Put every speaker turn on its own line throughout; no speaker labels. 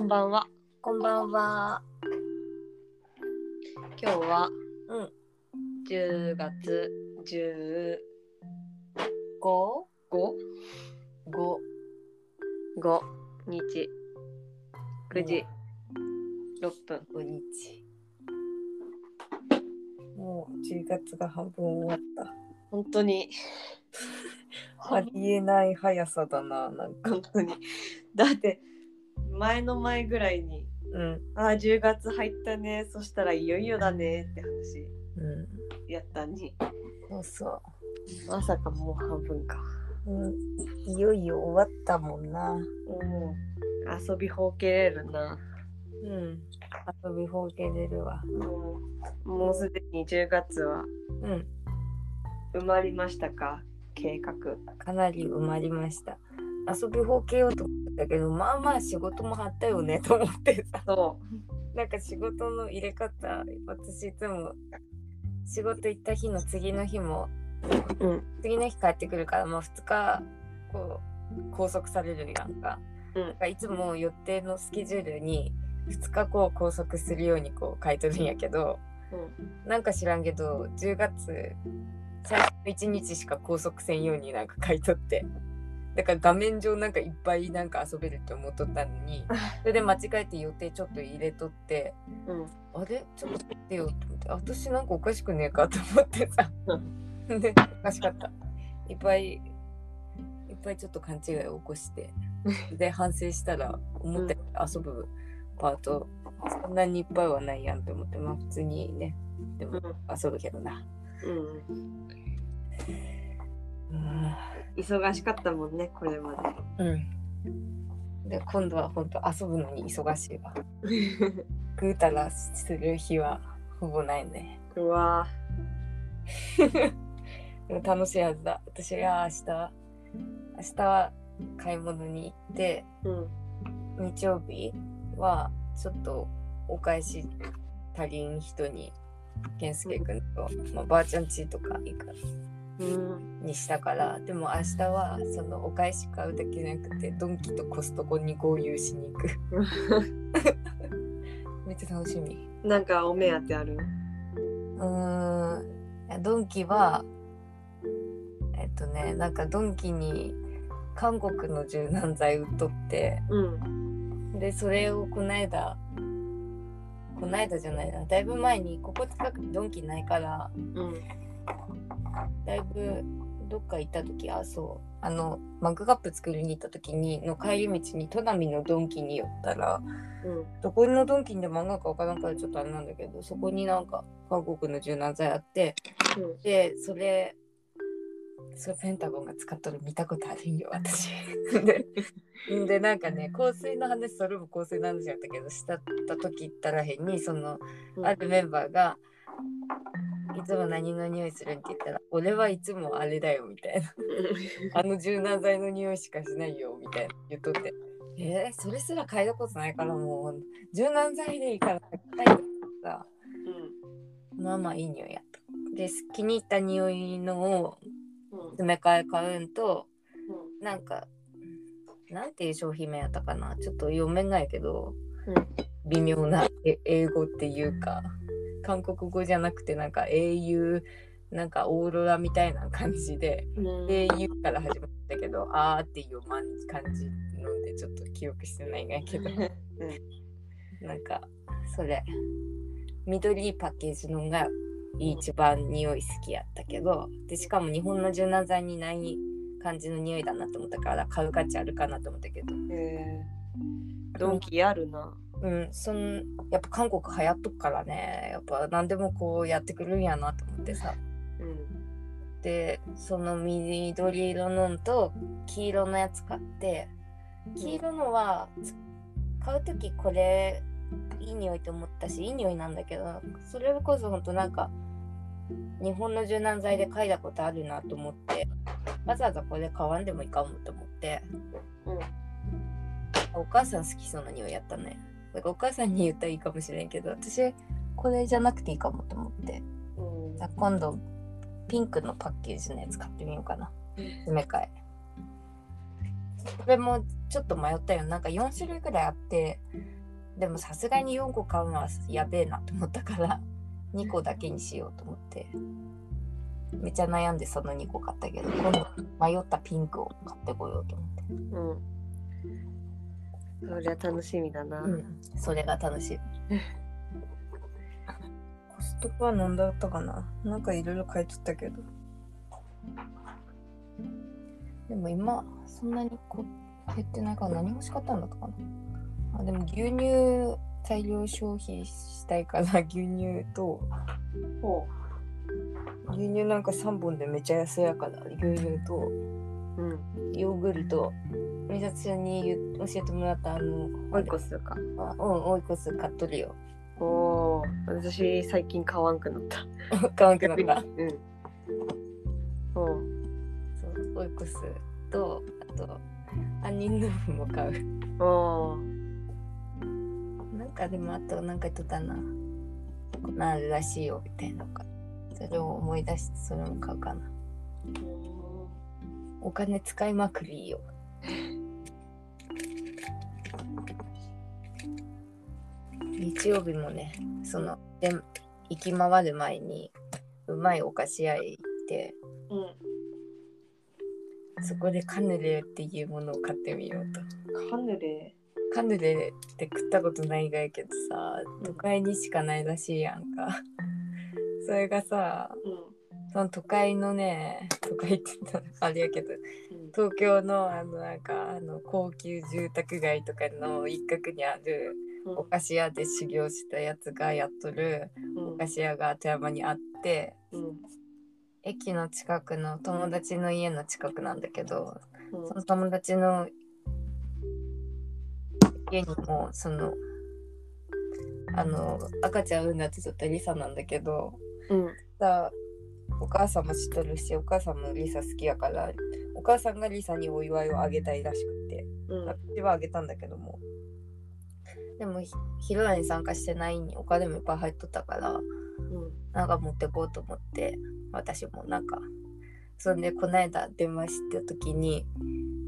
んばんは。
こんばんは。
今日は
うん。
10月
五
15
五
日9時6分。
五日。もう10月が半分終わった。
本当 に、
ありえない速さだな、なん か。
本当に。だって、前の前ぐらいに、
うん。
ああ、10月入ったね、そしたらいよいよだねって話
うん。
やったのに、
そうそ
まさかもう半分か。
う。うん。いよいよ終わったもんな。
もう遊びほうけれるな。
うん。遊びほうけれるわ。
もうもうすでに10月は
うん。
埋まりましたか計画。
かなり埋まりました。遊びほうけようと思ったけど、まあまあ仕事も張ったよねと思ってさ。
そ
なんか仕事の入れ方私いつも仕事行った日の次の日も
う。うん。
次の日帰ってくるからもう2日こう拘束されるやんか,、
うん
だからいつも予定のスケジュールに2日こう拘束するようにこう書いとるんやけど、なんか知らんけど10月最初の1日しか拘束せんようになんか書いとってだから画面上なんかいっぱいなんか遊べるって思っとったの にそれで間違えて予定ちょっと入れとって。
うん。
あれちょっと待ってよと思って私なんかおかしくねえかと思ってさ
う
でおかしかったいっぱいいっぱいちょっと勘違いを起こしてで反省したら思ったより遊ぶパートそんなにいっぱいはないやんと思ってまあ普通にねでも遊ぶけどな
うん。
うん、
忙しかったもんね、これま
で今度は本当遊ぶのに忙しいわ
で。
ぐうたらする日はほぼないね
うわ
でも楽しいはずだ。私は明日、明日は買い物に行って、
ぁ。うん。
日曜日はちょっとお返し足りん人に、健介くんと、まあ、ばあちゃん家とか行く
うん。
にしたから、でも明日はそのお返し買うだけじゃなくて、ドンキとコストコに合流しに行く。めっちゃ楽しみ。
なんかお目当てある
うーんドンキはえっとねなんかドンキに韓国の柔軟剤売っとって
うん。
でそれをこないだこないだじゃないなだいぶ前にここ近くにドンキないから
うん。
だいぶどっか行った時あそうあのマグカップ作りに行った時にの帰り道に砺波のドンキに寄ったら
うん。
どこのドンキにでもあんのか分からんからちょっとあれなんだけどそこになんか韓国の柔軟剤あってでそれそれペンタゴンが使っとる見たことあるんよ私ででなんかね香水の話それも香水の話だったけどしたった時行ったらへんにその
うん。
あるメンバーが「いつも何の匂いするん?」って言ったら「俺はいつもあれだよ」みたいな「あの柔軟剤の匂いしかしないよ」みたいな言っとって「えー、それすら嗅いだことないからもう柔軟剤でいいから高いさ」まあまあいい匂いやった。で気に入った匂いのを
うん。
詰め替え買うんとなんかなんていう商品名やったかなちょっと読めないけど、
うん
微妙なえ英語っていうか韓国語じゃなくてなんか英雄なんかオーロラみたいな感じで
うん。
英雄から始まったけどあーっていうまん感じのでちょっと記憶してないんやけどなんかそれ緑いパッケージのが一番匂い好きやったけどでしかも日本の柔軟剤にない感じの匂いだなと思ったから買う価値あるかなと思ったけど
えー、ドンキあるな。
うんそんやっぱ韓国流行っとくからねやっぱ何でもこうやってくるんやなと思ってさ
うん。
でその緑色のんと黄色のやつ買って黄色のはつ買う時これいい匂いと思ったしいい匂いなんだけどそれこそほんとなんか日本の柔軟剤で嗅いだことあるなと思ってわざわざこれ買わんでもいいかもと思って
うん。
お母さん好きそうな匂いやったねだからお母さんに言ったらいいかもしれんけど私これじゃなくていいかもと思って
うん
じゃあ今度ピンクのパッケージのやつ買ってみようかな詰め替えこれもちょっと迷ったよなんか4種類ぐらいあってでもさすがに4個買うのはやべえなと思ったから2個だけにしようと思ってめっちゃ悩んでその2個買ったけど今度迷ったピンクを買ってこようと思って、
うん。そりゃ楽しみだな。
うん、それが 楽しい
コストコは何だったかななんかいろいろ買いとったけど。
でも今そんなにこ減ってないから何欲しかったんだったかなあでも牛乳大量消費したいから 牛乳と
ほ
牛乳なんか3本でめちゃ安やから牛乳と
う。うん。
ヨーグルト美里ちゃんに言う教えてもらったあの
追い越すか。
あうんオイコス買っとるよ
おお。私最近買わんくなった。
買わんくなった
うん。そう。
そうオイコスとあと杏仁豆腐も買う
お
なんかでもあとなんか言っとったなこんなんあるらしいよみたいなのかそれを思い出してそれも買うかな
お。
お金使いまくりよ。 日曜日もね、そので行き回る前にうまいお菓子屋へ行って、
う
そこでカヌレっていうものを買ってみようと。
ん。カヌレ。
カヌレって食ったことないがやけどさ、都会にしかないらしいやんか。それがさ、
う
その都会のね、都会って言ったらあれやけど、
ん。
東京のあのなんかあの高級住宅街とかの一角にあるお菓子屋で修行したやつがやっとる
うん。
お菓子屋が富山にあって
うん。
駅の近くの友達の家の近くなんだけど
うん
その友達の家にもそのあの赤ちゃん産んだってちょっとリサなんだけど
うん。
さお母さんも知っとるしお母さんもリサ好きやからお母さんがリサにお祝いをあげたいらしくて。
うん。
私はあげたんだけどもでもひ披露宴に参加してないにお金もいっぱい入っとったからなんか持ってこうと思って私もなんかそんでこないだ電話した時に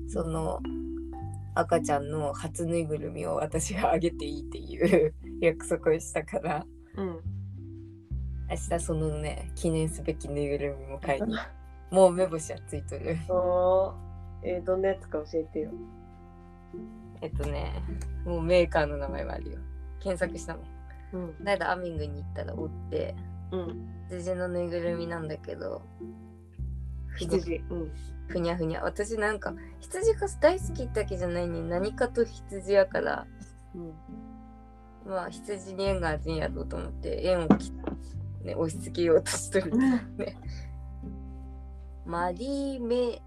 その赤ちゃんの初ぬいぐるみを私があげていいっていう約束をしたから
うん。
明日そのね記念すべきぬいぐるみも買いにもう目星はついとる
おえー、どんなやつか教えてよ。
えっとねもうメーカーの名前はあるよ検索したの
うん。
だいだアミングに行ったらおって
うん。
羊のぬいぐるみなんだけど
羊。うん。
ふにゃふにゃ私なんか羊が大好きだけじゃないのに何かと羊やから
うん。
まあ羊に縁があるんやろうと思って縁をき、ね、押し付けようと しとるマリーメ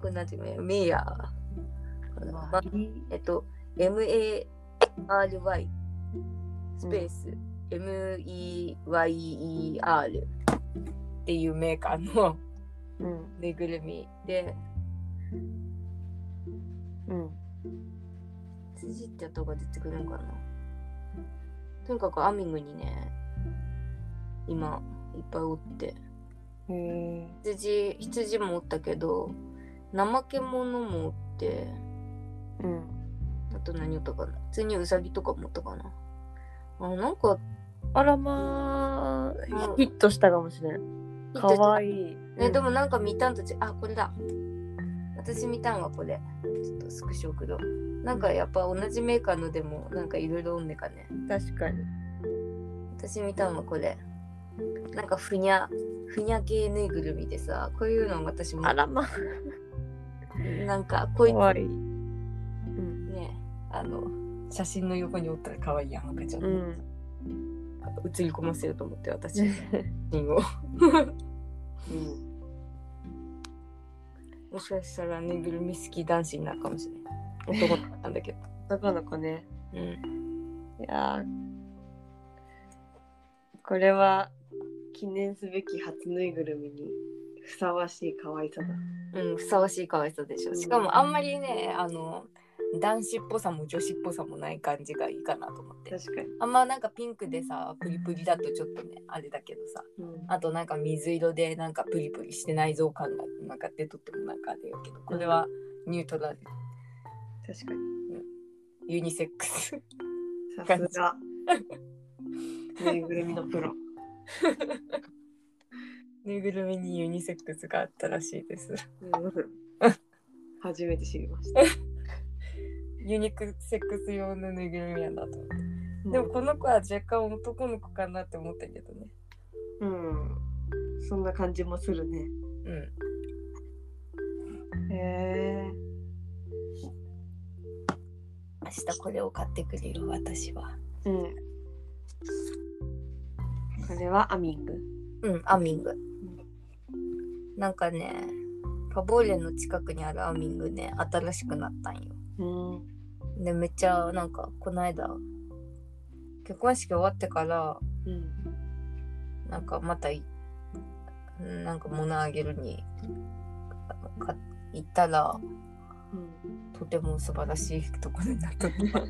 これなんていうのメイヤーかなまえっと MARY スペース、MEYER っていうメーカーの
うん。
ぬいぐるみで
うん。
辻って音が出てくるのかなとにかくアミングにね今いっぱいおって
へ
羊羊もおったけど怠け者もおって
え。うん。
あと何おったかな普通にウサギとかもおったかなあなんか
あらまあ
うん、
ヒットしたかもしれん。かわいい。
ね、で
も、
もなんか見たんとちあこれだ私見たんはこれちょっとスクショ送ろうなんかやっぱ同じメーカーのでもなんかいろいろおんねかね
確かに。
私見たのはこれなんかふにゃふにゃ系ぬいぐるみでさこういうの私も
あらまあ、
なんかこい
かわいい。うん。
つねあの写真の横におったら可愛いやん赤ちゃん、
うん。
映り込ませると思って私の写真を
うん。
もしかしたらぬいぐるみ好き男子になるかもしれない男の子なんだけど、
なかなかね。
うん、
いやーこれは、記念すべき初ぬいぐるみにふさわしい可愛さだ。
うん、ふさわしい可愛さでしょしかもあんまりねあの男子っぽさも女子っぽさもない感じがいいかなと思って
確かに。
あんまなんかピンクでさプリプリだとちょっとねあれだけどさ
うん
あとなんか水色でなんかプリプリして内臓感がなんか出とってもなんかあれやけどこれはニュートラル
確かに。
ユニセックス
さすが。 ぬいぐるみのプロ。
ぬいぐるみにユニセックスがあったらしいです。
うん初めて知りました。
ユニクセックス用のぬいぐるみやなと思って。でもこの子は若干男の子かなって思ったけどね。
うん、そんな感じもするね。
うん。
へえ。
明日これを買ってくれる私は。
うん。これはアミング。
うん、アミング。なんかね、ファボーレの近くにあるアミングね、新しくなったんよ。
うん。
で、めっちゃなんか、この間、結婚式終わってから、
うん。
なんかまたい、なんか物あげるに、かか行ったら、とても素晴らしいとこになったとか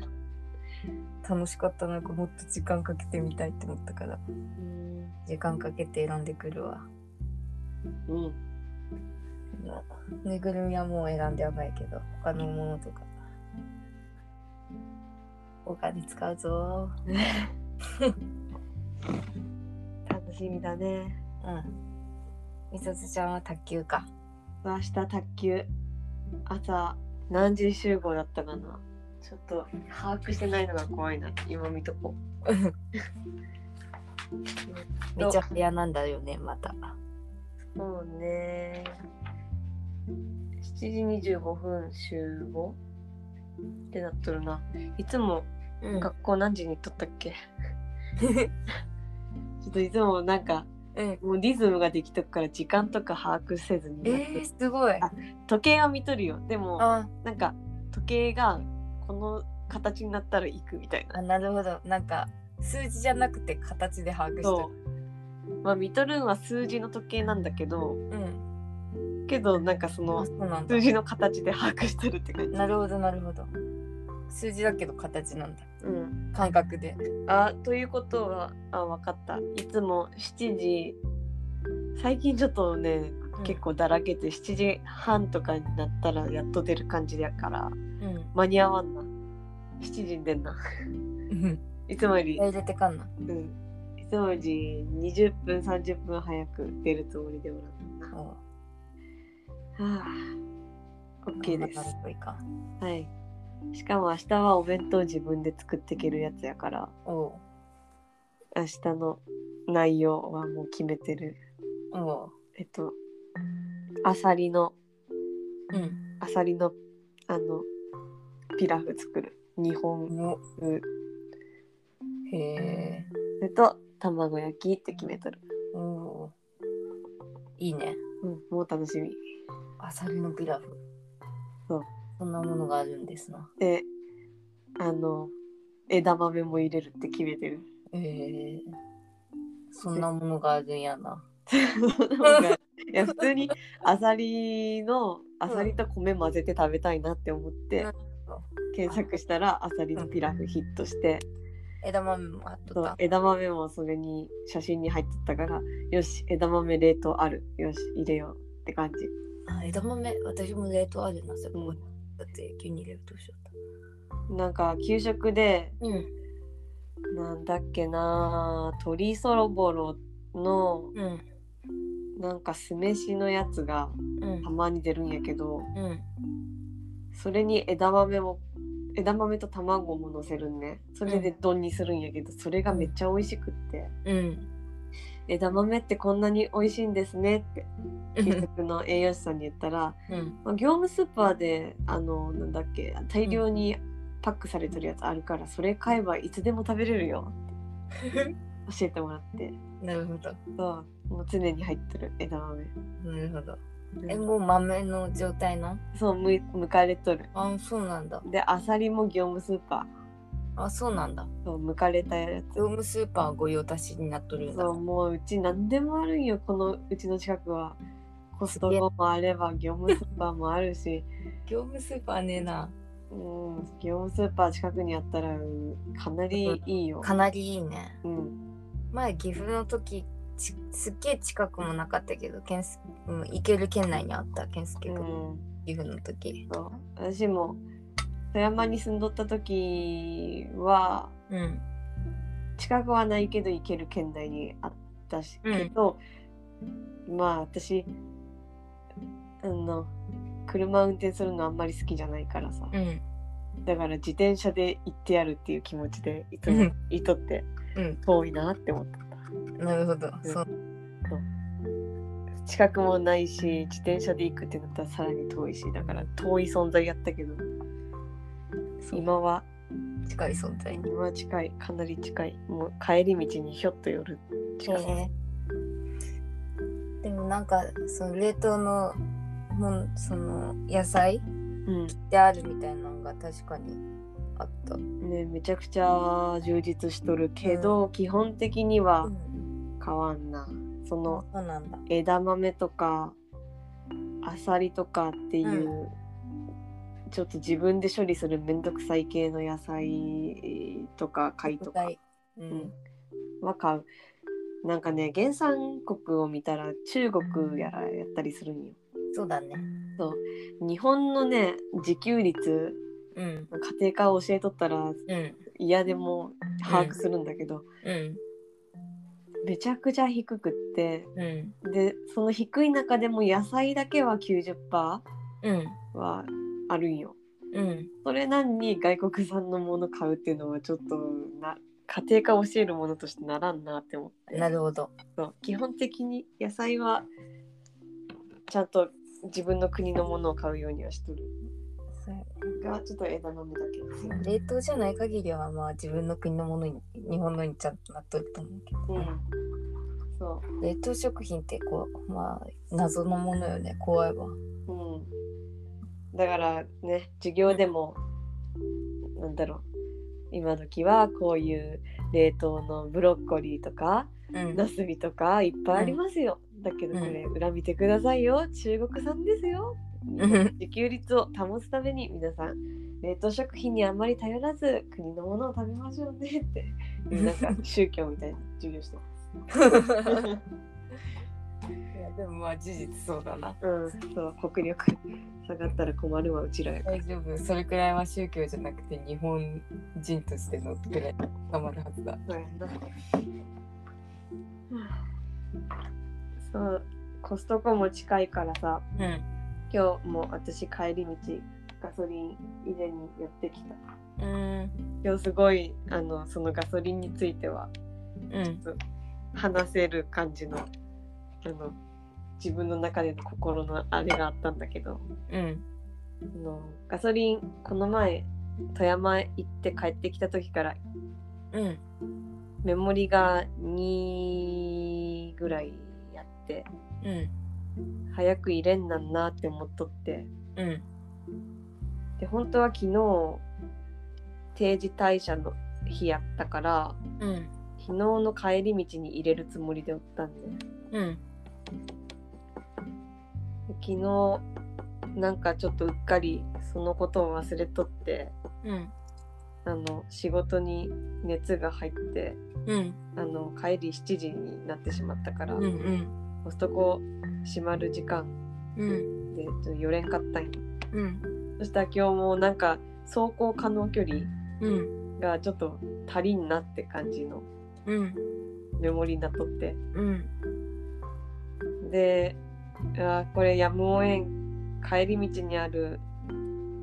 楽しかったなんかもっと時間かけてみたいって思ったから
うん。
時間かけて選んでくるわ
うん。
もうぬいぐるみはもう選んではないけど他のものとかお金使うぞ
楽しみだね。
うんみさつちゃんは卓球か
明日卓球。朝何時集合だったかな。ちょっと把握してないのが怖いな。今見とこ
めちゃ部屋なんだよねまた
う。そうね。7時25分集合ってなっとるな。いつも
うん
学校何時に行っとったっけちょっといつもなんか
うん
もうリズムができとくから時間とか把握せずに、
えー、すごい
あ時計は見とるよでも
あ
なんか時計がこの形になったら行くみたいな
あなるほどなんか数字じゃなくて形で把握して
そ
る
うまあ見とるんは数字の時計なんだけど
うん
けどなんかそ
あ
の
そうなんだ
数字の形で把握してるって感じ
なるほどなるほど数字だけど形なんだ
うん
感覚で
あということはあ分かったいつも7時最近ちょっとね結構だらけて7時半とかになったらやっと出る感じだから
うん
間に合わんな7時に出んな
うん
いつもより、
入れてかんな
うん、いつもより20分30分早く出るつもりでおらんなは
そ
あ
う
OK で
なる
す
といいか
はいしかも明日はお弁当自分で作っていけるやつやから
おう
明日の内容はもう決めてる
おう
えっとあさりの
うん
あさりのあのピラフ作る日本
お
風
へえ
それと卵焼きって決めとる、
おういいね
うん、もう楽しみ
アサリのピラフ
そう
そんなものがあるんですな
であの枝豆も入れるって決めてる
へえそんなものがあるんやな
なんかいや普通にアサリのアサリと米混ぜて食べたいなって思って
なるほど
検索したらアサリのピラフヒットして
枝豆もあっ
そ
とっ
う
た
枝豆もそれに写真に入っとったからよし枝豆冷凍あるよし入れようって感じ
あ枝豆私も冷凍あるなそれ、
う
だって牛乳冷凍しちゃった
なんか給食で
うん
なんだっけな鶏そろぼろの
うん
なんか酢飯のやつが
うん
たまに出るんやけど
うん
それに枝豆も枝豆と卵ものせるんねそれで丼にするんやけど、それがめっちゃ美味しくって
うん
「枝豆ってこんなに美味しいんですね」 って給食の栄養士さんに言ったら、
うん
まあ、業務スーパーであのなんだっけ大量にパックされてるやつあるからそれ買えばいつでも食べれるよって教えてもらって
なるほど
そうもう常に入ってる枝豆
なるほどえもう豆の状態の
そうむむかれとる
あそうなんだ
でアサリも業務スーパ
あそうなんだ
ーそうむかれたやつ
業務スーパーご用達になっとるんだ
そうもううち何でもあるんよこのうちの近くはコストコもあれば業務スーパーもあるし
業務スーパーねえな
うん業務スーパー近くにあったらうんかなりいいよ、
かなりいいね
うん、
前岐阜の時ちすっげえ近くもなかったけどけんす、うん、行ける県内にあった健介
う
君、
ん、
岐阜の時
そう私も富山に住んどった時は
うん。
近くはないけど行ける県内にあったし、
うん
けどまあ私あの車運転するのあんまり好きじゃないからさ、
うん。
だから自転車で行ってやるっていう気持ちでいつ
う
も
ん
いとって、
うん
遠いなって思った
なるほど。そう。
近くもないし自転車で行くってなったらさらに遠いしだから遠い存在やったけど
そう
今は
近い存在。
今は近いかなり近いもう帰り道にひょっと寄る近さ
へえでもなんかその冷凍のもんその野菜
うん
であるみたいなのが確かにあった。
ね、めちゃくちゃ充実しとるけど、基本的には
ん、
変わんな、その
そうなんだ。
枝豆とかアサリとかっていう、ちょっと自分で処理するめんどくさい系の野菜とか貝と
具
か
材。う
うん。は買うなんかね原産国を見たら中国やらやったりするんよ
そうだね。
日本のね自給率
うん。
家庭科を教えとったら
うん。
嫌でも把握するんだけど、
うん。
めちゃくちゃ低くって
うん。
でその低い中でも野菜だけは90%
うん。
はあるんよ
うん。
それなのに外国産のもの買うっていうのはちょっとな家庭科教えるものとしてならんなって思って
なるほど。
そう基本的に野菜はちゃんと自分の国のものを買うようにはしとる
そう
がちょっと枝豆だけです
冷凍じゃない限りはまあ自分の国のものに日本のにちゃんとなっとると思うけど、
うんそ
冷凍食品ってこうまあ謎のものよね怖いわ。
ううんだからね授業でもなんだろう今時はこういう冷凍のブロッコリーとか
うん
ナスビとかいっぱいありますよ、だけどこれ裏見てくださいよ中国産ですよ
ん
自給率を保つために皆さん冷凍食品にあんまり頼らず国のものを食べましょうねってなんか宗教みたいな授業して ます
いやでもまあ事実そうだな
うんそう国力下がったら困るわうちらやから
大丈夫それくらいは宗教じゃなくて日本人としてのくらいたまるはずだ
そうやんなそうコストコも近いからさ
うん
今日も私帰り道ガソリン以前に寄ってきた
うん
今日すごいあのそのガソリンについては
うん
話せる感じのあの自分の中での心のあれがあったんだけど
うん
あのガソリンこの前富山行って帰ってきた時から
うん
メモリが2ぐらいやって
うん
早く入れんなんなって思っとって
うん
で本当は昨日定時退社の日やったから
うん
昨日の帰り道に入れるつもりでおったんで
うん
昨日なんかちょっとうっかりそのことを忘れとって
うん
あの仕事に熱が入って
うん
あの帰り7時になってしまったから、
うんうん
コストコ閉まる時間
うん
でちょっと寄れんかったんよ
うん
そしたら今日もなんか走行可能距離
うん
がちょっと足りんなって感じの
うん
メモリになっとって
うん
であーこれやむをえん帰り道にある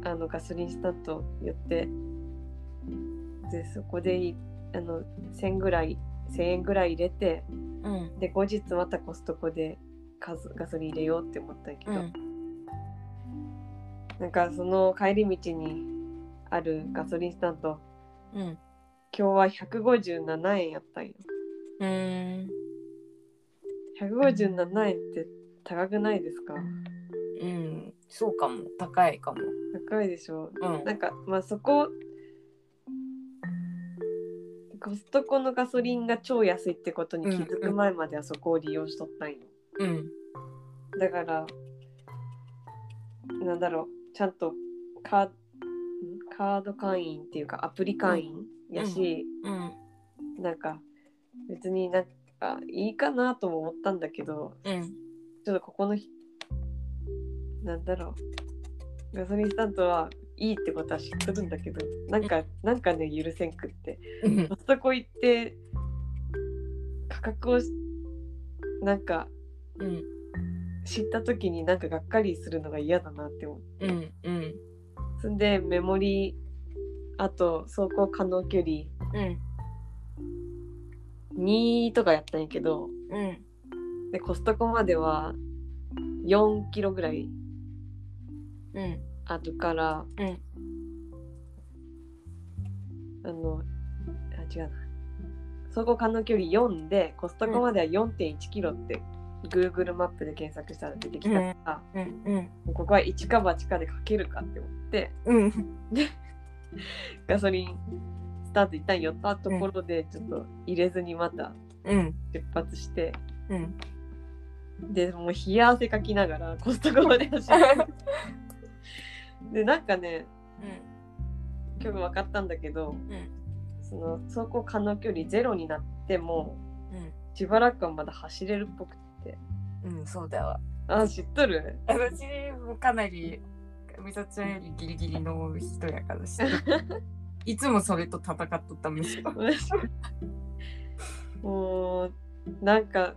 あのガソリンスタンド寄ってでそこでいあの1000ぐらい1000円ぐらい入れて
うん
で後日またコストコでガソガソリン入れようって思ったんやけど、なんかその帰り道にあるガソリンスタンド
うん
今日は157円やったんよ
うん
157円って高くないですか
うんそうかも高いかも
高いでしょ
うん
なんかまあそこコストコのガソリンが超安いってことに気づく前まではそこを利用しとったんよ、
うん
だからなんだろうちゃんとカーんカード会員っていうかアプリ会員やし、
うん
なんか別になんかいいかなとも思ったんだけど
うん
ちょっとここのひなんだろうガソリンスタンドはいいってことは知ってるんだけどなんかなんかね許せんくって
うん
コストコ行って価格をしなんか
うん
知った時になんかがっかりするのが嫌だなって思う
うんうん
そんでメモリあと走行可能距離
うん
2とかやったんやけど
うん
でコストコまでは4キロぐらい
うん
あるから、
うん
あのあ違うな走行可能距離4でコストコまでは4 1キロって Google マップで検索したら出てきたから、
うんうん
もうここは一か八かでかけるかって思って
うん
ガソリンスタート一旦寄ったところでちょっと入れずにまた
うん
出発して
うん
でもう冷や汗かきながらコストコまで走って でなんかね今日分かったんだけど
うん
その走行可能距離ゼロになっても
うん
しばらくはまだ走れるっぽくて
うんそうだわ
あ知っと る
私もかなり美里ちゃんよりギリギリの人やからしていつもそれと戦っとったむしろ
もうなんか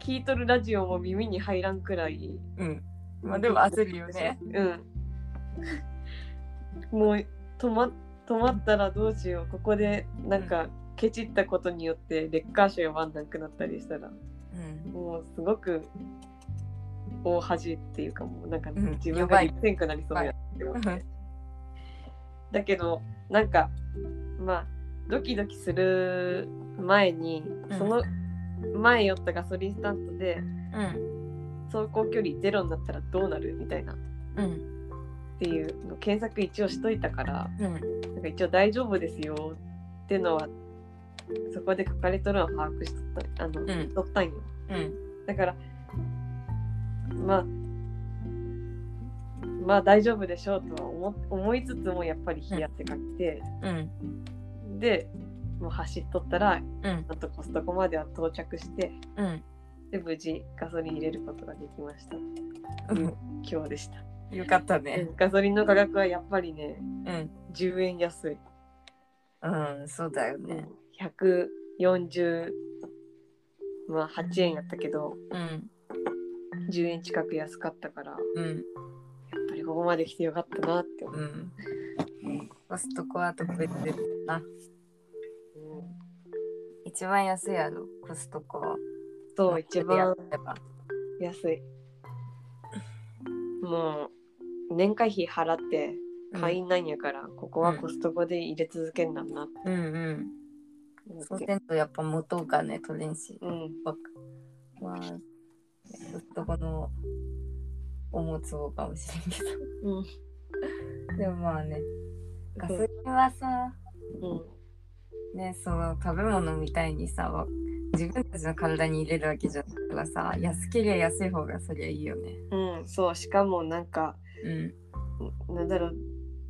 聞いとるラジオも耳に入らんくらい
うんまあでも焦るよね
うんもう止ま止まったらどうしようここでなんかケチったことによってレッカー車呼ばんなくなったりしたら
うん
もうすごく大恥っていうかもうなんか
ん
自
や
分
ば
が
い
できせんくなりそうやって思って、
うん
だけどなんかまあドキドキする前に
うん
その前寄ったガソリンスタンドで
うん
走行距離ゼロになったらどうなるみたいなっ
うん
ていうの検索一応しといたから
うん
なんか一応大丈夫ですよってのはそこで書かれとるのを把握しとったあの、
ん
とったんよ
うん
だからまあまあ大丈夫でしょうとは思思いつつもやっぱり冷やってかきて、
うん
でもう走っとったら
うん
あとコストコまでは到着して
うん
で無事ガソリン入れることができました今日でした、
よかったね
ガソリンの価格はやっぱりね
うん
10円安い
うんそうだよね
140まあ8円やったけど
うん
10円近く安かったからやっ
うん
ぱりここまで来てよかったなって思う、
うんコストコは特別で一番安いやろコストコ
そう一
や
番
れば
安い もう年会費払って会員なんやから、ここはコストコで入れ続けんなんなって
うんうん
思
そう
って
せんとやっぱ元お金取れんし
うん
わわーずっとこの思うつぼかもしれんけど、
う
でもまあねガソリンはさ
うん
ねその食べ物みたいにさわ自分たちの体に入れるわけじゃないからさ安けりゃ安い方がそりゃいいよね
うん、そうしかもなんか
うん
なんだろう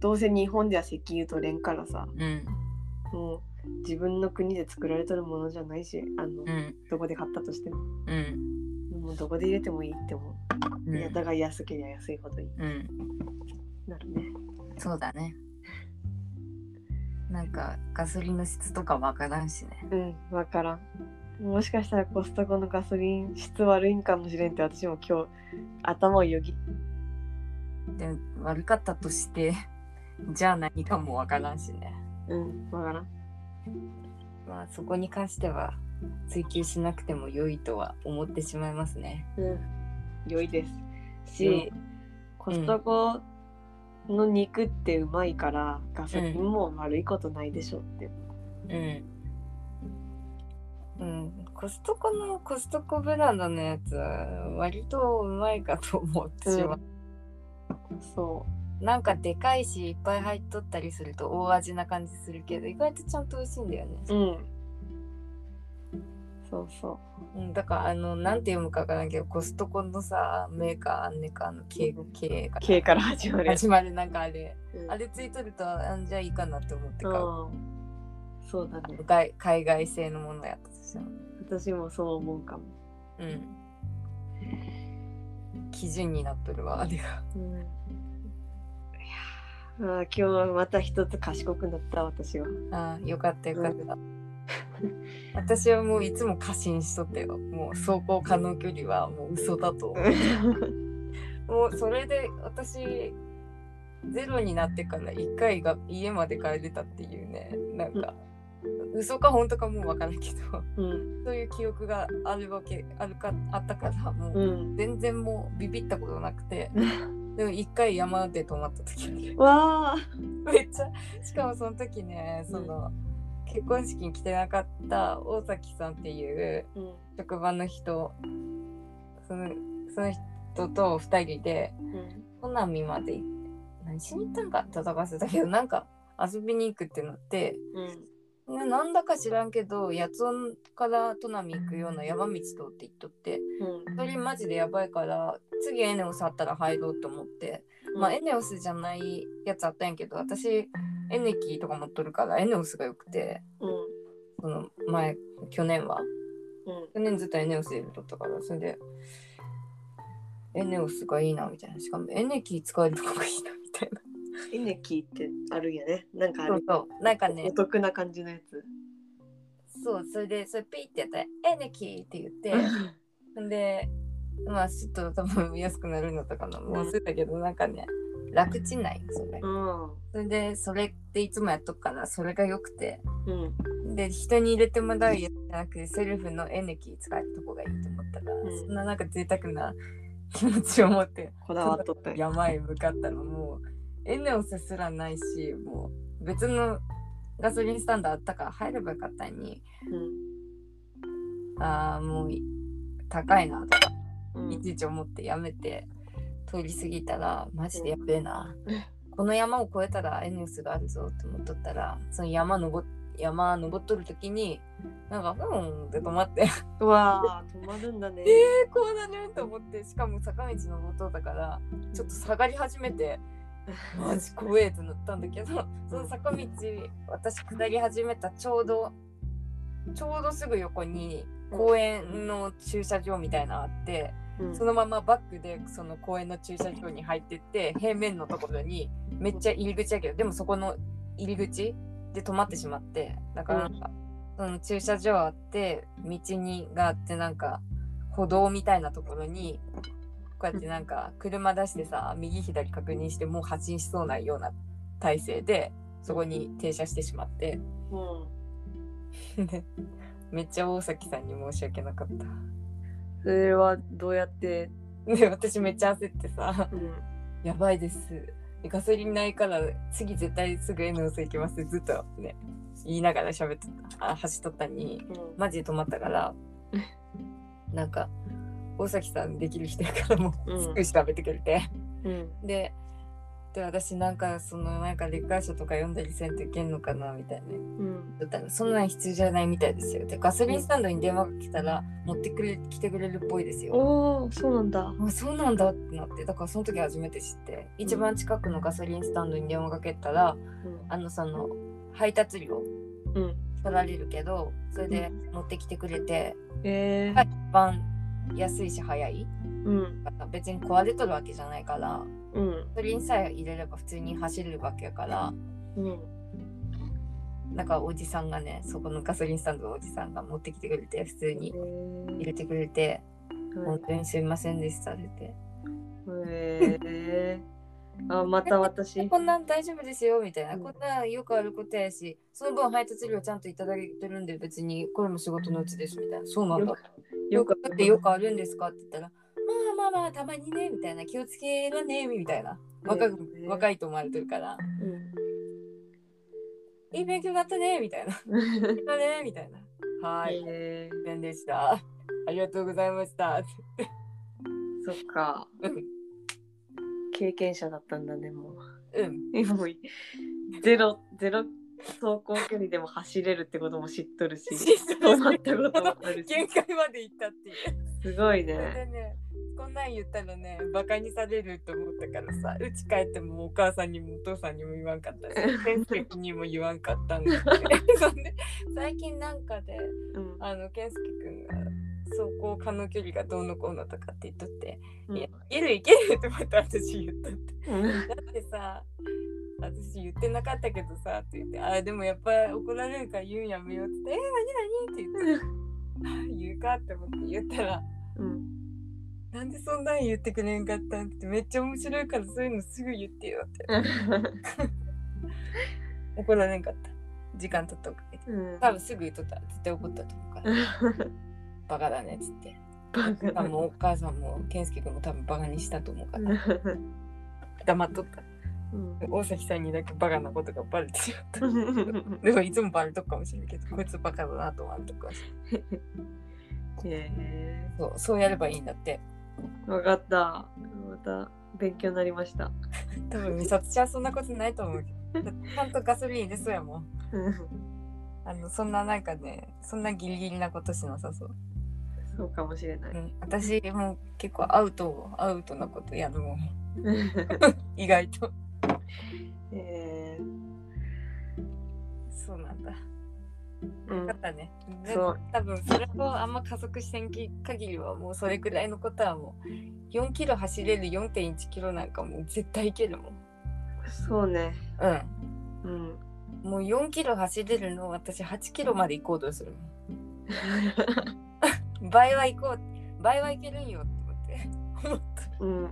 どうせ日本では石油取れんからさ
うん
もう自分の国で作られとるものじゃないしあの、
うん
どこで買ったとしても
うん
もうどこで入れてもいいって思
う
う、いや
ん
だから安ければ安いほどいい
うん
なるね
そうだねなんかガソリンの質とかわからんしね
うん分からんもしかしたらコストコのガソリン質悪いんかもしれんって私も今日頭をよぎ
で悪かったとして じゃあ何かもわからんしね
うん分からん
まあそこに関しては追求しなくても良いとは思ってしまいますね。
うん良いですし、
う
コストコの肉ってうまいからガソリンも悪いことないでしょって、
うん。うん、コストコのコストコブランドのやつは割とうまいかと思ってしまう、
そ
なんかでかいしいっぱい入っとったりすると大味な感じするけど意外とちゃんと美味しいんだよね、
ううんそうそ
うん、だからあのなんて読むかわからんけどコストコのさメーカーあんねかあの K, K
う
が
K から始まるやつ
始まるなんかあれ
うん
あれついとるとあんじゃいいかなって思って買う
うんそうだね
外海外製のものやったとしても、
私もそう思うかも、
うん、基準になっとるわあれが
うん、いやーあー今日はまた一つ賢くなった私は。
ああ、よかったよかった。私はもういつも過信しとったよ。もう走行可能距離はもう嘘だと思う。もうそれで私、ゼロになってから1回が家まで帰れたっていうね、なんか、嘘か本当かもうわからんけど、
うん
そういう記憶があるわけ、あるか、あったから、もう
うん。
全然もうビビったことなくて、でも1回山で泊まった時に。
わあ。
めっちゃしかもその時ねその、結婚式に来てなかった大崎さんっていう
うん
職場の人そのその人と2人で
うん
穂波まで行何しに行ったんか戦わせたけどなんか遊びに行くってなって
うん
ななんだか知らんけど八音から砺波行くような山道通って行っとって
うん
それマジでやばいから次エネオスあったら入ろうと思って。まあ、エネオスじゃないやつあったんやけど私エネキーとか持っとるからエネオスがよくて
うん
その前去年は
うん
去年ずっとエネオスで撮ったからそれでエネオスがいいなみたいなしかもエネキー使えるとこがいいなみたいな
イネキってあるんやね。なんかあ
そう
る。
そうなんかね
お得な感じのやつ。
そうそれでそれピーってやったら「エネキー」って言ってんでまあちょっと多分安くなるのとかのもう忘れたけどなんかね楽ちんないそれ
うん。
それでそれっていつもやっとくからそれがよくて
うん。
で人に入れてもらうやつじゃなくてセルフのエネキー使えるとこがいいと思ったから、
うん
そんななんか贅沢な 気持ちを持って
こだわっとったんや。
山へ向かったらもうエネオスすらないしもう別のガソリンスタンドあったから入ればよかったのに
うん
ああもうい高いなとか
うん
いちいち思ってやめて通り過ぎたらマジでやべえな、この山を越えたらエネオスがあるぞって思っとったらその山登っ山登っとる時になんかふーんって止まって
うわあ、止まるんだね。
えこうだねと思ってしかも坂道のことだからちょっと下がり始めてマジ怖えってなったんだけどその坂道私下り始めたちょうどちょうどすぐ横に公園の駐車場みたいなのあって
うん
そのままバックでその公園の駐車場に入ってって平面のところにめっちゃ入り口やけどでもそこの入り口で止まってしまってだからなんか、その駐車場あって道にがあってなんか歩道みたいなところにこうやってなんか車出してさ右左確認してもう発進しそうなような体勢でそこに停車してしまって
うん。
でめっちゃ大崎さんに申し訳なかった。
それはどうやって。
で私めっちゃ焦ってさ
うん。
やばいです。ガソリンないから次絶対すぐ N ス行きますずっとね言いながら喋ってたあ走っとったに
うん
マジで止まったからなんか大崎さんできる人やからも
う
うんすぐ調べてくれて、
うん。
でで私なんかそのなんかレッカー車とか読んだりせんといけんのかなみたいな
うん。
だったらそんなん必要じゃないみたいですよでガソリンスタンドに電話が来たら持ってくれ来てくれるっぽいですよ
おお、そうなんだ。
あそうなんだってなってだからその時初めて知って一番近くのガソリンスタンドに電話かけたら、
うん。
あのその配達料
うん。
取られるけどそれで持ってきてくれて、
ええ
一。番安いし早い
うん。
別に壊れとるわけじゃないから
うん。
ガソリンさえ入れれば普通に走れるわけやから
うん。
なんかおじさんがねそこのガソリンスタンドのおじさんが持ってきてくれて普通に入
え
れてくれて「
ー
本当にすいませんでした」って言って
へえあ、また私。
こんなん大丈夫ですよみたいな、
うん
こんなんよくあることやし、その分配達料ちゃんといただいてるんで、別にこれも仕事のうちですみたいな、そうなんだ。
よ
よ
よ
く
く
だってよくあるんですかって言ったら、まあまあまあ、たまにね、みたいな、気をつけろね、みたいな、若く
うん
若いと思われてるから、
う
いい勉強になったね、みたいな、
ん。
だね、みたいな、はーい、
え
すいませんでした。ありがとうございまし
ー、
た。
そっか。
うん、
経験者だったんだね、もう。
うん、
えもういゼロ、ゼロ走行距離でも走れるってことも知っとるし、
知っと
そ
る
うなったこともあるし、
限界まで行ったっていう。
すごい
それで
ね。
ね、こんなん言ったらね、バカにされると思ったからさ、うち帰ってもお母さんにもお父さんにも言わんかったし、 先生にも言わんかったんだけど そんで、最近なんかで、
うん。
あの、健介くんが、走行可能距離がどうのこうのとかって言っとって、
うん
いや、いけるいけるってまた私言っとって。
うん
だってさ、私言ってなかったけどさって言ってあでもやっぱり怒られるから言うんやめようって言ってえ何何って言ってあ 言うかって思って言ったら
うん。
なんでそんなん言ってくれんかったんってめっちゃ面白いからそういうのすぐ言ってよって怒られんかった時間経ったおかげで
うん。
多分すぐ言っとった絶対怒ったと思うからバカだねっつって
バカ
あ
だ。
もうお母さんも健介君も多分バカにしたと思うから黙っとった
うん
大崎さんにだけバカなことがバレてしまった
うん
でもいつもバレとくかもしれないけどこいつバカだなと思うとか
へ
そうそうやればいいんだって
ーわかった。また勉強になりました。
多分美里ちゃんそんなことないと思うけ どちゃんとガソリン入れそうやもん
うん
あのそんななんかねそんなギリギリなことしなさそう、
そうかもしれな
う
い。
ん、私も結構アウトアウトなことやるもん意外と
えー
そうなんだ
う
よ
ん
かったねで
そう
多分それをあんま加速してんき限りはもうそれくらいのことはもう4キロ走れる4.1キロなんかもう絶対いけるもん
そうね。
うん
うん。
もう4キロ走れるの私8キロまで行こうとするもん倍は行こう倍はいけるんよって思って 思った
うん。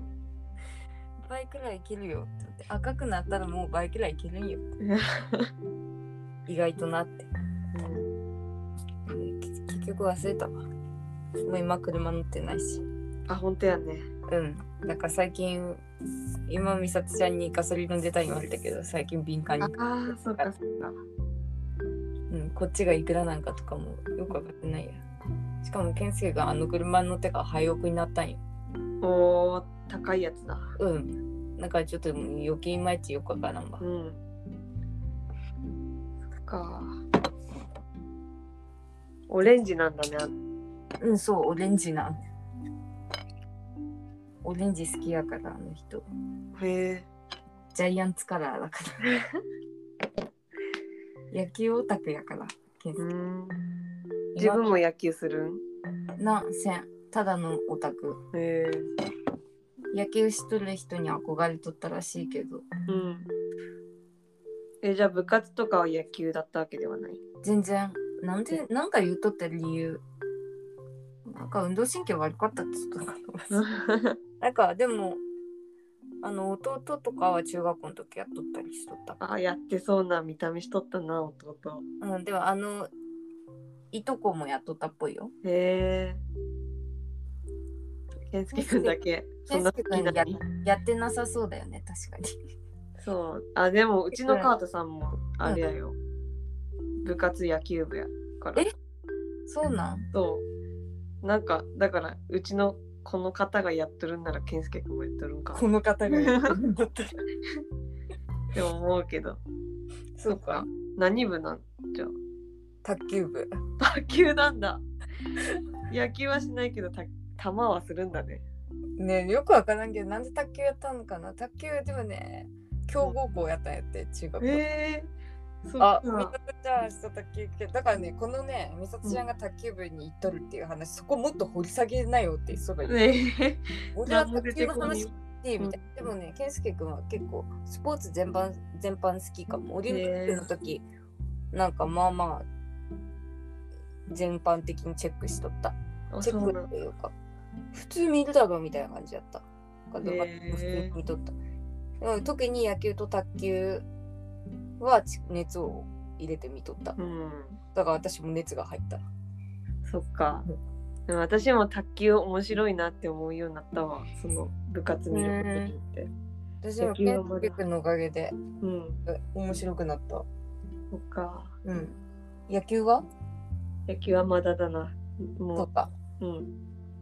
倍くらいいけるよって思って赤くなったらもう倍くらいいけるんよ意外となって、うんき結局忘れたわもう今車乗ってないし
あ、本当やね。
うんなんか最近今美里ちゃんにガソリンの出た言われたけど最近敏感に
あ、あ、そうか、そうか。
うん、こっちがいくらなんかとかもよくわかってないやしかも健介があの車に乗ってから廃屋になったんよ
おお、高いやつだ。
うん。なんかちょっと余計いまいちよくわからんわ
う。ん。そっか。オレンジなんだね。
うん、そう、オレンジな。オレンジ好きやから、あの人。
へ
ジャイアンツカラーだ から。野球オタクやから。健
え。う
介
ん。自分も野球するん。
な、せん。ただのオタク。
へえ。
野球しとる人に憧れとったらしいけど、
うん。え、じゃあ部活とかは野球だったわけでは ない。
全然、なんで、なんか言うとった理由。なんか運動神経悪かったって言っとったから。なんかでもあの弟とかは中学校の時やっとったりしとったか
あ、やってそうな見た目しとったな、弟。
ら、うん、でもあのいとこもやっとったっぽいよ
へえ。健介くんだけ。そんな好きなのに
健介。やってなさそうだよね確かに
そう。あ、でもうちのカートさんもあれやよ。部活野球部やから
え。そう なん
そう。なんか、だから、うちのこの方がやっとるんなら、健介君もやっとるんか。
の方
がやっ
るんだったら
って思うけど。
そうか
何部なん
卓球部
卓球なんだ。野球はしないけど、た球はするんだね。
ねよくわからんけどなんで卓球やったのかな卓球でもね強豪校やったんやって中学校、
えー、そっ
あ
か、
美里ちゃん明日卓球系だからねこのね美里ちゃんが卓球部に行っとるっていう話、そこもっと掘り下げなよってそうが言う
ね、
俺は卓球の話
ね
でみたいな。でもね、健介君は結構スポーツ全般全般好きかも。オリンピックの時、なんかまあまあ全般的にチェックしとった。
あ
チェ
そ
ッ
うな
ク
ん
というか、普通見るだろうみたいな感じだった。だから
へー
普通に見とった。うん、特に野球と卓球はち熱を入れて見とった。
うん。
だから私も熱が入った。
そっか。でも私も卓球面白いなって思うようになったわ。その部活見ることによって。
私も
野球はまだ
健介君のおかげで
うん。
え面白くなった。
そっか。
うん。野球は
野球はまだだな。
そ
も
うか。
う、うん。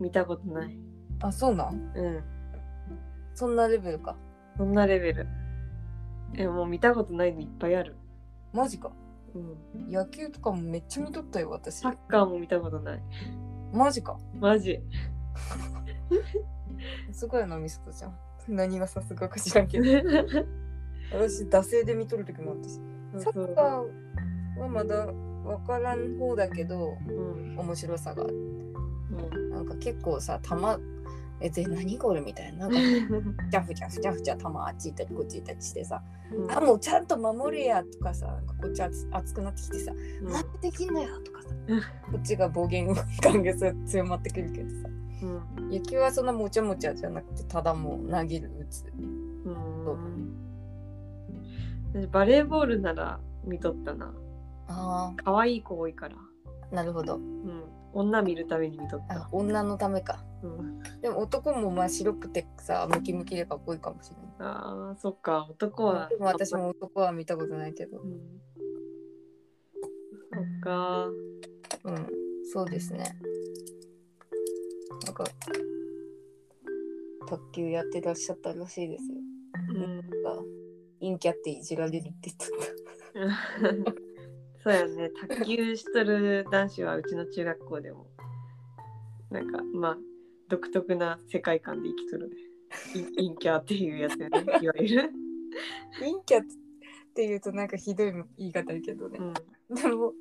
見たことない。
あ、そうなん
うん。
そんなレベルか。
そんなレベル。え、もう見たことないのいっぱいある。
マジか。
うん。
野球とかもめっちゃ見とったよ、私
サ。ッカーも見たことない。
マジか。
マジ。
すごいな、ミスコちゃん。何がさすがか知らんけど。私、惰性で見とる時もあったし。サ
そう
ッカーはまだ分からん方だけど、
うん。
面白さがある。
うん。
なんか結構さ、球、えで何これみたいななんかふちゃふちゃふちゃふちゃたまあっち行ったりこっち行ったりしてさあもうちゃんと守れやとかさなんかこっち熱熱くなってきてさなんでできんのよとかさ
うん
こっちが暴言感がさ強まってくるけどさ野球はそんなもちゃもちゃじゃなくてただもう投げる打つ
私バレーボールなら見とったな
あ
可愛い子多いから、
あなるほど
うん、女見るために見とっ
あ
た、
女のためか
うん、
でも男もまあ白くてさムキムキでかっこいいかもしれない
あーそっか男は
でも私も男は見たことないけど
うんそっか
うんそうですねなんか卓球やってらっしゃったらしいですよ
うん
なんか陰キャっていじられるって言ってた
そうやね卓球しとる男子はうちの中学校でもなんかまあ独特な世界観で生きとるねインインキャーっていうやつやねいわゆる、
陰キャっていうとなんかひどい言い方だけどね
う、ん、
でも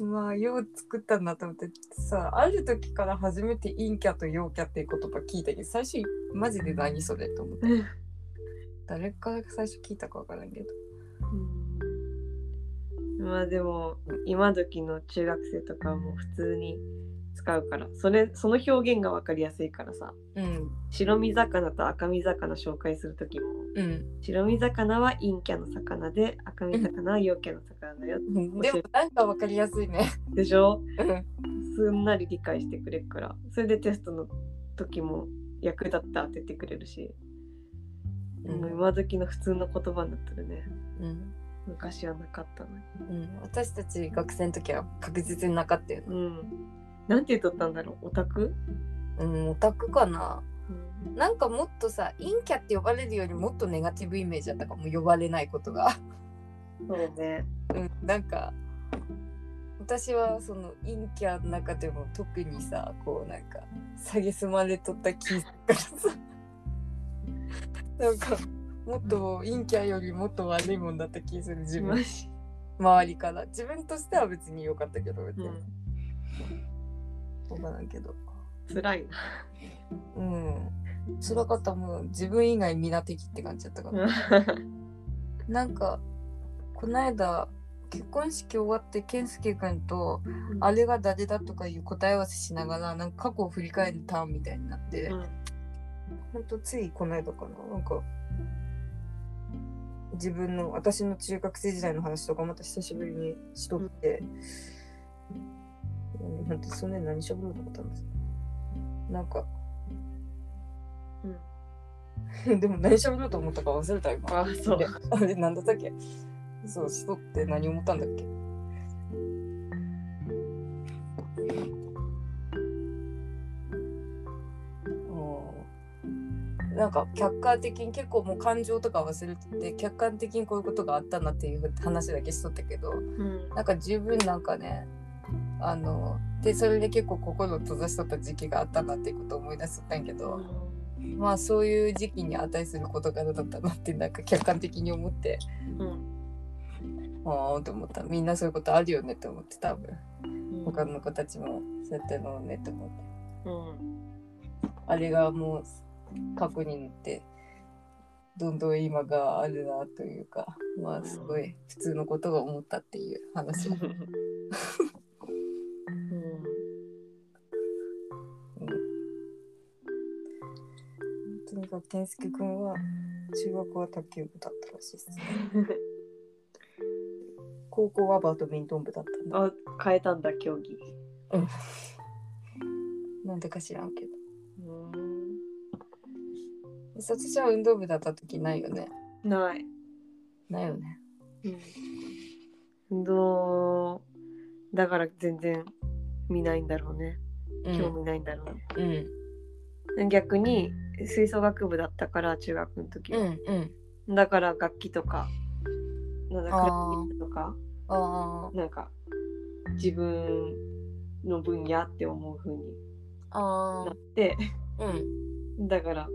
まあよう作ったんだと思ってさある時から初めて陰キャと陽キャっていう言葉聞いたけど最初マジで何それと思って誰から最初聞いたかわからんけど
うんまあでも今時の中学生とかはもう普通に使うからそれその表現が分かりやすいからさ
うん
白身魚と赤身魚紹介する時も
うん
白身魚は陰キャの魚で赤身魚は陽キャの魚だよ
でもなんかわかりやすいね
でしょ
うん
すんなり理解してくれるからそれでテストの時も役立ったって言ってくれるし、もう今時の普通の言葉になってるね
うん
昔はなかったのに
うん、私たち学生の時は確実になかったよね。
うんなんて言っとったんだろうオタク、
うん、オタクかな。
うん
なんかもっとさ、陰キャって呼ばれるよりもっとネガティブイメージだったかも、呼ばれないことが。
そうね。
うん、なんか私はその陰キャの中でも特にさこうなんか蔑まれとった気がするからさなんかもっと陰キャよりもっと悪いもんだった気がする自分周りから自分としては別に良かったけど別
う
に
ん、
分からんけど
辛いな。
うん辛かったもう自分以外皆敵って感じだったから、 なんかこないだ結婚式終わって健介君とあれが誰だとかいう答え合わせしながらなんか過去を振り返るターンみたいになって、
うん
ほんとついこの間かななんか自分の私の中学生時代の話とかまた久しぶりにしとって、うん、ほんとそんなに何しゃべろうと思ったんですなんか
うん
でも何しゃべろうと思ったか忘れた今
あ、そう。
あれなんだったっけそうしとって何思ったんだっけうんなんか客観的に結構もう感情とか忘れてて客観的にこういうことがあったなっていう話だけしとったけど
うん。
なんか十分なんかねあのでそれで結構心を閉ざしとった時期があったなっていうことを思い出しとったんやけど。まあそういう時期に値する事柄だったなってなんか客観的に思って
うん。
ああと思ったみんなそういうことあるよねと思って多分他の子たちもそうやってのねと思っ て
うん。
あれがもう過去になってどんどん今があるなというかまあすごい普通のことが思ったっていう話、うん、とにかく健介君は中学は卓球部だったらしい です高校はバドミントン部だったん
あ、変えたんだ、競技。
なんでか知らんけど
うん。
私は運動部だった時ないよね
ない。
ないよね
運動だから全然見ないんだろうね。
う
興
ん、
味ないんだろうね。
うん
逆に吹奏楽部だったから中学の時
う
は、
んうん
だから楽器とかなんだク
あー
ラリネットとか
あ
なんか自分の分野って思う風に
ああ
なって
あうん
だから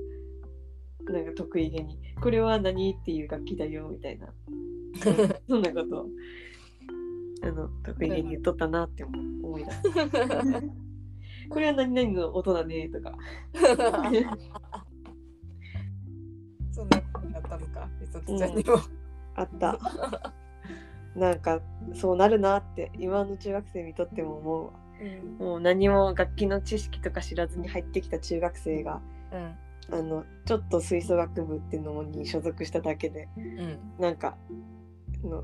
なんか得意げに「これは何?」っていう楽器だよみたいなそんなことをあの得意げに言っとったなって思思い出すこれは何々の音だねとか
そんなことやったのか、みそとちゃんにも。
あったなんかそうなるなって今の中学生にとっても思うわ
うん。
もう何も楽器の知識とか知らずに入ってきた中学生が
うん。
あのちょっと吹奏楽部っていうのに所属しただけで
うん。
なんかあの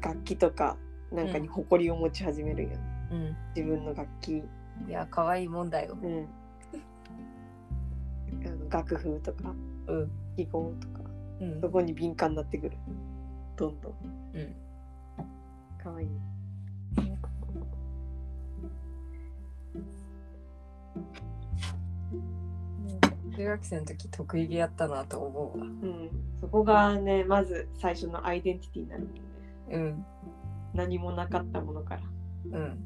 楽器とかなんかに誇りを持ち始めるよ、ね
う
自分の楽器、
ん。いや、可愛いもんだよ。
うん、あの楽譜とか
うん。
記号とか
うん
そ。こに敏感になってくるどんどん
うん。
かわいい
中学生の時得意げやったなと思うわ。
うん、そこがねまず最初のアイデンティティになるもんね
うん。
何もなかったものから、
うん。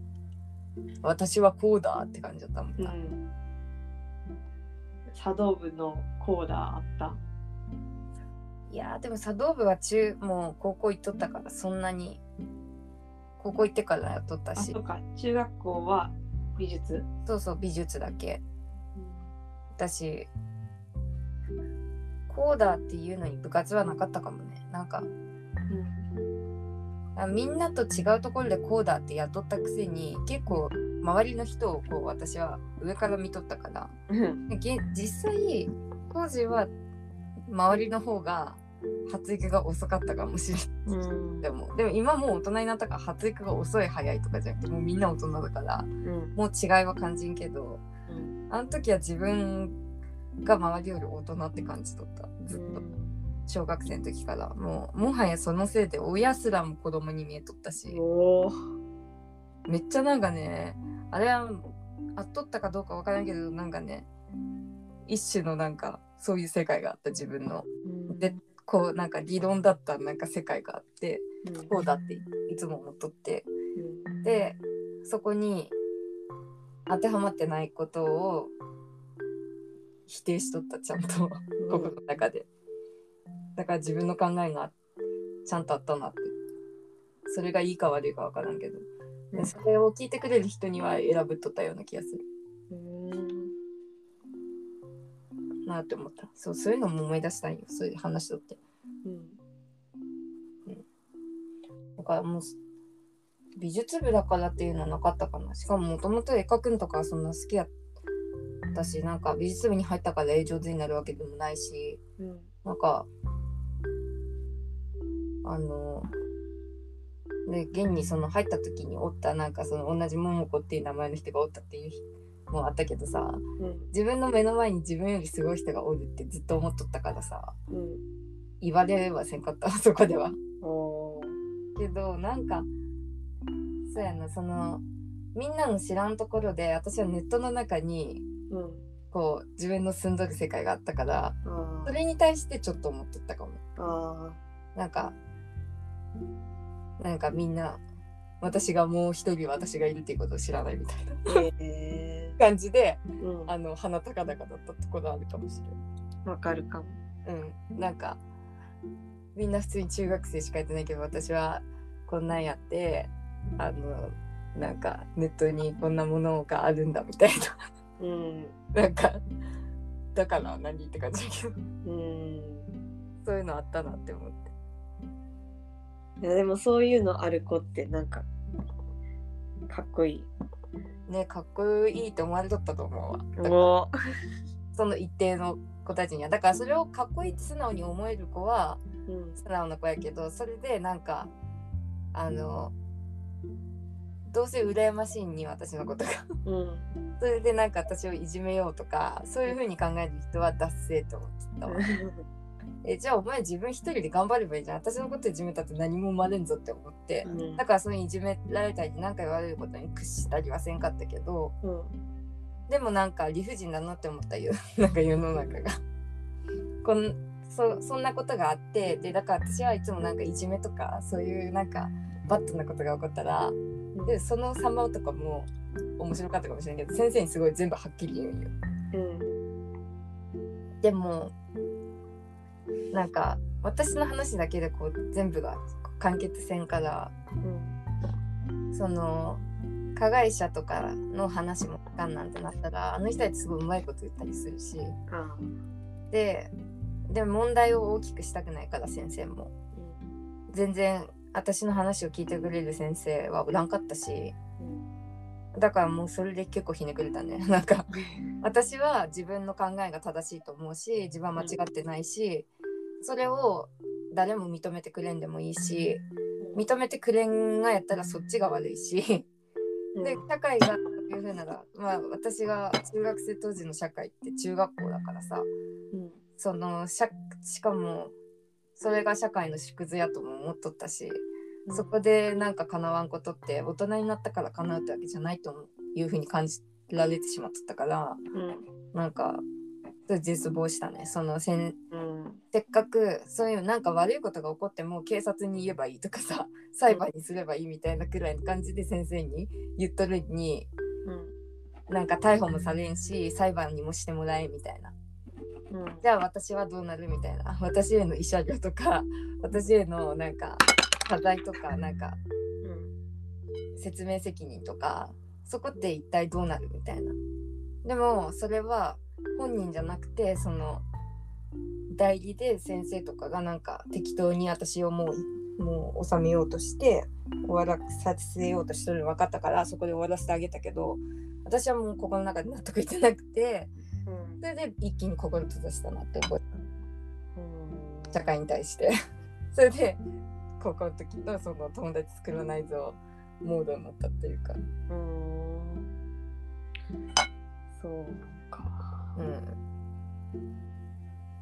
私はこうだって感じだったもんな。
茶道部のコーダーあった
いやーでも茶道部は中もう高校行っとったからそんなに高校行ってからやっとった
あ
し
とか中学校は美術、
そうそう美術だけだしコーダーっていうのに部活はなかったかもねなんかあみんなと違うところでコーダーって雇ったくせに結構周りの人をこう私は上から見とったから
うん
でげ実際当時は周りの方が発育が遅かったかもしれない。
うん
でもでも今もう大人になったから発育が遅い早いとかじゃなくてもうみんな大人だから
うん
もう違いは感じんけどあの時は自分が周りより大人って感じとったずっと小学生の時からもうもはやそのせいで親すらも子供に見えとったし
おお
めっちゃなんかねあれはあっとったかどうかわからんけどなんかね一種のなんかそういう世界があった自分のでこうなんか理論だったなんか世界があってこうだっていつも思っとってでそこに当てはまってないことを否定しとったちゃんと僕の中でだから自分の考えがちゃんとあったなってそれがいいか悪いか分からんけど
う
で
ん
それを聞いてくれる人には選ぶっとったような気がするなって思ったそうそういうのも思い出したいよそういう話とってだからもう美術部だからっていうのはなかったかなしかももともと絵描くんとかそんな好きやったしなんか美術部に入ったから絵上手になるわけでもないしなんかあのね現にその入った時におったなんかその同じ桃子っていう名前の人がおったっていう日もあったけどさ自分の目の前に自分よりすごい人がおるってずっと思っとったからさ言わ れはせんかったそこでは。けどなんかそうやなそのみんなの知らんところで私はネットの中にこう自分の住んどる世界があったからそれに対してちょっと思っとったかもなんかなんかみんな私がもう一人私がいるっていうことを知らないみたいな感じであの鼻高々だったところあるかもし
わかるかも。
れないうんなんかみんな普通に中学生しかやってないけど私はこんなんやってあのなんかネットにこんなものがあるんだみたい
うん
な なんかだから何って感じだけど
うん
そういうのあったなって思って
いやでもそういうのある子ってなんかかっこいい。
ねかっこいいと思われとったと思うわだから
お
その一定の子たちにはだからそれをかっこいいって素直に思える子は
うん
素直な子やけどそれでなんかあのどうせ羨ましいに私のことが
うん
それでなんか私をいじめようとかそういう風に考える人は脱せと思ってたわえじゃあお前自分一人で頑張ればいいじゃん私のこといじめたって何も生まれんぞって思って
うん
だからそのいじめられたり何か言われることに屈したりはせんかったけどでもなんか理不尽だなって思ったよ なんか世の中がこんそそんなことがあってでだから私はいつもなんかいじめとかそういうなんかバッドなことが起こったらでその様とかも面白かったかもしれないけど先生にすごい全部はっきり言うんよ
うん
でもなんか私の話だけでこう全部が完結せんから
うん
その加害者とかの話もわかんなんてなったらあの人たちすごいうまいこと言ったりするし
あ
ででも問題を大きくしたくないから先生も
あ
全然私の話を聞いてくれる先生はおらんかったし
うん
だからもうそれで結構ひねくれたね なんか私は自分の考えが正しいと思うし自分は間違ってないしそれを誰も認めてくれんでもいいし
うん
認めてくれんがやったらそっちが悪いし
うん
で社会がそういう風ならまあ私が中学生当時の社会って中学校だからさ
うん
そのしゃしかもそれが社会の縮図やとも思っとったし
うん
そこでなんか叶わんことって大人になったから叶うってわけじゃないという風に感じられてしまっとったから
うん
なんかそれ絶望したねそのせん
うん
せっかくそういうなんか悪いことが起こっても警察に言えばいいとかさ裁判にすればいいみたいなくらいの感じで先生に言っとるに
うん
なんか逮捕もされんし裁判にもしてもらえんみたいな
うん
じゃあ私はどうなるみたいな私への慰謝料とか 私へのなんか課題とかなんか
うん
説明責任とかそこって一体どうなるみたいなでもそれは本人じゃなくてその代理で先生とかがなんか適当に私をもうもう収めようとして終わらさせようとしてるの分かったからそこで終わらせてあげたけど私はもう心の中で納得いってなくて
うん
それで一気に心閉ざしたなって思う
うん
社会に対して それで高校の時のその友達作らないぞモードになったっていうか
うーんそうか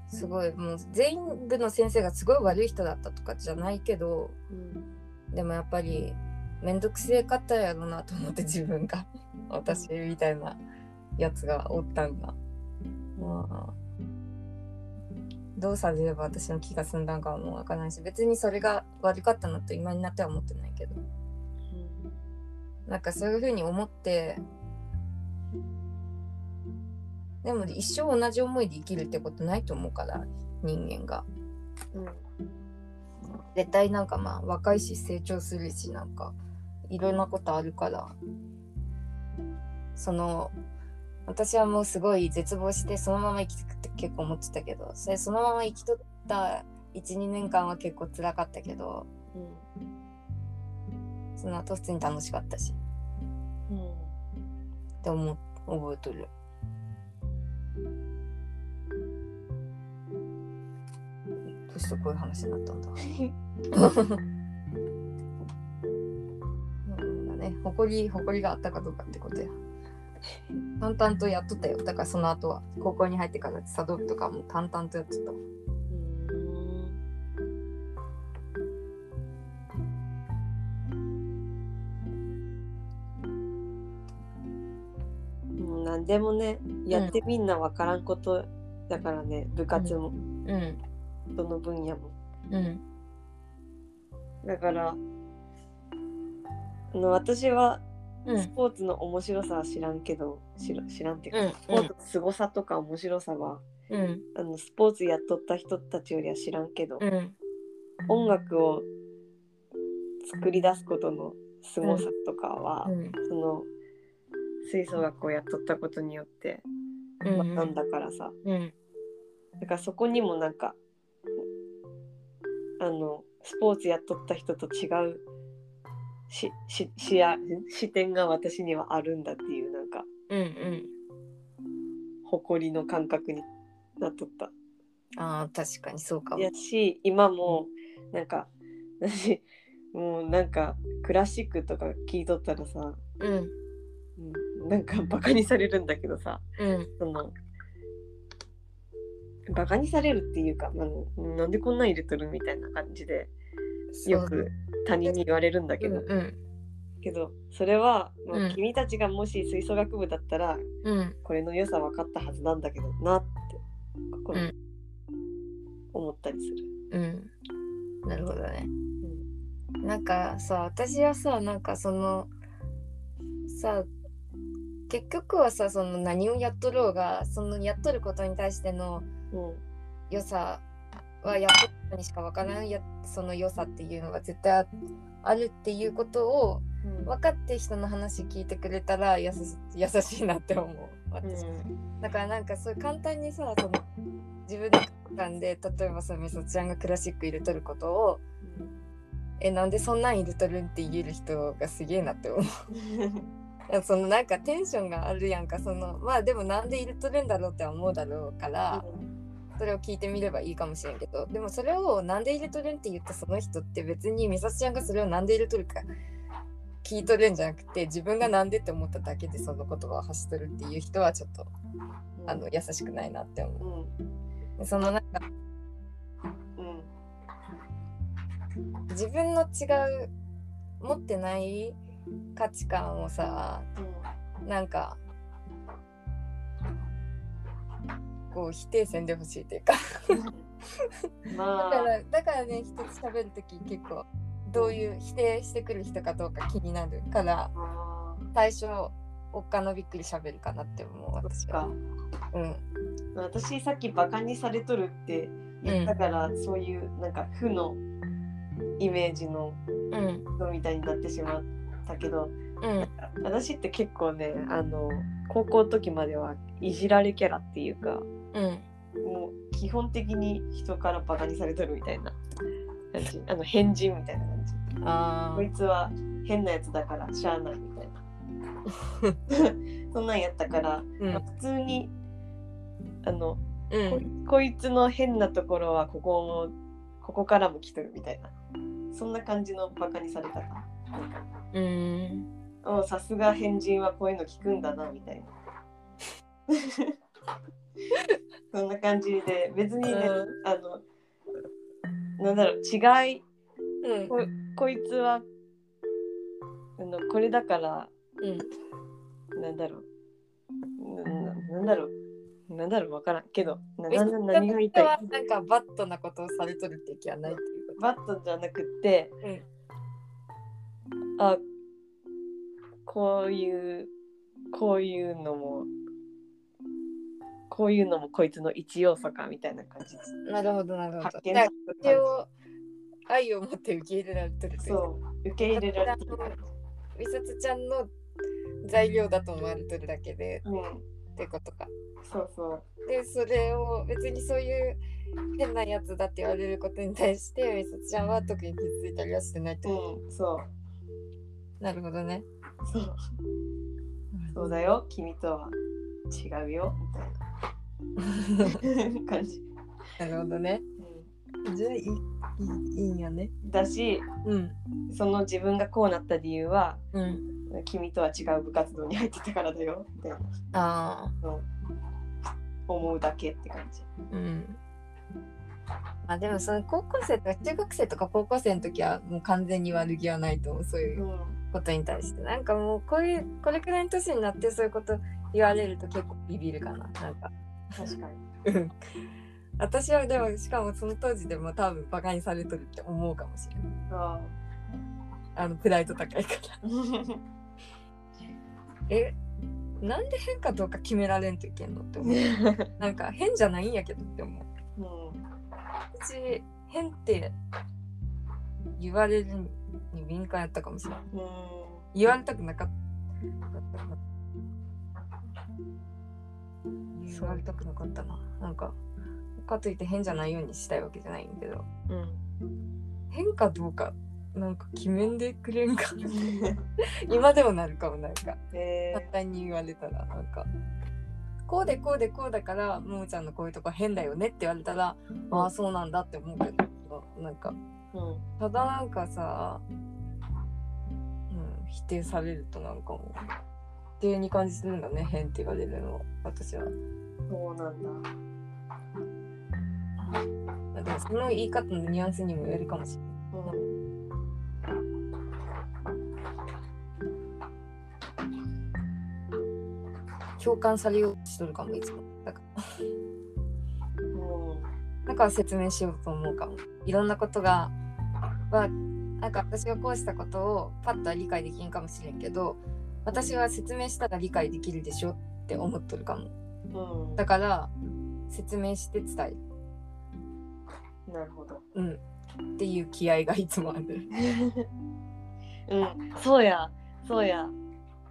すごいもう全部の先生がすごい悪い人だったとかじゃないけど
うん
でもやっぱり面倒くせえかったやろなと思って自分が私みたいなやつがおったんがまあどうされれば私の気が済んだんかはもうわからないし別にそれが悪かったなと今になっては思ってないけどなんかそういうふうに思ってでも一生同じ思いで生きるってことないと思うから人間が
うん
絶対なんかまあ若いし成長するしなんかいろんなことあるからその私はもうすごい絶望してそのまま生きてくって結構思ってたけどそれそのまま生きとった12年間は結構辛かったけど
うん
その後普通に楽しかったし
うん
って思う覚えとるどうしてこういう話になったんだなんだね誇り誇りがあったかどうかってことや淡々とやっとったよだからその後は高校に入ってから茶道部とかも淡々とやっとった
うんもう何でもねやってみんなわからんことだからね、部活も
うん
どの分野も
うん
だからあの私は
うん
スポーツの面白さは知らんけど、知ら知らんっていうか、
うん
スポーツの凄さとか面白さは
うん
あのスポーツやっとった人たちよりは知らんけど、
うん
音楽を作り出すことの凄さとかは、
うん
その吹奏楽をやっとったことによって
うん
学んだからさ、
うん
だからそこにもなんかあのスポーツやっとった人と違うしししや視点が私にはあるんだっていうなんか
うんうん
誇りの感覚になっとった。
ああ確かにそうかも
やし今もなんか私もうなんかクラシックとか聞いとったらさ、
うん
うんなんかバカにされるんだけどさ
うん
そのバカにされるっていうか、まあ、なんでこんなん入れとるみたいな感じでよく他人に言われるんだけ
うん
ど、
うん
けどそれは、まあ
うん
君たちがもし吹奏楽部だったら
うん
これの良さ分かったはずなんだけどなってここ
うん
思ったりする。
うんなるほどね。なんかさ私はさなんかそのさ結局はさその何をやっとろうがそのやっとることに対しての
うん
良さはやっとることにしかわからんやその良さっていうのが絶対ああるっていうことを
うん
分かって人の話聞いてくれたら優し優しいなって思う
う
私、
ん
だからなんかそういう簡単にさその自分の価値で例えばさみそちゃんがクラシック入れとることをえなんでそんなん入れとるんって言える人がすげえなって思う そのなんかテンションがあるやんかそのまあでもなんで入れとるんだろうって思うだろうからそれを聞いてみればいいかもしれんけどでもそれをなんで入れとるんって言ったその人って別にみさちゃんがそれをなんで入れとるか聞いとるんじゃなくて自分がなんでって思っただけでその言葉を発しとるっていう人はちょっとあの優しくないなって思
うん
うそのなんか
うん
自分の違う持ってない価値観をさなんかこう否定せんでほしいっていうか
うんま
だか
あ
らだからね人と喋る時結構どういう否定してくる人かどうか気になるから
あ
最初おっかのびっくり喋るかなって思う
ー
私
そっ
は。
か
うん
私さっきバカにされとるって言ったから、そういうなんか負のイメージの
うん
人みたいになってしまったけど
うん
私って結構ねあの高校の時まではいじられキャラっていうか
うん
もう基本的に人からバカにされとるみたいな感じあの変人みたいな感じ
あ
こいつは変なやつだからしゃあない みたいなそんなんやったから、
うん
まあ普通にあの
う
こ
ん
こいつの変なところはここもここからも来とるみたいなそんな感じのバカにされ方なんか
うん
おうさすが変人はこういうの聞くんだなみたいな そんな感じで別にね、
う
あのなんだろう違い
うん
こいつはあのこれだから
うん
なんだろうなななんだろうなんだろうわからんけどななな何が言いたい
はなんかバットなことをされとるって気はないっていうこ
バットじゃなくって、あこういうこういうのもこういうのもこいつの一要素かみたいな感じです。
と。なるほどなるほ
発
ど。
見
じゃあ
され
一
る感
応愛を持って受け入れられてると
じ
いうか
そう受け入れられてる感じ。
美里ちゃんの材料だと思われてるだけで
うん、
ってことか。
そうそう。
でそれを別にそういう変なやつだって言われることに対して美里ちゃんは特に気づいたりはしてないってこ
うん、そう。
と。なるほどね。
そうそうだよ、君とは違うよ、みたいな感じ。
なるほどね。
う
じゃあいいいいいいんやね。
んだし、
うん
その自分がこうなった理由は、
うん。
君とは違う部活動に入ってたからだよ、みたいな。
あ
そう思うだけって感じ。、
あうん。まあでもその高校生とか中学生とか高校生の時はもう完全に悪気はないと思うそういううんことに対してなんかもうこういうこれくらいの年になってそういうこと言われると結構ビビるかななんか
確かに。
うん私はでもしかもその当時でも多分バカにされとるって思うかもしれない
あ
あのプライド高いから
あうん
えなんで変かどうか決められんといけんのって思うなんか変じゃないんやけどって思う私変って言われるに敏感やったかもしれない
うん
言われたくなかった。言われたくなかったな。なんか、かといって変じゃないようにしたいわけじゃないんだけど、
うん
変かどうか、なんか決めんでくれん か。今でもなるかも、なんか。
え
簡単に言われたら、なんか。こうでこうでこうだから、ももちゃんのこういうとこ変だよねって言われたら、ああ、そうなんだって思うけど、なんか、
ーうん
ただなんかさ、うん、否定されるとなんかもう否定に感じてるんだね変って言われるのは私は。
そうなんだ。
でもその言い方のニュアンスにもよるかもしれない。
うん
共感されようとしとるかもいつも。だか
うん
らだから説明しようと思うかも。いろんなことがはなんか私がこうしたことをパッとは理解できんかもしれんけど私は説明したら理解できるでしょって思っとるかも。
うん
だから説明して伝える。
なるほど。
うん、っていう気合がいつもある。
うん、そうや、そうや。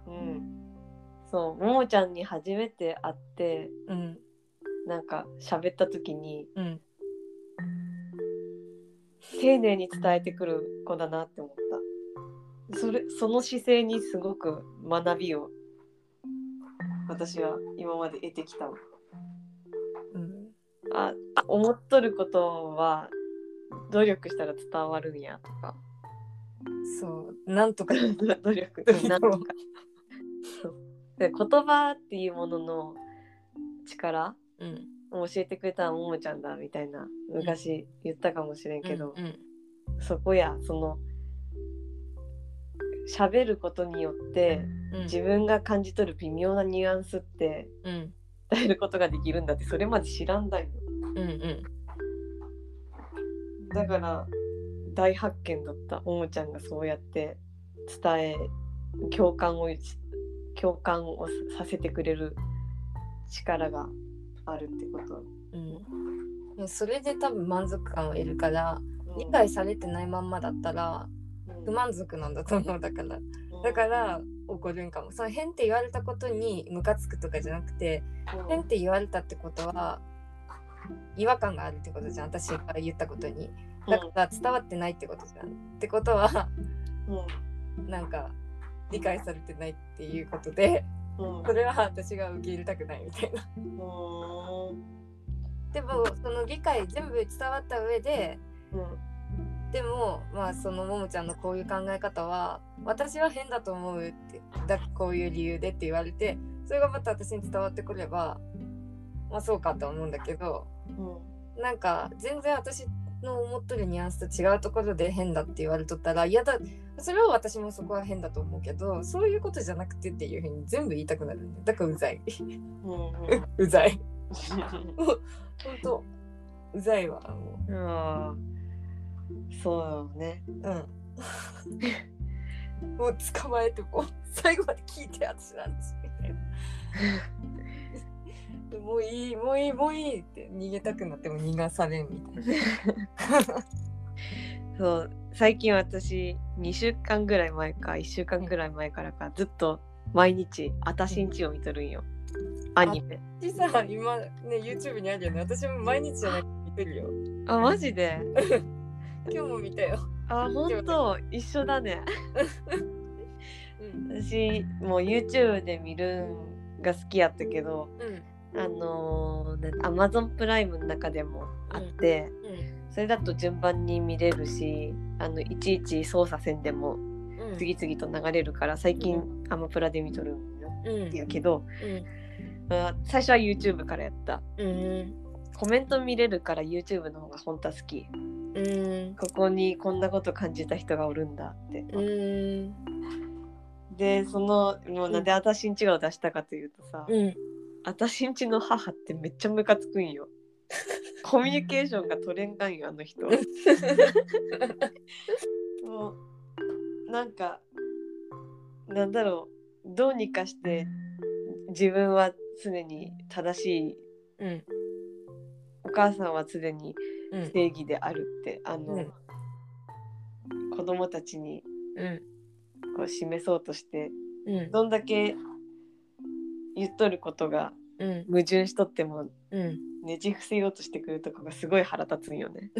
うん。そう、ももちゃんに初めて会って、
うん
なんか喋った時に、
うん
丁寧に伝えてくる子だなって思った。それ、その姿勢にすごく学びを、私は今まで得てきたわ。
うん
あ、思っとることは、努力したら伝わるんやとか、
そうなんとか
努力
努力を
なんとか。そうで言葉っていうものの力
うん
教えてくれたのはももちゃんだみたいな昔言ったかもしれんけど、
うん
そこやその喋ることによって
うん
自分が感じ取る微妙なニュアンスって
うん
伝えることができるんだってそれまで知らんだよ
うんうん
だから大発見だったももちゃんがそうやって伝え共感をし共感をさせてくれる力があるってこと。、
うんでもそれで多分満足感を得るから理解されてないまんまだったら不満足なんだと思うだからだからら怒るんかもその変って言われたことにムカつくとかじゃなくて変って言われたってことは違和感があるってことじゃん私が言ったことにだから伝わってないってことじゃんってことはなんか理解されてないっていうことで
うんうん
それは私が受け入れたくないみたいな
う
でもその理解全部伝わった上で
ん
でもまあそのももちゃんのこういう考え方は私は変だと思うってだこういう理由でって言われてそれがまた私に伝わってくればまあそうかと思うんだけど
う
なんか全然私の思っとるニュアンスと違うところで変だって言われとったら嫌だそれは私もそこは変だと思うけどそういうことじゃなくてっていうふうに全部言いたくなるんだよだからうざい
ん
うざいほんとうざいわ も
うんうんそうよね。
ううんもう捕まえてもう最後まで聞いて私なんですみたいなもういいもういいもういいって逃げたくなっても逃がされんみたいな
そう最近私2週間ぐらい前か1週間ぐらい前からかずっと毎日「あたしんち」を見とるんよアニメ
私さ今ね YouTube にあるよね私も毎日じゃなくて見てるよ
あマジで
今日も見たよ、
あ本当一緒だね
うん
私もう YouTube で見るんが好きやったけど
うん
あのー、Amazon プライムの中でもあって、それだと順番に見れるしあのいちいち操作せんでも
うん、
次々と流れるから最近アマプラで見とるんよ
うん
やけど、あ最初は YouTube からやった
うん
コメント見れるから YouTube の方が本当は好き
うん
ここにこんなこと感じた人がおるんだって、
うん
でそのもうなんで私んちを出したかというとさ、
うん
私んちの母ってめっちゃムカつくん よコミュニケーションが取れんかんよあの人もうなんかなんだろうどうにかして自分は常に正しい
うん
お母さんは常に
うん
正義であるってあの、
うん
子供たちに
うん
こう示そうとして
うん
どんだけ言っとることが
うん
矛盾しとっても
うん
ねじ伏せようとしてくるとこがすごい腹立つんよ ね。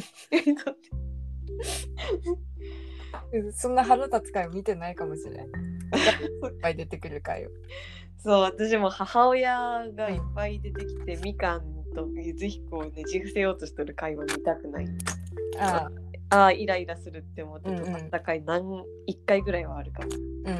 そんな腹立つ回を見てないかもしれない。いっぱい出てくる回を。
そう私も母親がいっぱい出てきて、みかんとゆずひこをねじ伏せようとしとる会話見たくない
ああ、
ああイライラするって思って
うんうん
戦った回何一回ぐらいはあるかも。
うん。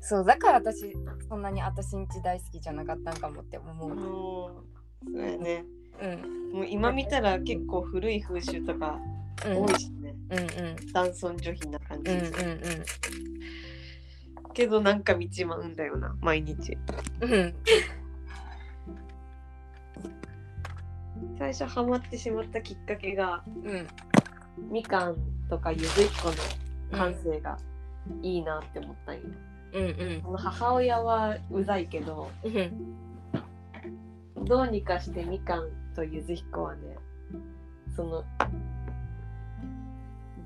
そう、だから私、そんなに私んち大好きじゃなかったんかもって思う。
うんそうやね
うん。
もう今見たら結構古い風習とか
うん。うん
多いしね、
うん。
男尊女卑な感じ、
うんうん
けどなんか道まうんだよな毎日
うん。うん。
最初ハマってしまったきっかけが
うん。
みかんとかゆずっこの感性がいいなって思ったんよ、
うんうん
この母親はうざいけど
うん
どうにかしてみかんとゆずひこはねその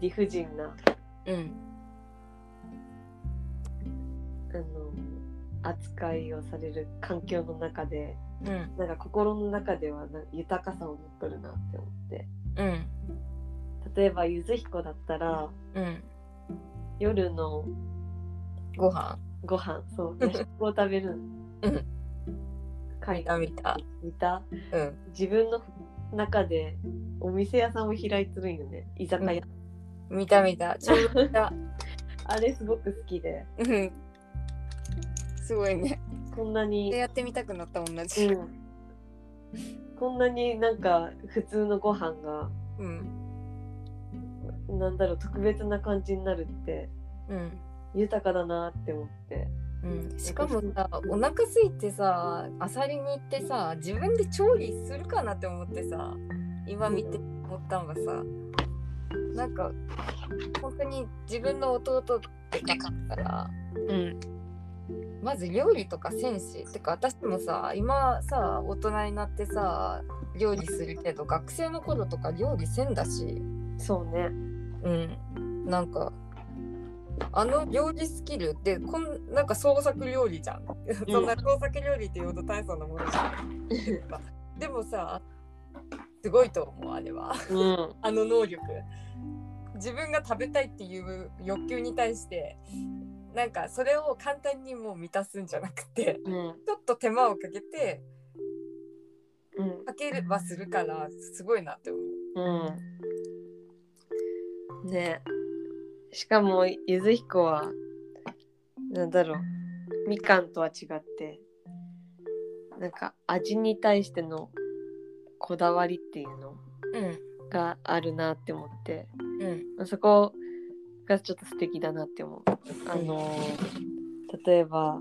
理不尽な
うん
あの扱いをされる環境の中で
うん
なんか心の中ではな豊かさを持っとるなって思って
うん
例えばゆず彦だったら
うん
夜の
ご飯
ご飯そう夜食を食べる
うん
会
あ見た
見た
うん
自分の中でお店屋さんを開いてるんよね居酒屋、
見た見たちょうど見た
あれすごく好きで
うんすごいね
こんなに、
やってみたくなった同
う
じ
ん、こんなになんか普通のご飯が
うん
なんだろう特別な感じになるって
うん
豊かだなって思って
うん、しかもさお腹空いてさアサリに行ってさ自分で調理するかなって思ってさ今見て思ったのがさなんか本当に自分の弟って感じだから
うん
まず料理とかせんしてか私もさ今さ大人になってさ料理するけど学生の頃とか料理せんだし
そうね
うんなんかあの料理スキルってこんなんか創作料理じゃんそんな創作料理っていうほど大層なものじゃんでもさすごいと思うあれは
うん
あの能力自分が食べたいっていう欲求に対してなんかそれを簡単にもう満たすんじゃなくて
うん
ちょっと手間をかけて
うん
かければするからすごいなって思う。
うんねしかもゆず彦はなんだろうみかんとは違ってなんか味に対してのこだわりっていうの
うん
があるなって思って
うん
そこがちょっと素敵だなって思う。あの例えば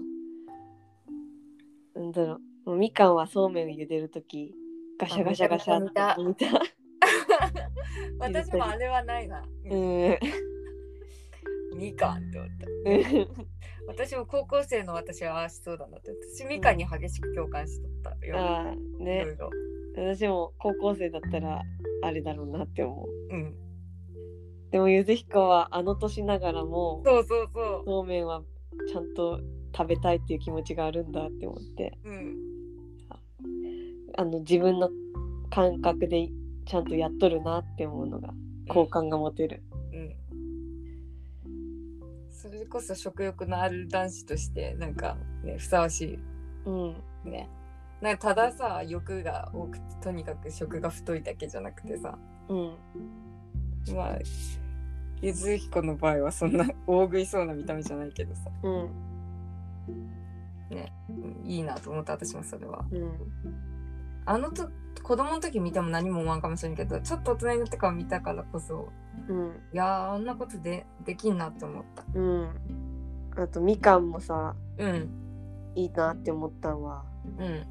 なんだろうもうみかんはそうめんを茹でるときガシャガシャガシャって
あ
見た。
私もあれはないな。
う
うん
ん
みかんって思った。私も高校生の私はああしそうだなって私みかんに激しく共感しとったよ、
ああ
い
ね
ろいろ
私も高校生だったらあれだろうなって思う
うん
でもゆずひこはあの年ながらも
そうそうそ
そうめんはちゃんと食べたいっていう気持ちがあるんだって思って
ううん
あの自分の感覚でちゃんとやっとるなって思うのが好感が持てる
うんそれこそ食欲のある男子としてなんかねふさわし
うん
いねなんかたださ欲が多くてとにかく食が太いだけじゃなくてさ
うん
まあゆずひこの場合はそんな大食いそうな見た目じゃないけどさ、
うん
うんいいなと思った私もそれは
うん
あのと子供の時見ても何も思わんかもしれんけどちょっと大人になってから見たからこそ
うん
いやーあんなことでできんなって思った
うんあとみかんもさ
うん
いいなって思ったんは
うん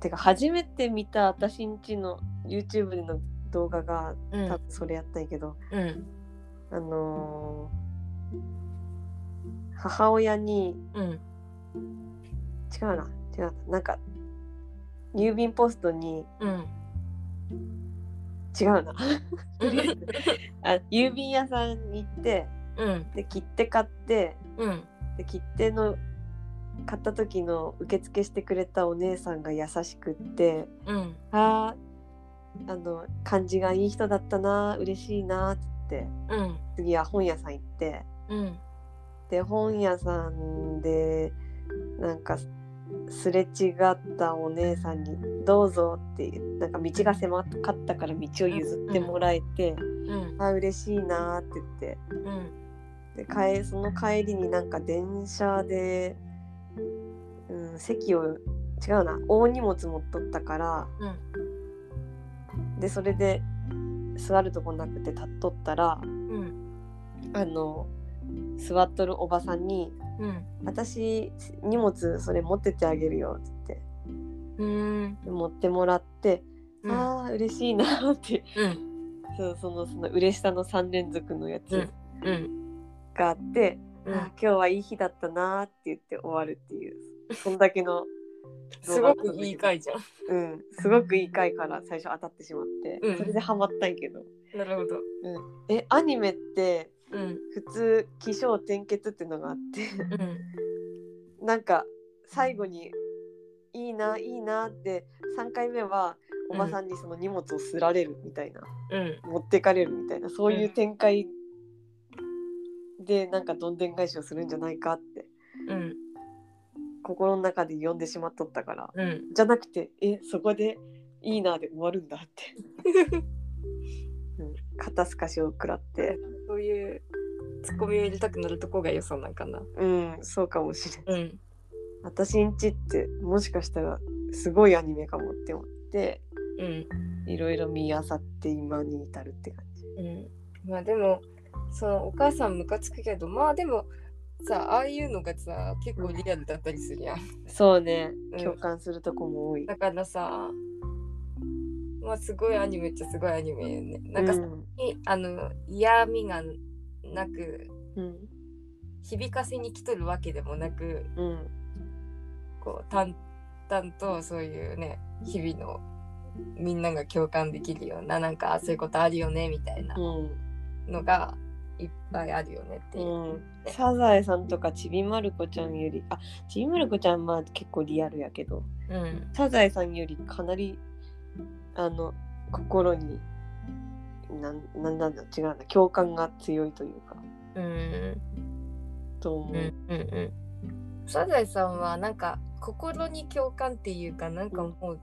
てか初めて見た私んちの YouTube での動画が
う
多
ん
分それやったんやけど、
うん
あのー母親に
うん
違うな違うななんか郵便ポストに
うん
違う なあ郵便屋さんに行って
うん
で切手買って
うん
で切手の買った時の受付してくれたお姉さんが優しくって
うん
あーあの感じがいい人だったな嬉しいなっつって
うん
次は本屋さん行って
うん
で本屋さんでなんかすれ違ったお姉さんに「どうぞ」ってなんか道が狭かったから道を譲ってもらえて「
うん
あ嬉しいな」って言って
うん
で帰その帰りになんか電車で、うん、席を違うな大荷物持っとったから、でそれで座るとこなくて立っとったら
うん
あの座っとるおばさんに「
うん
私荷物それ持ってってあげるよって
うん
言って持ってもらって、
うん
ああ嬉しいなって
うん
そうそのその嬉しさの3連続のやつ
うん
があって、あー今日はいい日だったなって言って終わるっていうそんだけの
すごくいい回じゃん
うんすごくいい回から最初当たってしまって、
うん
それでハマったんやけど
なるほど
えアニメって
うん
普通起承転結っていうのがあって
うん
なんか最後にいいないいなって3回目はおばさんにその荷物をすられるみたいな、
うん
持ってかれるみたいなそういう展開でなんかどんでん返しをするんじゃないかって
うん
心の中で読んでしまっとったから
うん
じゃなくてえそこでいいなで終わるんだって、 うん、肩透かしを食らって
そういうツッコミを入れたくなるとこがよそうなんかな
うんそうかもしれない
うん
私んちってもしかしたらすごいアニメかもって思って
うん
いろいろ見あさって今に至るって感じ
うんまあでもそのお母さんムカつくけどまあでもさああいうのがさ結構リアルだったりするやん
そうね
うん
共感するとこも多い、
だからさまあすごいアニメっちゃすごいアニメよねなんか
う
さ、
ん
あの嫌味がなく
うん
響かせに来とるわけでもなく
うん
こう淡々とそういうね日々のみんなが共感できるようななんかあそういうことあるよねみたいな
うん
のがいっぱいあるよねっていう。
うん、サザエさんとかちびまる子ちゃんよりあちびまる子ちゃんまあ結構リアルやけど
うん
サザエさんよりかなりあの心になんなんなんだ違うな共感が強いというか
うん
と思
う
う、
んうんうんサザエさんはなんか心に共感っていうかなんかもう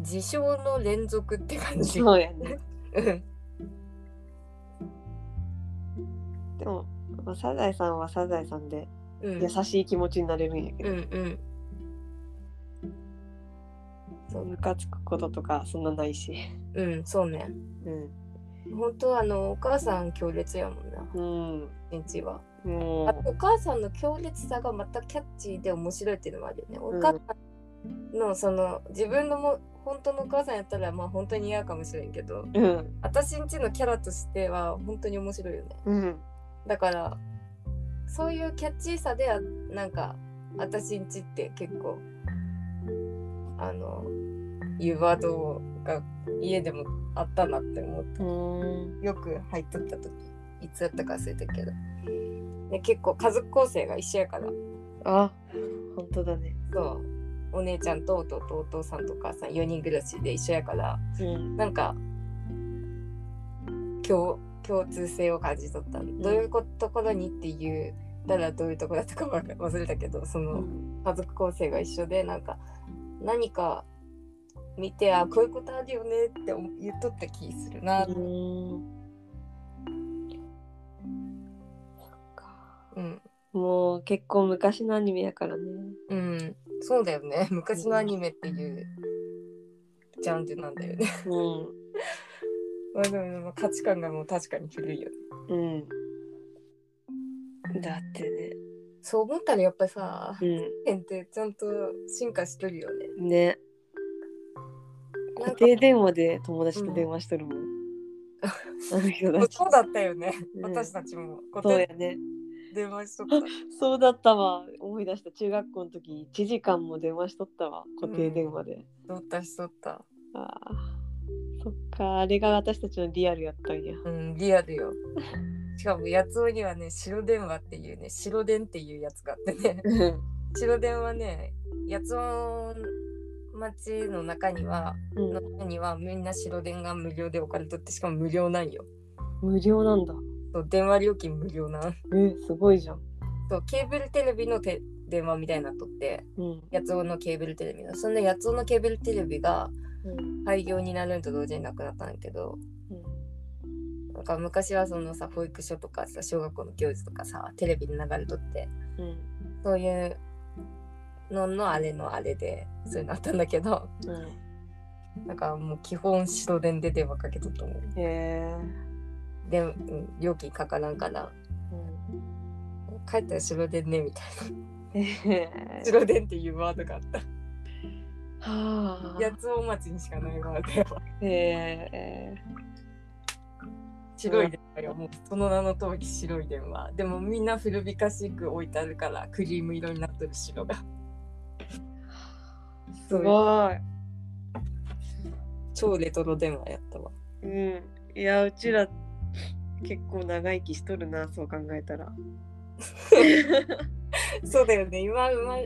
事象の連続って感じ。
そうやね
うん
でもまあサザエさんはサザエさんで
うん
優しい気持ちになれるんやけ
う
ど、
んうんそう
ムカつくこととかそんなないし
うんそうね
う、
本当あのお母さん強烈やもんなん
うん、
一日は
も
あとお母さんの強烈さがまたキャッチーで面白いっていうのもあるよねお母さんのその自分のも本当のお母さんやったらまあ本当に嫌かもしれんけど
ううん
私んちのキャラとしては本当に面白いよね
うん
だからそういうキャッチーさであなんか私んちって結構あのいうワードが家でもあったなって思って
うん
よく入っとった時いつやったか忘れたけどで結構家族構成が一緒やから
あ本当だね
そうお姉ちゃんと弟お父さんとお母さん4人暮らしで一緒やから
うん
なんか共共通性を感じ取った、どういうこところにって言ったらどういうところだったかわか忘れたけどそうの
ん
家族構成が一緒でなんか何か見てあこういうことあるよねって思言っとった気するな、
そっか
うん
もう結構昔のアニメやからね
うん、そうだよね昔のアニメっていうジャンルなんだよね
う
まあでもまあ価値観がもう確かに古いよね
んうんだってね
そう思ったらやっぱさ
う
変ってちゃんと進化しとるよね
んね
な
固
んか
定電話で友達と電話しとるもん、あの人たち
そうだったよね。
うん
私たちも。こ
そう
て
やね
電話しとった。
そうだったわ思い出した中学校の時1時間も電話しとったわ固定電話で、
どったしとった。
あーそっかあれが私たちのリアルやったんや
うん、リアルよ。しかも、やつおにはね、白電話っていうね、白電っていうやつがあってね。
うん
白電はね、やつお町の中には、の中にはみんな白電が無料で置かれとって、しかも無料なんよ。
無料なんだ
そう電話料金無料なん。
えすごいじゃん
そうケーブルテレビのて電話みたいなのとって、
うん
やつおのケーブルテレビの。そんなやつおのケーブルテレビが
うん
廃業になるのと同時になくなったんだけど、なんか昔はそのさ保育所とかさ小学校の教授とかさテレビで流れとって
うん
そういうののあれのあれでそういうのあったんだけど
うん
なんかもう基本白電で電話かけとったもん
へえ
で、うん料金かからんから帰ったら白電ねみたい
ええ
な白電っていうワードがあった
はあ
八つ大町にしかないワードやわ
へえ
白い電話よもうその名の通り白い電話でもみんな古びかしく置いてあるからクリーム色になってる白が
すごい
超レトロ電話やったわ
うんいやうちら結構長生きしとるなそう考えたら
そうだよね今今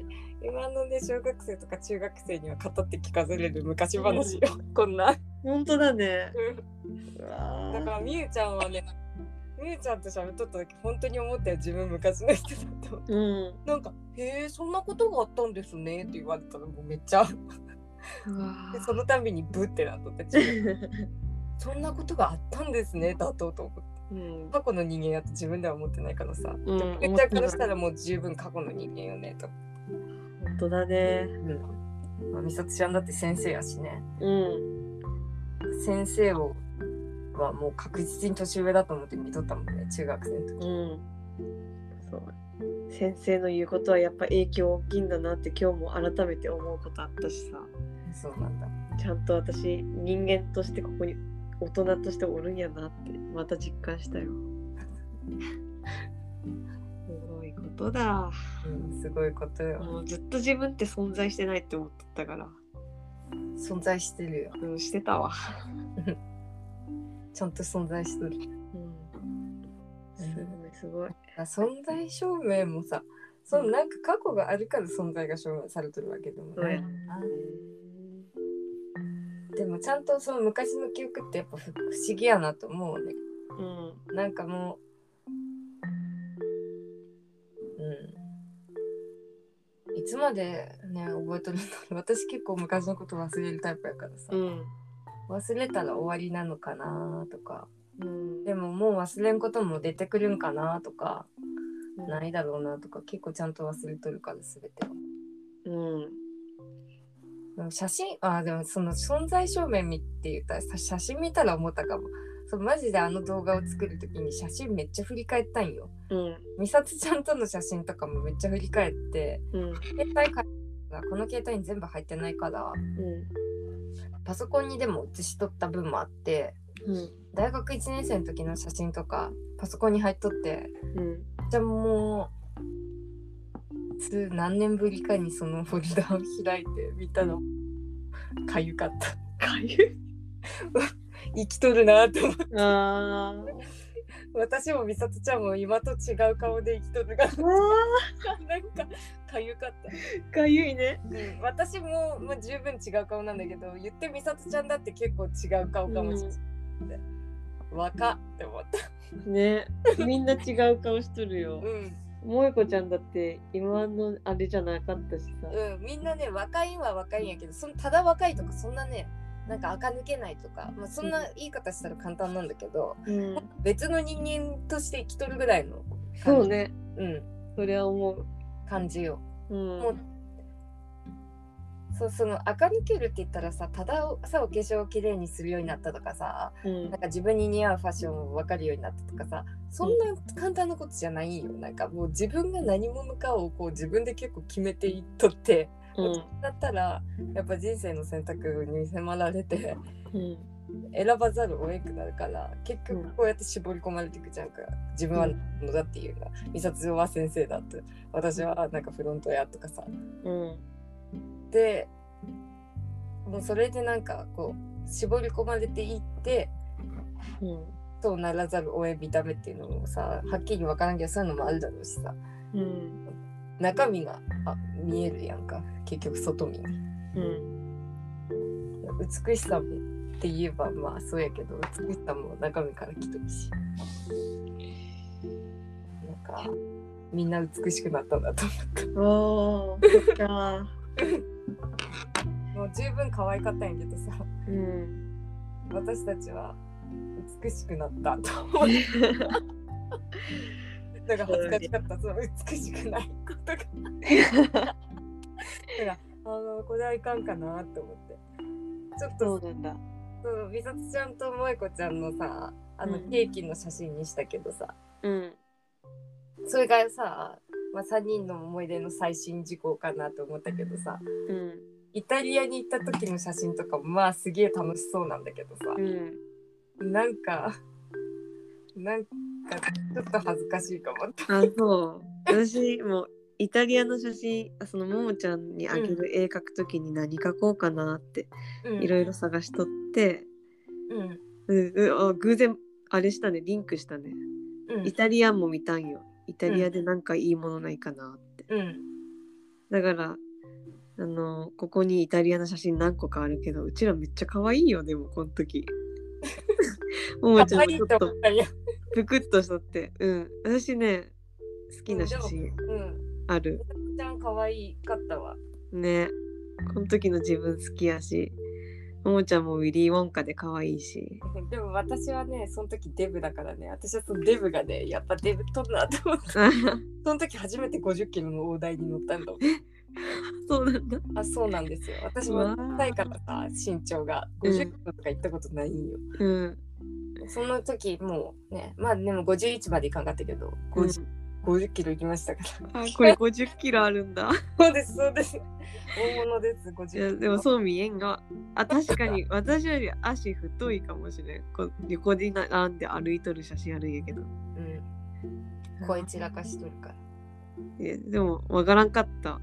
今のね小学生とか中学生には語って聞かせれる昔話よ、こんな
本当だね。
だからみゆちゃんはねみゆちゃんと喋っとった時本当に思ったよ自分昔の人だと
うん。
なんか「へえそんなことがあったんですね」って言われたらもうめっちゃ
うわ
でそのたびにブってなっとって自分そんなことがあったんですねだとうと思って
うん。
過去の人間やって自分では思ってないからさ、
うん
でもみゆちゃんからしたらもう十分過去の人間よねと、
本当だね。
うんまあ、美里ちゃんだって先生やしね
うん。
先生をはもう確実に年上だと思って見とったもんね中学生の時
うん。そう。先生の言うことはやっぱ影響大きいんだなって今日も改めて思うことあったしさ。
そうなんだ
ちゃんと私人間としてここに大人としておるんやなってまた実感したよ。すごいことだ。
うんすごいことよ
もうずっと自分って存在してないって思ってたから。
存在してるよ
うん、してたわ。
ちゃんと存在して
う
る
ん。すごいすごい。
あ存在証明もさそのなんか過去があるから存在が証明されてるわけでもないよな、でもちゃんとその昔の記憶ってやっぱ不不思議やなと思うね
うん。
なんかもううんいつまでね覚えとるんだろう 私結構昔のこと忘れるタイプやからさ、
うん。
忘れたら終わりなのかなとか
うん。
でももう忘れんことも出てくるんかなとか
うん
ないだろうなとか結構ちゃんと忘れとるから全てを
うん。
でも写真あでもその存在証明見って言ったらさ写真見たら思ったかもそうマジであの動画を作る時に写真めっちゃ振り返ったんよ
うん。
美里ちゃんとの写真とかもめっちゃ振り返って
うん。
携帯かこの携帯に全部入ってないからパソコンにでも写しとった分もあって
うん。
大学1年生の時の写真とかパソコンに入っとって
うん。
じゃあもうつ何年ぶりかにそのフォルダを開いて見たのかゆかった
かゆ
生きとるなって思って
い。ああ。
私も美里ちゃんも今と違う顔で生きとるが
あ
なんかかゆかった、
あ。かゆいね。
うん、私も、まあ、十分違う顔なんだけど言って美里ちゃんだって結構違う顔かもしれない、若っって思った
ね。みんな違う顔しとるよ。
うん
萌子ちゃんだって今のあれじゃなかったしさ。
うん、みんなね若いんは若いんやけどそのただ若いとかそんなねなんか垢抜けないとか、まあ、そんな言い方したら簡単なんだけど
うん、
別の人間として生きとるぐらいの
そうね。
うん、
それは思
感じよ。
う。うん。
もうそうその垢抜けるって言ったらさたださお化粧をきれいにするようになったとかさ
うん
なんか自分に似合うファッションを分かるようになったとかさそんな簡単なことじゃないよなんかもう自分が何者かをこう自分で結構決めていっとって。
うん
だったらやっぱ人生の選択に迫られて
うん
選ばざるを得なくなるから結局こうやって絞り込まれていくじゃんか自分は何者だっていうな美里は先生だって私はなんかフロントやとかさ
うん
でもうそれでなんかこう絞り込まれていって
うん
そうならざるを得見た目っていうのもさはっきり分からんけどそういうのもあるだろうしさ
うん
中身があ見えるやんか結局外見が
うん
美しさもって言えばまあそうやけど美しさも中身から来てるしなんかみんな美しくなったんだと思
わあ
った
そっか
もう十分可愛かったんやけどさ
うん
私たちは美しくなったと 思ってだから恥ずかしかったその美しくないことがだからあのこれはいかんかなと思ってちょっ
そ
と
うなんだ
そう美里ちゃんと萌子ちゃんのさあ
う
の
ん
ケーキの写真にしたけどさ、
うん
それがさ、まあ、3人の思い出の最新事項かなと思ったけどさ
うん
イタリアに行った時の写真とかもまあすげえ楽しそうなんだけどさ
うん
なんかなんかちょっと恥ずかしいかもって
あそう私もイタリアの写真そのももちゃんにあげる絵描くときに何描こうかなっていろいろ探しとって
うん
うんうんあ偶然あれしたねリンクしたね
うん
イタリアンも見たんよイタリアでなんかいいものないかなって、
うん。
だからあのここにイタリアの写真何個かあるけどうちらめっちゃ可愛いよでもこの時 ももちゃんもちょっと
いや、
ぷくっとしとってうん私ね好きな写真
うん。
ある
みちゃん可愛かったわ。
ねこの時の自分好きやしももちゃんもウィリー・ウォンカで可愛い し
でも私はね、その時デブだからね、私はそのデブがね、やっぱデブ取るなと思って、
あ
その時初めて50キロの大台に乗ったんだもん。
そうなんだ
あ、そうなんですよ。私
うわ
も
ー
小さいからさ、身長が
うん
50キロとか行ったことないんよ。
うん、
その時もうね、まあでも51までいかんかったけど、
う
50,
ん、
50キロ行きましたから。
あこれ50キロあるんだ
そうです、そうです。大物です、50
い
キ
や
ロ。
でもそう見えんがあ確かに私より足太いかもしれんこ横に並んで歩いとる写真あるんやけど
うん。声散らかしとるから。
いやでもわからんかった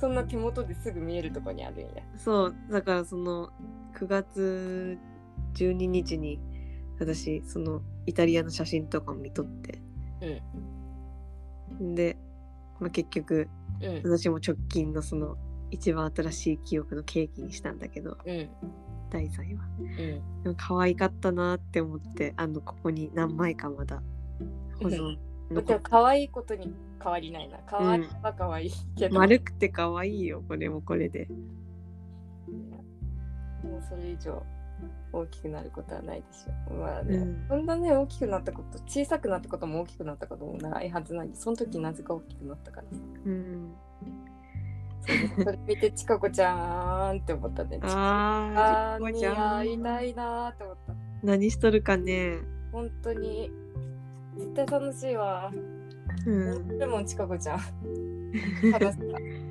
そんな手元ですぐ見えるとこにあるんや。
そうだからその9月12日に私そのイタリアの写真とかも見とってで、まあ、結局
うん。
私も直近のその一番新しい記憶のケーキにしたんだけど
うん。
第3位は
うん。
でも可愛かったなって思ってあのここに何枚かまだ保存残
で
っ
も可愛いことに変わりないな。可愛い
うん
は可愛いけど、
丸くて可愛いよこれもこれで
もうそれ以上大きくなることはないでしょう。まあね、
うん
そんなね、大きくなったこと、小さくなったことも大きくなったこともないはずない。その時なぜか大きくなった からさ。
うん
それ見て、ちかこちゃーんって思ったね。
あ
あ
ー
ー
ち
に
ゃ
会い
ん
たいなーって思った。
何しとるかね
本当に。絶対楽しいわ。
うん
でも、ちかこちゃん。話す な
ね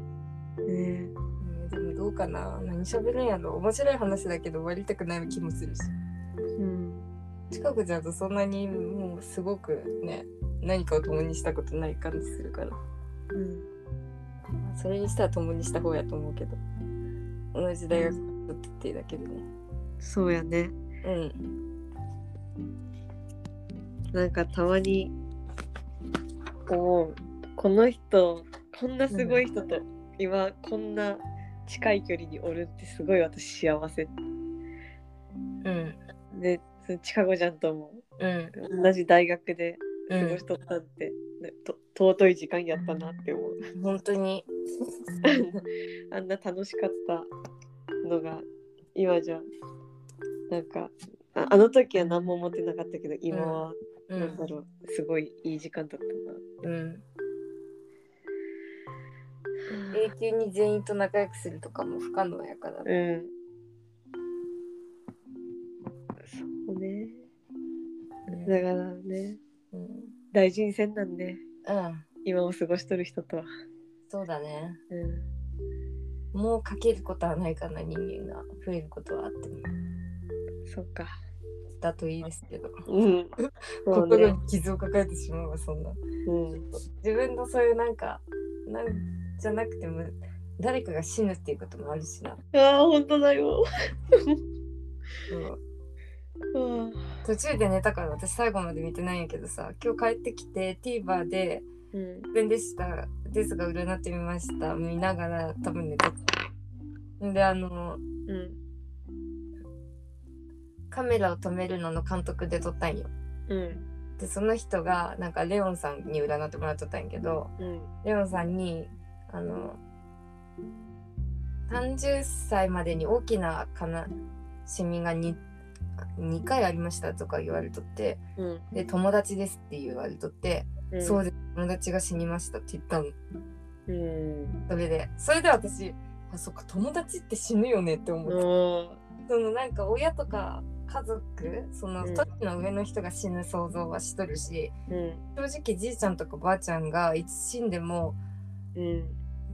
えーでもどうかな何喋るんやろ面白い話だけど終わりたくない気もするし
うん
近くじゃとそんなにもうすごくね何かを共にしたことない感じするから
うん
それにしたら共にした方やと思うけど同じ大学だったっていうだけでね
そうやね
うん
なんかたまに思うこの人こんなすごい人と今こんな近い距離におるってすごい私幸せ
うん
でそのチカゴちゃんとも
うん
同じ大学で
う
過ごしとったって、ねと尊い時間やったなって思う
本当に
あんな楽しかったのが今じゃなんかああの時は何も思ってなかったけど今は
う
なんだろう、すごいいい時間だった
うん
な
永久に全員と仲良くするとかも不可能やか
う
ら
ん。そうね。だからね、
うん、
大事にせんなんね、
うん、
今も過ごしとる人とは。
そうだね
う
もうかけることはないかな人間が増えることはあっても
ん、そっか。
だといいですけど、
うん。そう
心
ね。
に傷を抱えてしまうわそんな
うん。
自分のそういうなんかなんじゃなくても誰かが死ぬっていうこともあるしな、
ああ、本当だよ。
そう
うん。
途中で寝たから私最後まで見てないんやけどさ今日帰ってきて TVer で
うん
「自分でしたですが占ってみました」見ながら多分寝てたんであの
うん。
カメラを止めるのの監督で撮ったんよ
うん。
でその人がなんかレオンさんに占ってもらっとったんやけど
うん。
レオンさんにあの30歳までに大きな悲しみが 2, 2回ありましたとか言われとって
うん。
で友達ですって言われとって、
うん。
そうです友達が死にましたって言ったの
うん。
それでそれで私あそっか友達って死ぬよねって思って、
あ
そのなんか親とか家族その
うん
一人の上の人が死ぬ想像はしとるし
ーうん。
正直じいちゃんとかばあちゃんがいつ死んでも
うん。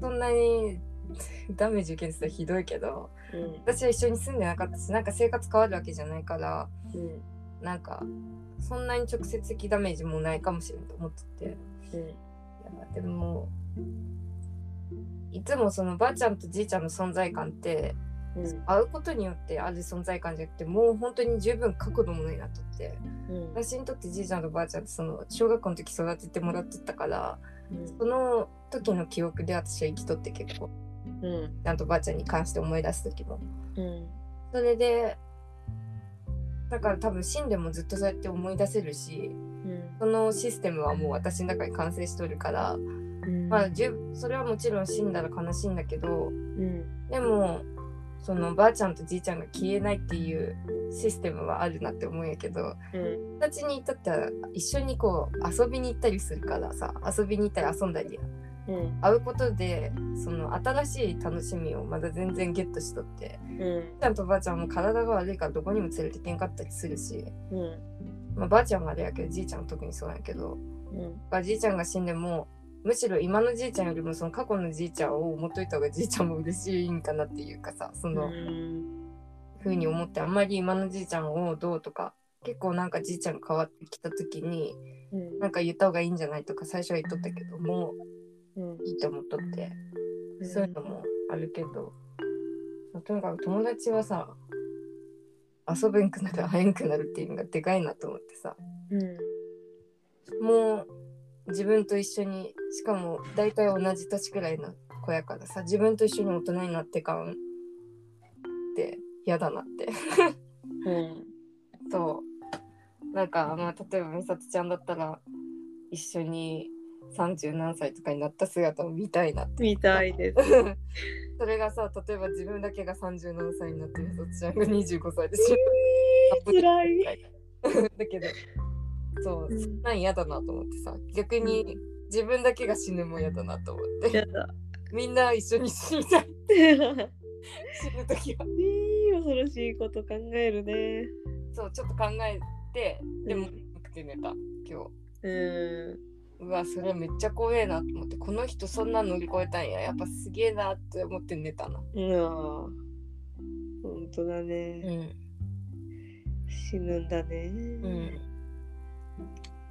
そんなに ダメージ受けてたらひどいけど
うん。
私は一緒に住んでなかったしなんか生活変わるわけじゃないから
うん。
なんかそんなに直接的ダメージもないかもしれんと思ってていやでもいつもそのばあちゃんとじいちゃんの存在感って
うん
会うことによってある存在感じゃなくてもう本当に十分過去のものになっとって
うん
私にとってじいちゃんとばあちゃんってその小学校の時育ててもらってたからその時の記憶で私は生きとって結構
うん
ちゃんとばあちゃんに関して思い出す時も
うん
それでだから多分死んでもずっとそうやって思い出せるし
うん
そのシステムはもう私の中に完成しとるから、
うん
まあ、じゅそれはもちろん死んだら悲しいんだけど
うん
でもそのばあちゃんとじいちゃんが消えないっていうシステムはあるなって思うんやけど
うん
友達に至っては一緒にこう遊びに行ったりするからさ遊びに行ったり遊んだり
うん
会うことでその新しい楽しみをまだ全然ゲットしとって
うん
じいちゃんとばあちゃんも体が悪いからどこにも連れてけんかったりするし、
うん
まあ、ばあちゃんはあれやけどじいちゃんは特にそうなんやけど
うん
だからじいちゃんが死んでもむしろ今のじいちゃんよりもその過去のじいちゃんを持っといた方がじいちゃんも嬉しいんかなっていうかさそのふうに思ってあんまり今のじいちゃんをどうとか結構なんかじいちゃん変わってきた時に
うん
なんか言った方がいいんじゃないとか最初は言っとったけども
うん
ういいと思っとってそういうのもあるけど、まあとにかく友達はさ遊べんくなる会えんくなるっていうのがでかいなと思ってさ
うん
もう自分と一緒にしかも大体同じ年くらいの子やからさ自分と一緒に大人になって感って嫌だなって
うん
そうなんか、まあ、例えば美里ちゃんだったら一緒に30何歳とかになった姿を見たいなって
みたいです
それがさ例えば自分だけが30何歳になって美里ちゃんが25歳で死ぬ
辛い
だけどそうそんなん嫌だなと思ってさ逆に自分だけが死ぬも嫌だなと思って。
やだ
みんな一緒に死にたい
いい
死ぬ時は
恐ろしいこと考えるね
そうちょっと考えてでも
う
眠くて寝た今日
う
うわそれめっちゃ怖えなと思ってこの人そんな乗り越えたんややっぱすげえなって思って寝たな
ーんいやー本当だね、
ん
死ぬんだね
うん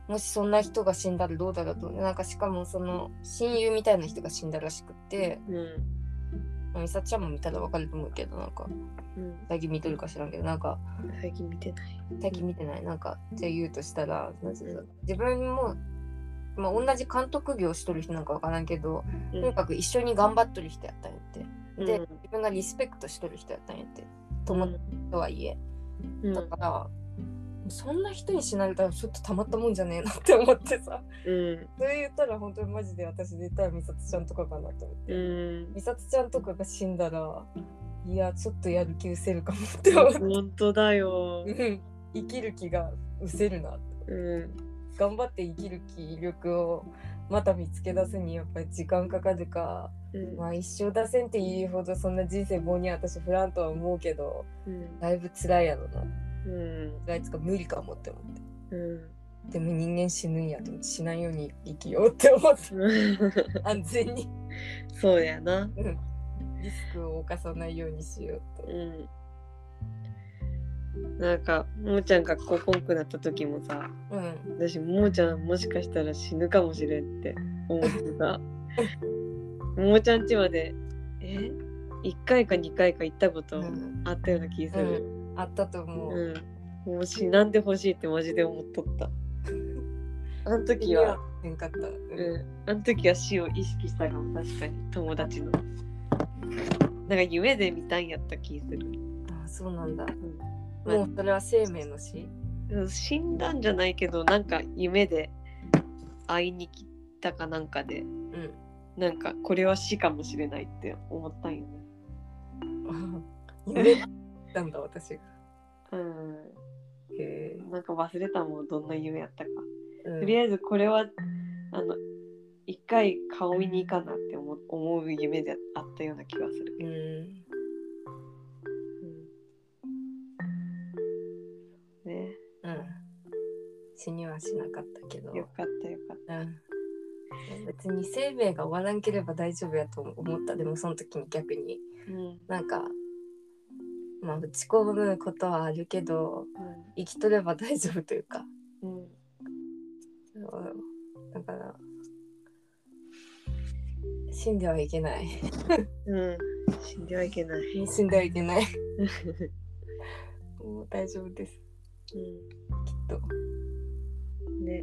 もしそんな人が死んだらどうだろうと思ってなんかしかもその親友みたいな人が死んだらしくって
うん
美咲ちゃんも見たらわかると思うけどなんか
うん
最近見てるか知らんけどなんか
最近見てない
最近見てないなんかじゃあ言うとしたらなんていうの自分も、まあ、同じ監督業しとる人なんかわからんけどとにかく一緒に頑張っとる人やったんやってで、
うん
自分がリスペクトしとる人やったんやって友達とはいえ、
うん
だからそんな人に死なれたらちょっとたまったもんじゃねえなって思ってさ
うん
それ言ったら本当にマジで私で言ったら美里ちゃんとかかなと思って、
うん
美里ちゃんとかが死んだらいやちょっとやる気失せるかもって思って
本当だよ
うん生きる気が失せるなって
うん
頑張って生きる気力をまた見つけ出すにやっぱり時間かかるか、
うん
まあ、一生出せんって言うほどそんな人生棒に私フランとは思うけど
うん
だいぶ辛いやろな
うん
辛いつか無理かもって思って
うん
でも人間死ぬんやと思って死ないように生きようって思って安全に
そうやな
うんリスクを犯さないようにしようと
うんなんかもーちゃんがここんくなった時もさ
うん
私もーちゃんもしかしたら死ぬかもしれんって思ってたもーちゃんちまでえ1回か2回か行ったこと
うん
あったような気する、
あったと思う、
うん、もう死なんでほしいってマジで思っと った。あの時は、
せんかった、
うん、あの時は死を意識したかも確かに友達の。なんか夢で見たんやった気する。
あそうなんだ、
まあ
もうそれは生命の死
うん死んだんじゃないけどなんか夢で会いに来たかなんかで
うん
なんかこれは死かもしれないって思ったんよね。
夢だったんだ私が。
う
へ
ん、なんか忘れたもんどんな夢やったか。
え
とりあえずこれはあの一回顔見に行かなって思う思う夢であったような気がする。
うん、
ね
うん、死にはしなかったけど、
よかったよかっ
うん、別に生命が終わらんければ大丈夫やと思ったでもその時に逆に
た。うん
なんかまあ打ち込むことはあるけど生きとれば大丈夫というか
うんうん
うんだから死んではいけない。
うん。死んではいけない。
もう死んではいけない。もう大丈夫です。
う
きっと。
ん。ね。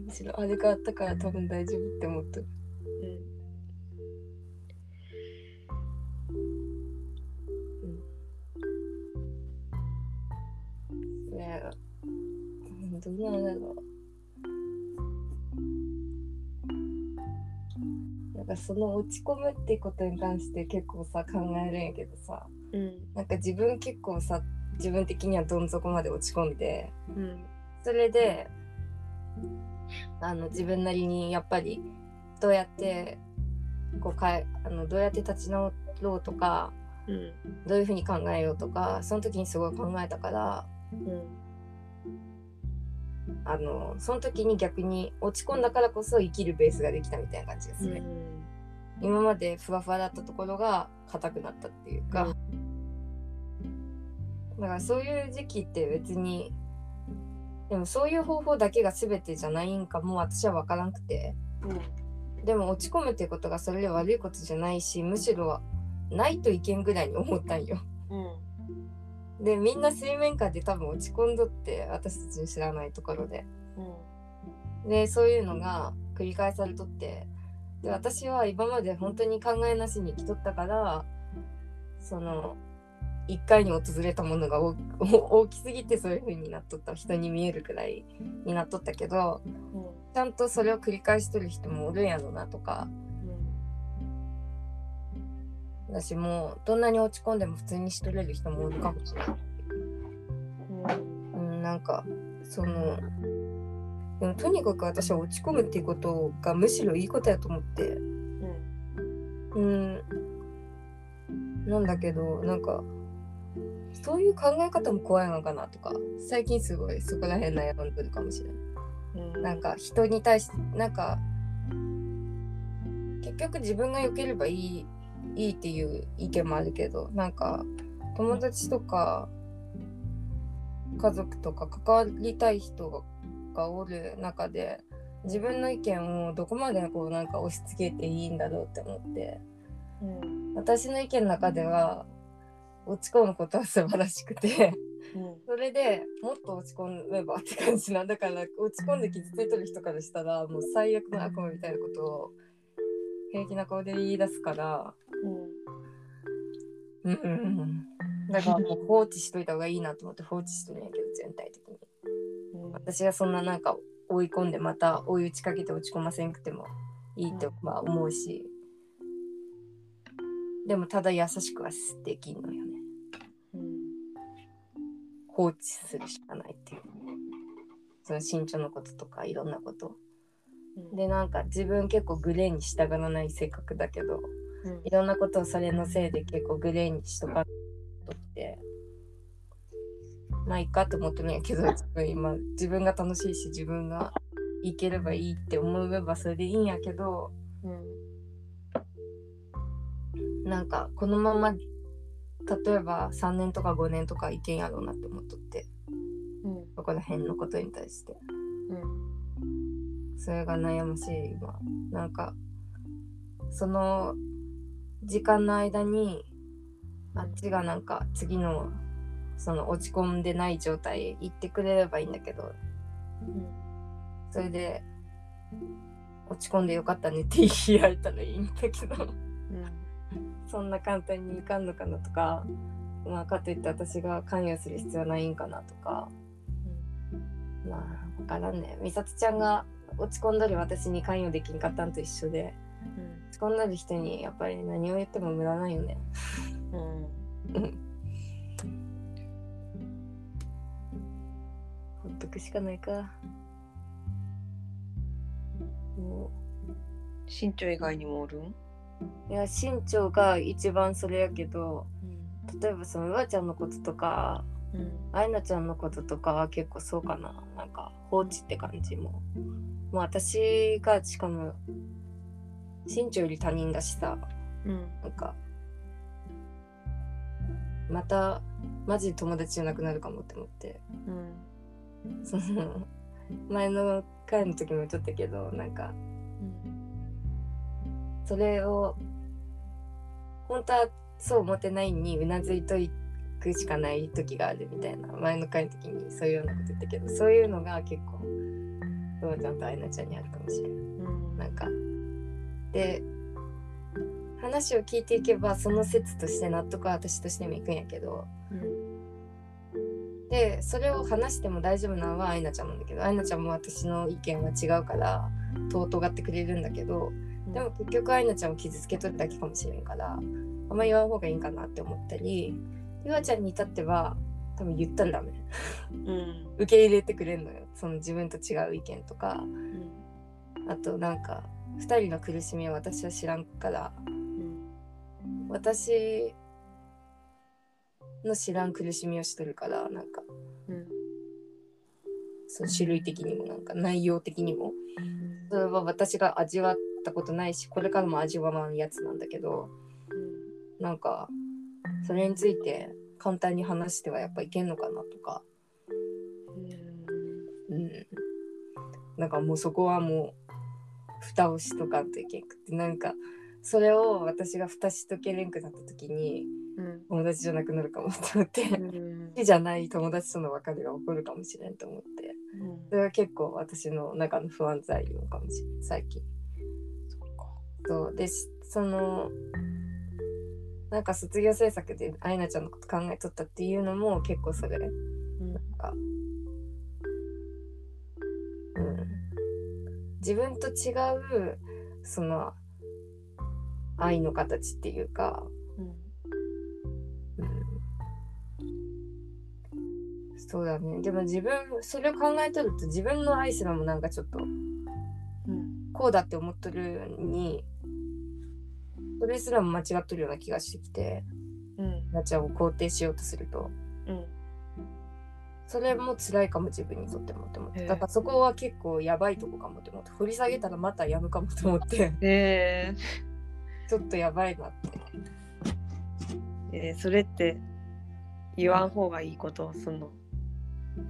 むしろあれがあったから多分大丈夫って思ってる。ねえ。うんどうなんだろう。なんかその落ち込むってことに関して結構さ考えるんやけどさ
うん。うん。
なんか自分結構さ自分的にはどん底まで落ち込んで
うん。
それであの自分なりにやっぱりどうやってこうかえあのどうやって立ち直ろうとか
うん。
どういうふうに考えようとかその時にすごい考えたから
うん。
あのその時に逆に落ち込んだからこそ生きるベースができたみたいな感じですね、今までふわふわだったところが硬くなったっていうか、だからそういう時期って別にでもそういう方法だけが全てじゃないんかも私は分からなくて、でも落ち込むってことがそれで悪いことじゃないしむしろないといけんぐらいに思ったんよ。
うん。
でみんな水面下で多分落ち込んどって私たちの知らないところで。
うん。
でそういうのが繰り返されとってで私は今まで本当に考えなしに生きとったからその一回に訪れたものが大大きす ぎてそういう風になっとった人に見えるくらいになっとったけどちゃんとそれを繰り返しとる人もおるんやろなとか私もうどんなに落ち込んでも普通にしとれる人もいるかもしれない、うん、なんかそのでもとにかく私は落ち込むっていうことがむしろいいことやと思ってうんなんだけどなんかそういう考え方も怖いのかなとか最近すごいそこら辺悩んでるかもしれない
うん。
なんか人に対してなんか結局自分が良ければいいいいっていう意見もあるけどなんか友達とか家族とか関わりたい人ががおる中で自分の意見をどこまでこうなんか押し付けていいんだろうって思って
うん。
私の意見の中では落ち込むことは素晴らしくて。
うん。
それでもっと落ち込めばって感じなんだから落ち込んで傷ついてる人からしたらもう最悪の悪夢みたいなことを平気な顔で言い出すから、うんうんうん、だからもう放置しといた方がいいなと思って放置しとるんやけど全体的に私がそんななんか追い込んでまた追い打ちかけて落ち込ませんくてもいいとは思うしでもただ優しくはできんのよね
うん。
放置するしかないっていうその身長のこととかいろんなことでなんか自分結構グレーに従わない性格だけどいろんなことをそれのせいで結構グレーにしとかんとってまあいいかと思ってるんやけど自分今自分が楽しいし自分がいければいいって思えばそれでいいんやけどなんかこのまま例えば3年とか5年とかいけんやろうなって思っとってそこら辺のことに対して。それが悩ましい今なんかその時間の間にあっちがなんか次のその落ち込んでない状態へ行ってくれればいいんだけどそれで落ち込んでよかったねって言い合えたらいいんだけど そんな簡単にいかんのかなとかまあかといって私が関与する必要ないんかなとかまあ分からんね美里ちゃんが落ち込んどる私に関与できんかったんと一緒で。こんなる人にやっぱり何を言っても無駄ないよね。ほっとくしかないか。も
身長以外にもおるん
ういや身長が一番それやけど例えばそのうわちゃんのこととかあいなちゃんのこととかは結構そうかななんか放置って感じも。もう私がしかも身長より他人だしさなんかまたマジで友達じゃなくなるかもって思って。その前の回の時も言っとったけどなんかそれを本当はそう思ってないにうなずいといくしかない時があるみたいな前の回の時にそういうようなこと言ったけどそういうのが結構どうちゃんとアイナちゃんにあるかもしれない。
うん
なんかで話を聞いていけばその説として納得は私としてもいくんやけどでそれを話しても大丈夫なのはアイナちゃんなんだけどアイナちゃんも私の意見は違うから尊がってくれるんだけどでも結局アイナちゃんを傷つけとるだけかもしれんからあんま言わん方がいいんかなって思ったりゆあちゃんに至っては多分言ったらダメ
うん
受け入れてくれるのよその自分と違う意見とか
うん
あとなんか2人の苦しみを私は知らんから私の知らん苦しみをしとるからなんか
うん
その種類的にもなんか内容的にもそれは私が味わったことないしこれからも味わわんやつなんだけどなんかそれについて簡単に話してはやっぱいけんのかなとか、うん、なんかもうそこはもう蓋をしとかんといけんくってなんかそれを私が蓋しとけれんくなった時に
うん
友達じゃなくなるかもと思って。
うん
好きじゃない友達との別れが起こるかもしれんと思って
うん
それは結構私の中の不安材料かもしれん最近そうでしそのなんか卒業制作でアイナちゃんのこと考えとったっていうのも結構それなん
うん
かうん自分と違うその愛の形っていうかうんそうだね。でも自分、それを考えとると自分のアイスらもなんかちょっと、
うん
こうだって思っとるに、それすらも間違っとるような気がしてきて、
うん
なっちゃんを肯定しようとすると、
うん
それも辛いかも自分にとってもって思っ
へ
て。
え
だからそこは結構やばいとこかもって思って、掘り下げたらまたやむかもと思って、
えー
ちょっとやばいなって。
えーそれって言わん方がいいことその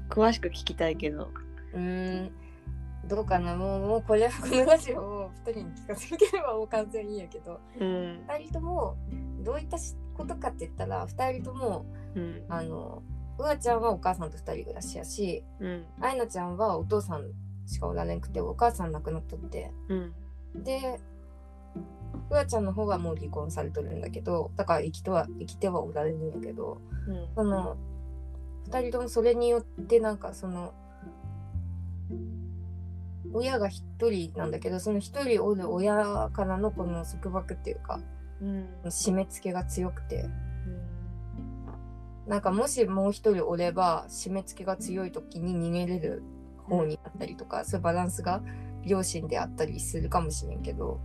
詳しく聞きたいけど
うーん、どうかな。もう、もうこれはこのラジオを2人に聞かせなければもう完全にいいんやけど、
うん
2人ともどういったしことかって言ったら2人とも
うん
あのうわちゃんはお母さんと2人暮らしやし
うん
あいなちゃんはお父さんしかおられんくてお母さん亡くなっとって
うん
でうわちゃんの方はもう離婚されとるんだけどだから生きては生きてはおられるんやけど
うん
その2人ともそれによってなんかその親が1人なんだけどその1人おる親からのこの束縛っていうか
うん
締め付けが強くてなんかもしもう一人おれば締め付けが強い時に逃げれる方になったりとかそういうバランスが両親であったりするかもしれんけど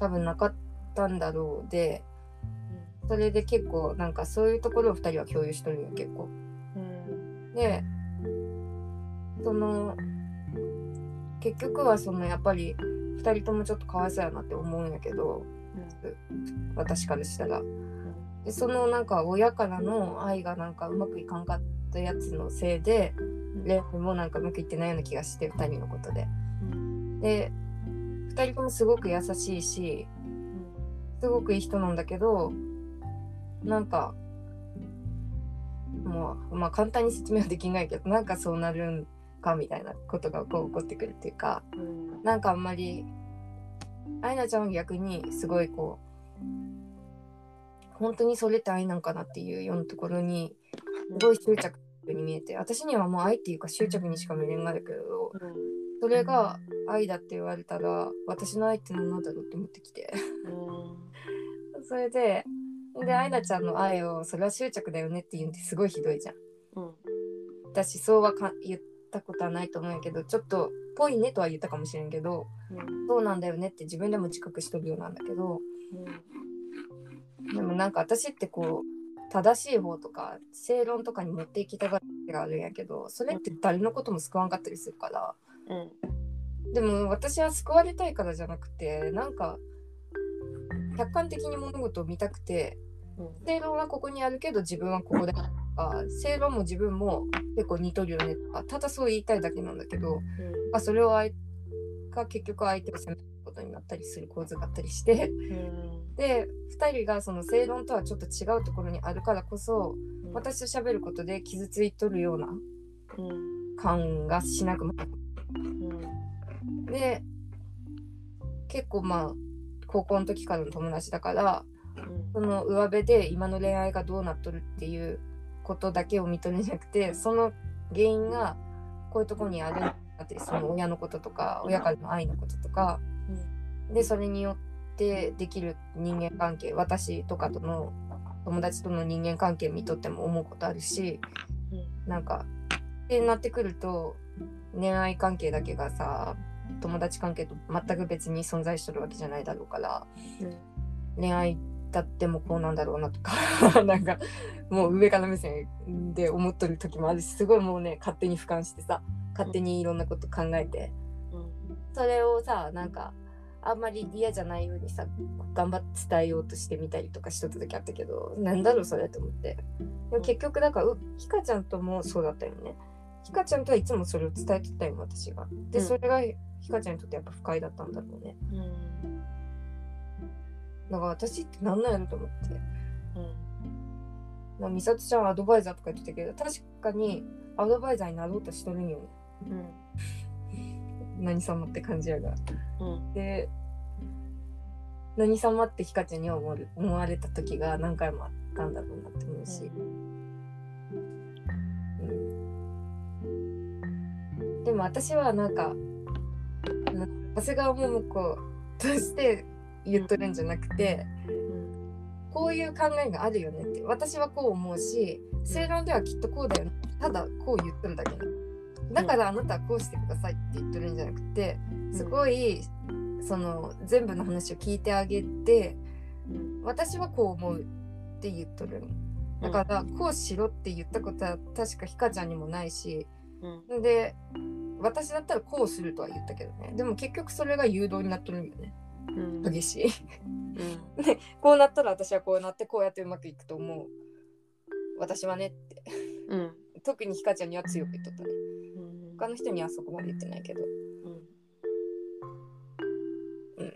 多分なかったんだろうでそれで結構なんかそういうところを2人は共有しとるんよ結構。
うん
でその結局はそのやっぱり2人ともちょっとかわいそうやなって思うんやけど私からしたら。でそのなんか親からの愛がなんかうまくいかんかったやつのせいで恋愛もなんかうまくいってないような気がして2人のことで。で2人ともすごく優しいしすごくいい人なんだけどなんかもうまあ簡単に説明はできないけどなんかそうなるんかみたいなことがこう起こってくるっていうかなんかあんまりアイナちゃんは逆にすごいこう本当にそれって愛なんかなっていうようなところにすごい執着に見えて私にはもう愛っていうか執着にしか見れんがだけどそれが愛だって言われたら私の愛って何なんだろうって思ってきて それででアイナちゃんの愛をそれは執着だよねって言うんってすごいひどいじゃん私そうはか言ったことはないと思うんやけどちょっとぽいねとは言ったかもしれんけどそうなんだよねって自分でも自覚しとるようなんだけどでもなんか私ってこう正しい方とか正論とかに持っていきたがりがあるんやけどそれって誰のことも救わんかったりするからでも私は救われたいからじゃなくてなんか客観的に物事を見たくて正論はここにあるけど自分はここだとか正論も自分も結構似とるよねとかただそう言いたいだけなんだけどまあそれをあいが結局相手を責めることになったりする構図があったりして
うん
で2人がその正論とはちょっと違うところにあるからこそ
うん
私と喋ることで傷ついとるような
うん
感がしなくなっ
うん
で結構まあ高校の時からの友達だからその上辺で今の恋愛がどうなっとるっていうことだけを見とれなくてその原因がこういうとこにあるんだってその親のこととか親からの愛のこととか、でそれによってできる人間関係私とかとの友達との人間関係見とっても思うことあるしなんかってなってくると恋愛関係だけがさ友達関係と全く別に存在してるわけじゃないだろうから恋愛だってもこうなんだろうなとか なんかもう上から目線で思っとる時もあるしすごいもうね勝手に俯瞰してさ勝手にいろんなこと考えてそれをさなんかあんまり嫌じゃないようにさ頑張って伝えようとしてみたりとかしとった時あったけどなんだろうそれと思ってでも結局だからうひかちゃんともそうだったよねひかちゃんとはいつもそれを伝えてたよ私がで
うん
それがひかちゃんにとってやっぱ不快だったんだろうね
うん
だから私って何なんやろと思って
うん
まあ美里ちゃんはアドバイザーとか言ってたけど確かにアドバイザーになろうとしてるんよね
うん
何様って感じやが
うん
で何様ってひかちゃんには思われ思われた時が何回もあったんだろうなって思うし、うんでも私はなんかうん長谷川桃子として言っとるんじゃなくて
うん
こういう考えがあるよねって私はこう思うし正論ではきっとこうだよねただこう言っとるだけだだからあなたはこうしてくださいって言っとるんじゃなくてすごいその全部の話を聞いてあげて
うん
私はこう思うって言っとるだからこうしろって言ったことは確かひかちゃんにもないし
うん
で私だったらこうするとは言ったけどねでも結局それが誘導になっとるんよね
うん
激しい
う ん
こうなったら私はこうなってこうやってうまくいくと思う私はねって
うん
特にひかちゃんには強く言っとったね
うん
他の人にはそこまで言ってないけど
うん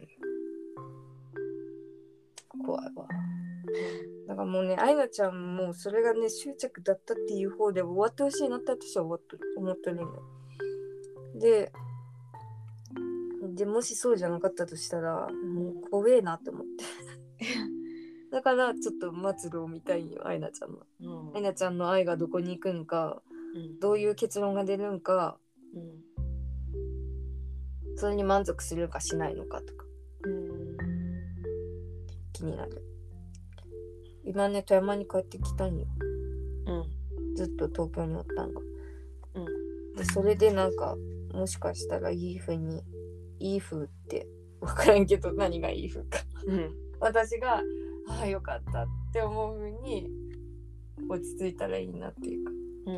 怖いわだからもうね愛菜ちゃんもそれがね執着だったっていう方で終わってほしいなって私は思っと思ってるのででもしそうじゃなかったとしたらもう怖えなって思ってだからちょっと末路を見たいんよ愛菜ちゃんの
うん
愛菜ちゃんの愛がどこに行くんかどういう結論が出るんか
うん
それに満足するかしないのかとか
うん
気になる今ね富山に帰ってきたんよ
うん
ずっと東京におったんが。
うん
でそれでなんかもしかしたらいい風にいい風って分からんけど何がいい風か
うん
私がああよかったって思う風に落ち着いたらいいなっていうか
う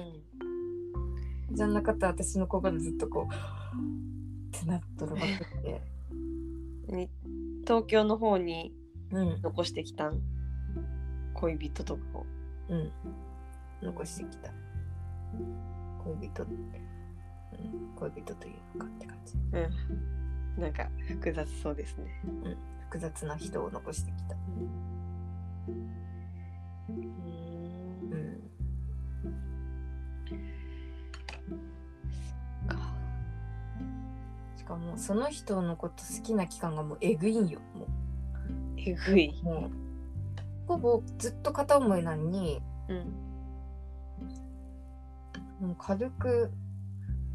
ん
じゃなかったら私の子がずっとこうってなっとるわけで
に東京の方に
うん
残してきたん恋人とかを
うん残してきた恋人、うん、恋人というのかって感じ
うんなんか複雑そうですね
複雑な人を残してきた
うん
うん
か
しかもその人のこと好きな期間がもうえぐいんよも
えぐいう
もうほぼずっと片思いなのに
うん
もう軽く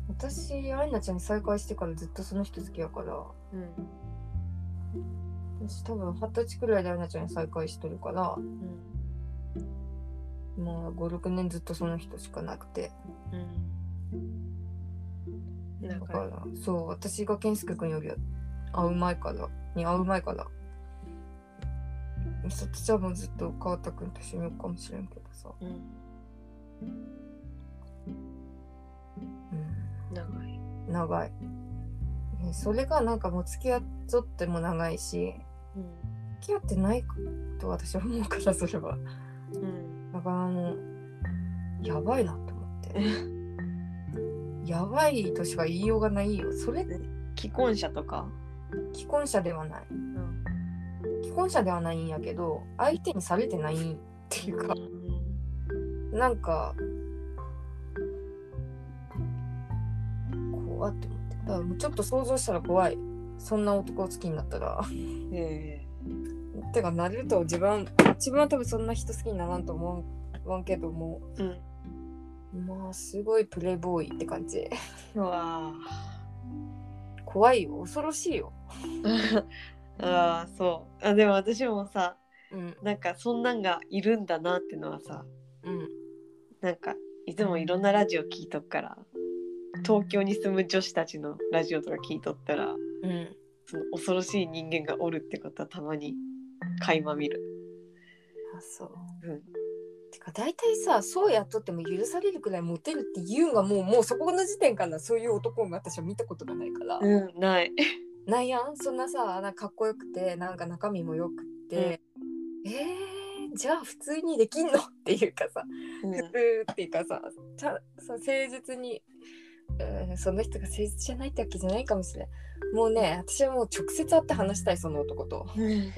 私アイナちゃんに再会してからずっとその人好きやから
うん
私多分二十歳くらいでアイナちゃんに再会しとるから
うん
もう56年ずっとその人しかなくて
うんなん
だか
から
そう私が健介君より会う前からに会う前からそっちはもうずっと川田君と一緒におるかもしれんけどさ
うん
うん
長い
長いねそれがなんかもう付き合っとっても長いし
うん
付き合ってないと私は思うからそれは
うん
だからもうやばいなって思ってやばいとしか言いようがないよそれ
既婚者とか、
既婚者ではない
うん
既婚者ではないんやけど相手にされてないっていうかなんか怖って思ってだからもうちょっと想像したら怖いそんな男を好きになったら
え
てかなると自分自分は多分そんな人好きにならんと思うわんけども
えうん
まあすごいプレイボーイって感じ
うわ
怖いよ恐ろしいよ
ーあーそうあでも私もさ
うん
なんかそんなんがいるんだなってのはさ
うん
なんかいつもいろんなラジオ聞いとくから東京に住む女子たちのラジオとか聞いとったら
うん
その恐ろしい人間がおるってことはたまに垣間見る。
あそう
うん
てか大体さそうやっとっても許されるくらいモテるって言うんがもうもうそこの時点からそういう男を私は見たことがないから、
うん、ない。
なんやんそんなさなんかかっこよくてなんか中身もよくって、えー、じゃあ普通にできんのっていうかさ
うん
普通っていうかさちゃさ誠実に、うん、その人が誠実じゃないってわけじゃないかもしれんもうね私はもう直接会って話したいその男と
うん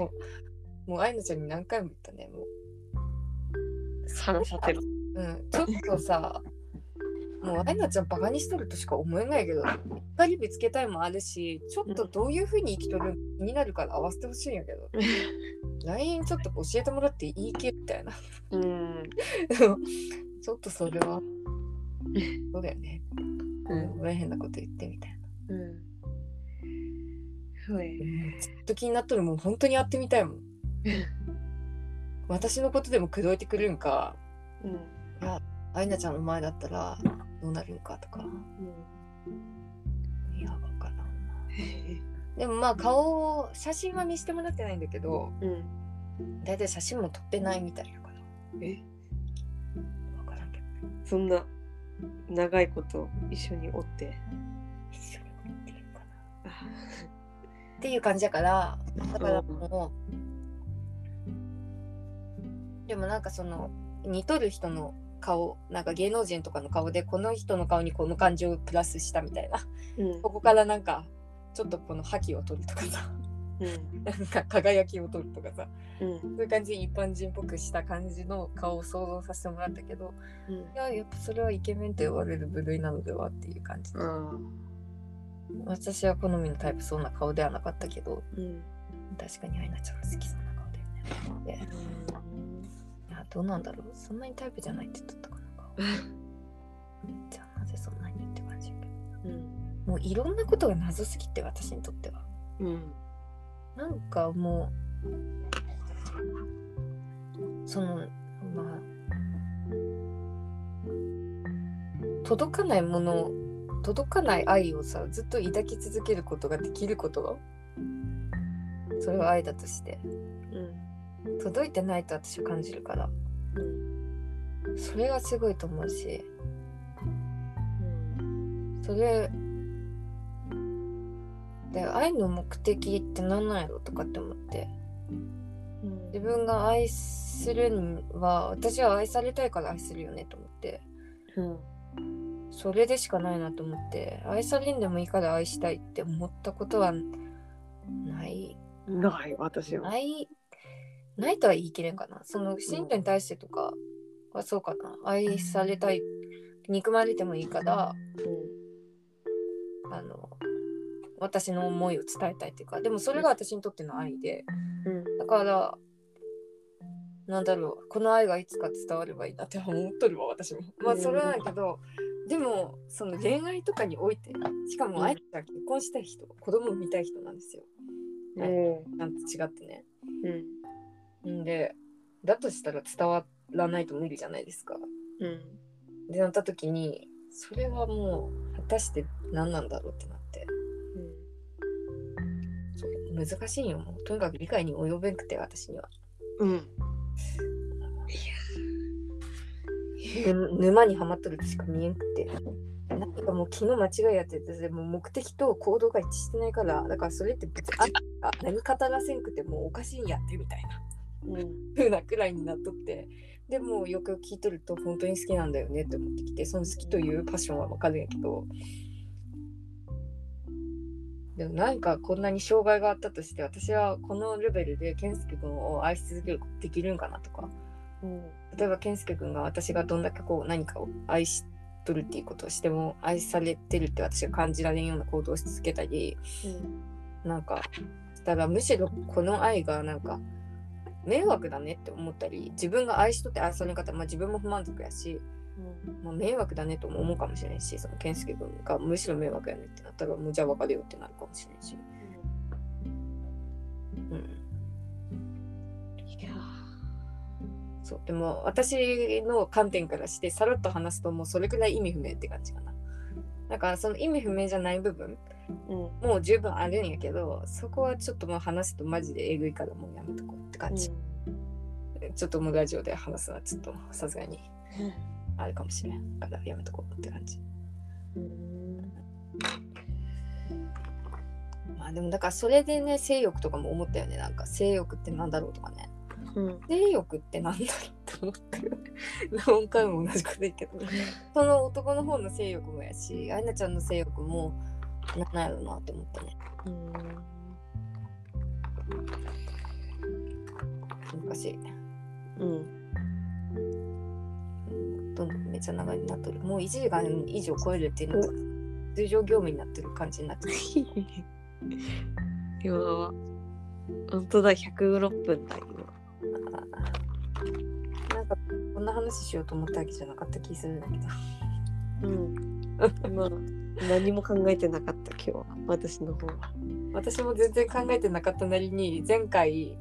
もう愛のちゃんに何回も言ったねもう
話させる。
うん、ちょっとさ、もうアイナちゃんバカにしとるとしか思えないけど、光ぶつけたいもあるし、ちょっとどういうふうに生きとるの気になるから合わせてほしいんやけど、LINE ちょっと教えてもらっていいけみたいな。
うん。
ちょっとそれは、そうだよね。
うん。
ごめん変なこと言ってみたいな。
うん。ふえ。
ずっと気になっとるもん、本当に会ってみたいもん。私のことでも口説いてくれるんか、
うん。
アイナちゃんの前だったらどうなるんかとか、いや、わからんな。でもまあ顔を写真は見せてもらってないんだけど
うん。
だいたい写真も撮ってないみたいだから
え、
分からんけど
そんな長いこと一緒におって。
一緒に撮ってるかなっていう感じだからだからもうでもなんかその似とる人の顔なんか芸能人とかの顔でこの人の顔にこの感情をプラスしたみたいな
うん。
ここからなんかちょっとこの覇気を取るとかさ
うん。
なんか輝きを取るとかさ
うん。
そういう感じで一般人っぽくした感じの顔を想像させてもらったけど
うん
い。ややっぱそれはイケメンと言われる部類なのではっていう感じで、
ああ。
私は好みのタイプそんな顔ではなかったけど
うん。
確かにアイナちゃんが好きそうな顔だよねでいやどうなんだろうそんなにタイプじゃないって言っとったかな顔じゃあなぜそんなにって感じやけど
うん。
もういろんなことが謎すぎて私にとっては
うん。
なんかもうそのまあ届かないもの届かない愛をさずっと抱き続けることができることがそれは愛だとして
うん。
届いてないと私は感じるからそれがすごいと思うしそれで愛の目的って何なんやろとかって思って
うん。
自分が愛するには私は愛されたいから愛するよねと思って
うん。
それでしかないなと思って愛されんでもいいから愛したいって思ったことはない
ない、私は。
ないないとは言い切れんかなその信徒に対してとかはそうかな愛されたい憎まれてもいいから
うん。
あの私の思いを伝えたいっていうかでもそれが私にとっての愛で
うん。
だからなんだろうこの愛がいつか伝わればいいなって思っとるわ私もまあそれはないけど、でもその恋愛とかにおいてしか
うん
も愛ちゃん結婚したい人子供を産みたい人なんですよ
うん。
なんと違ってね
うん。
んでだとしたら伝わらないと無理じゃないですか
うん。
でなった時にそれはもう果たして何なんだろうってなってそう難しいよもうとにかく理解に及べんくて私には
うん。
ぬ沼にはまっとるとしか見えんくてなんかもう昨日間違いやっててでも目的と行動が一致してないからだからそれって別にああ何語らせんくてもうおかしいんやってみたいな
うん。
風なくらいになっとってでもうよくよく聞いとると本当に好きなんだよねって思ってきてその好きというパッションはわかるんやけどでもなんかこんなに障害があったとして私はこのレベルで健介君を愛し続けることできるんかなとか
うん
例えば健介君が私がどんだけこう何かを愛しとるっていうことをしても愛されてるって私が感じられんような行動をし続けたりなんかしたらむしろこの愛がなんか迷惑だねって思ったり自分が愛しとって愛され方、まあ、自分も不満足やし、まあ、迷惑だねとも思うかもしれんしその健介君がむしろ迷惑やねってなったらもうじゃあ別れようってなるかもしれんし。うん
いや
そうでも私の観点からしてさらっと話すともうそれくらい意味不明って感じかな。だからその意味不明じゃない部分
うん
もう十分あるんやけどそこはちょっともう話すとマジでえぐいからもうやめとこうって感じ、ちょっともうラジオで話すのはちょっとさすがにあるかもしれんからやめとこうって感じ
うん
まあでもだからそれでね性欲とかも思ったよねなんか性欲ってなんだろうとかね
うん
性欲ってなんだろうって思ってる何回も同じこと言うけどその男の方の性欲もやしアイナちゃんの性欲もなんやろうなって思ったね昔
うん
どんどんめっちゃ長いになっとるもう1時間以上超えるっていうのが通常業務になってる感じになってる
今は本当だ106分だ今
なんかこんな話しようと思ったわけじゃなかった気するんだけど
うん今何も考えてなかった今日は私の方は
私も全然考えてなかったなりに前回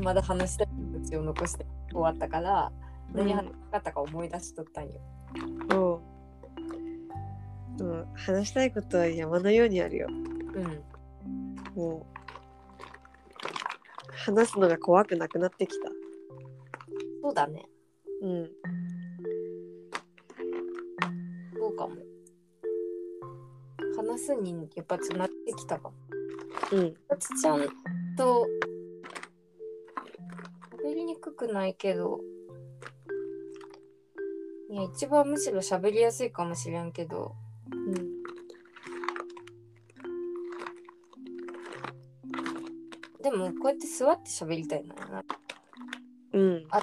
まだ話したい気持ちを残して終わったから何話したかったか思い出しとったんよ、
うんうん話したいことは山のようにあるよ
うん、
もう話すのが怖くなくなってきた
そうだね
うん
そうかも話すにやっぱつなってきたかも
うん
こつちゃんと喋りにくくないけどいや一番むしろ喋りやすいかもしれんけど
うん
でもこうやって座って喋りたいのよな
うん
あっ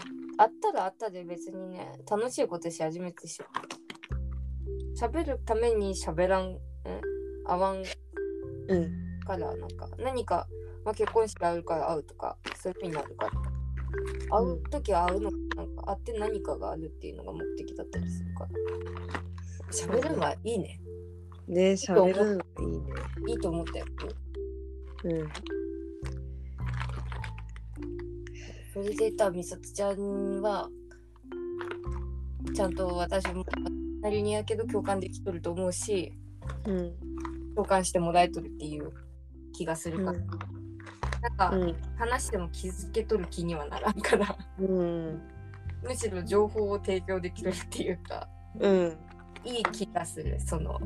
たらあったで別にね楽しいことし始めてしょ喋るために喋らんん合わん
うん
からなんか何か、まあ、結婚式あるから会うとかそういうふうになるから会う時は会うのなんか会って何かがあるっていうのが目的だったりするから喋るのはいいね
ね喋るのがいいね
いいと思ったよ
うん
それで言ったら美里ちゃんはちゃんと私もなりにやけど共感できとると思うし
うん
共感してもらえとるっていう気がするから、なんか
うん
話しても気づけとる気にはならんから
うん
むしろ情報を提供できるっていうか
うん
いい気がするその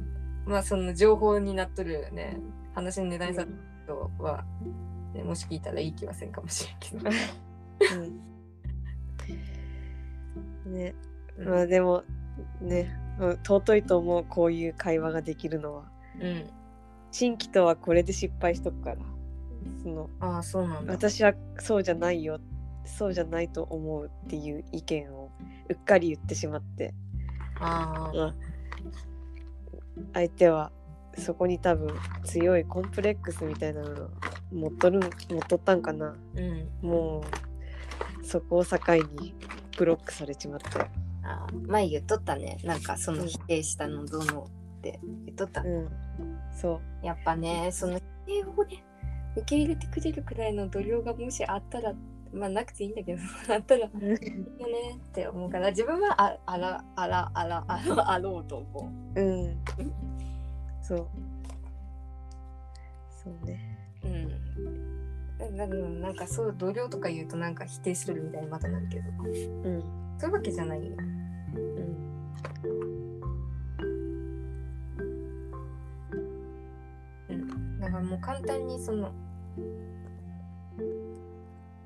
まあその情報になっとるね話の値段さとは、ね、もし聞いたらいい気はせんかもしれんけど
うんねまあでもねうん尊いと思うこういう会話ができるのは
うん
新規とはこれで失敗しとくからその
ああそうなんだ
私はそうじゃないよそうじゃないと思うっていう意見をうっかり言ってしまって
ああ
うん相手はそこに多分強いコンプレックスみたいなのが持っとるん持っとったんかな
うん
もうそこを境にブロックされちまったよ
あー前言っとったねなんかその否定したのどうのって言っとったね、
うんそう
やっぱねその否定をね受け入れてくれるくらいの度量がもしあったらまあなくていいんだけど あったらよねって思うから自分はああらあらあらあらあろうと思
うんそうそうね
う。うん。ななんかそう同僚とか言うとなんか否定してるみたいにまたなるけど
うん
そういうわけじゃないよ。
うん
だからもう簡単にその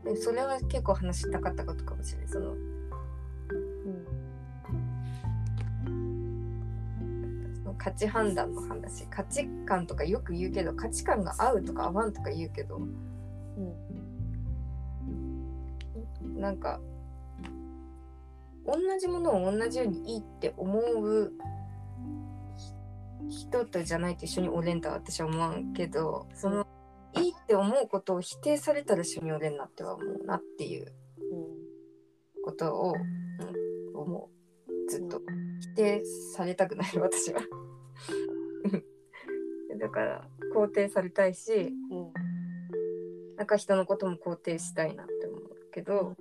でもそれは結構話したかったことかもしれないその
うん
そのの価値判断の話価値観とかよく言うけど価値観が合うとか合わんとか言うけどなんか同じものを同じようにいいって思うひ人とじゃないと一緒におれんとは私は思わんけどそのいいって思うことを否定されたら一緒におれんなっては思うなっていうことをうん思うずっと否定されたくない私は だから肯定されたいしなんか人のことも肯定したいなって思うけど、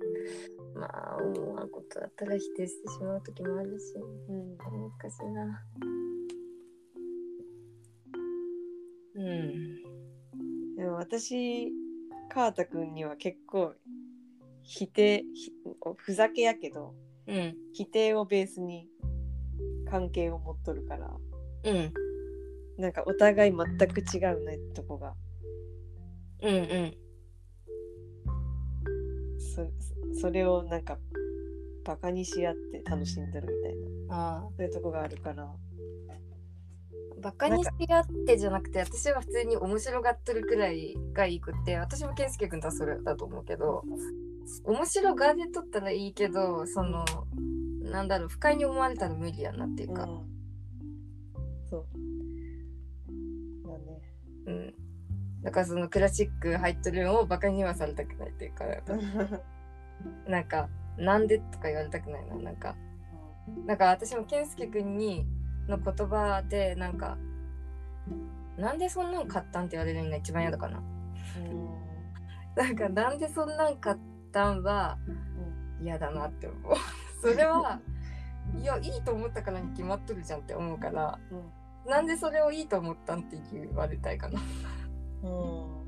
まあ思わんことだったら否定してしまう時もあるし難しいな
うん。
でも私川田君には結構否定ひふざけやけど
うん
否定をベースに関係を持っとるから
うん
なんかお互い全く違うねとこが
うんうん
そそれをなんかバカにし合って楽しんでるみたいな
あ
そういうとこがあるから
あバカにし合ってじゃなくて私は普通に面白がってるくらいがいいくって私も健介君とはそれだと思うけど面白がれとったらいいけどそのなんだろう不快に思われたら無理やなっていうか、
うんそうだね
うん、だからそのクラシック入っとるのをバカにはされたくないっていうかなんか「なんで?」とか言われたくないななんかなんか私も健介君にの言葉でなんか「なんでそんなん買ったん?」って言われるのが一番嫌だかな。なんかなんでそんなん買ったんは嫌だなって思う。それはいやいいと思ったからに決まっとるじゃんって思うから、なんでそれをいいと思ったんって言われたいかな。
うんうん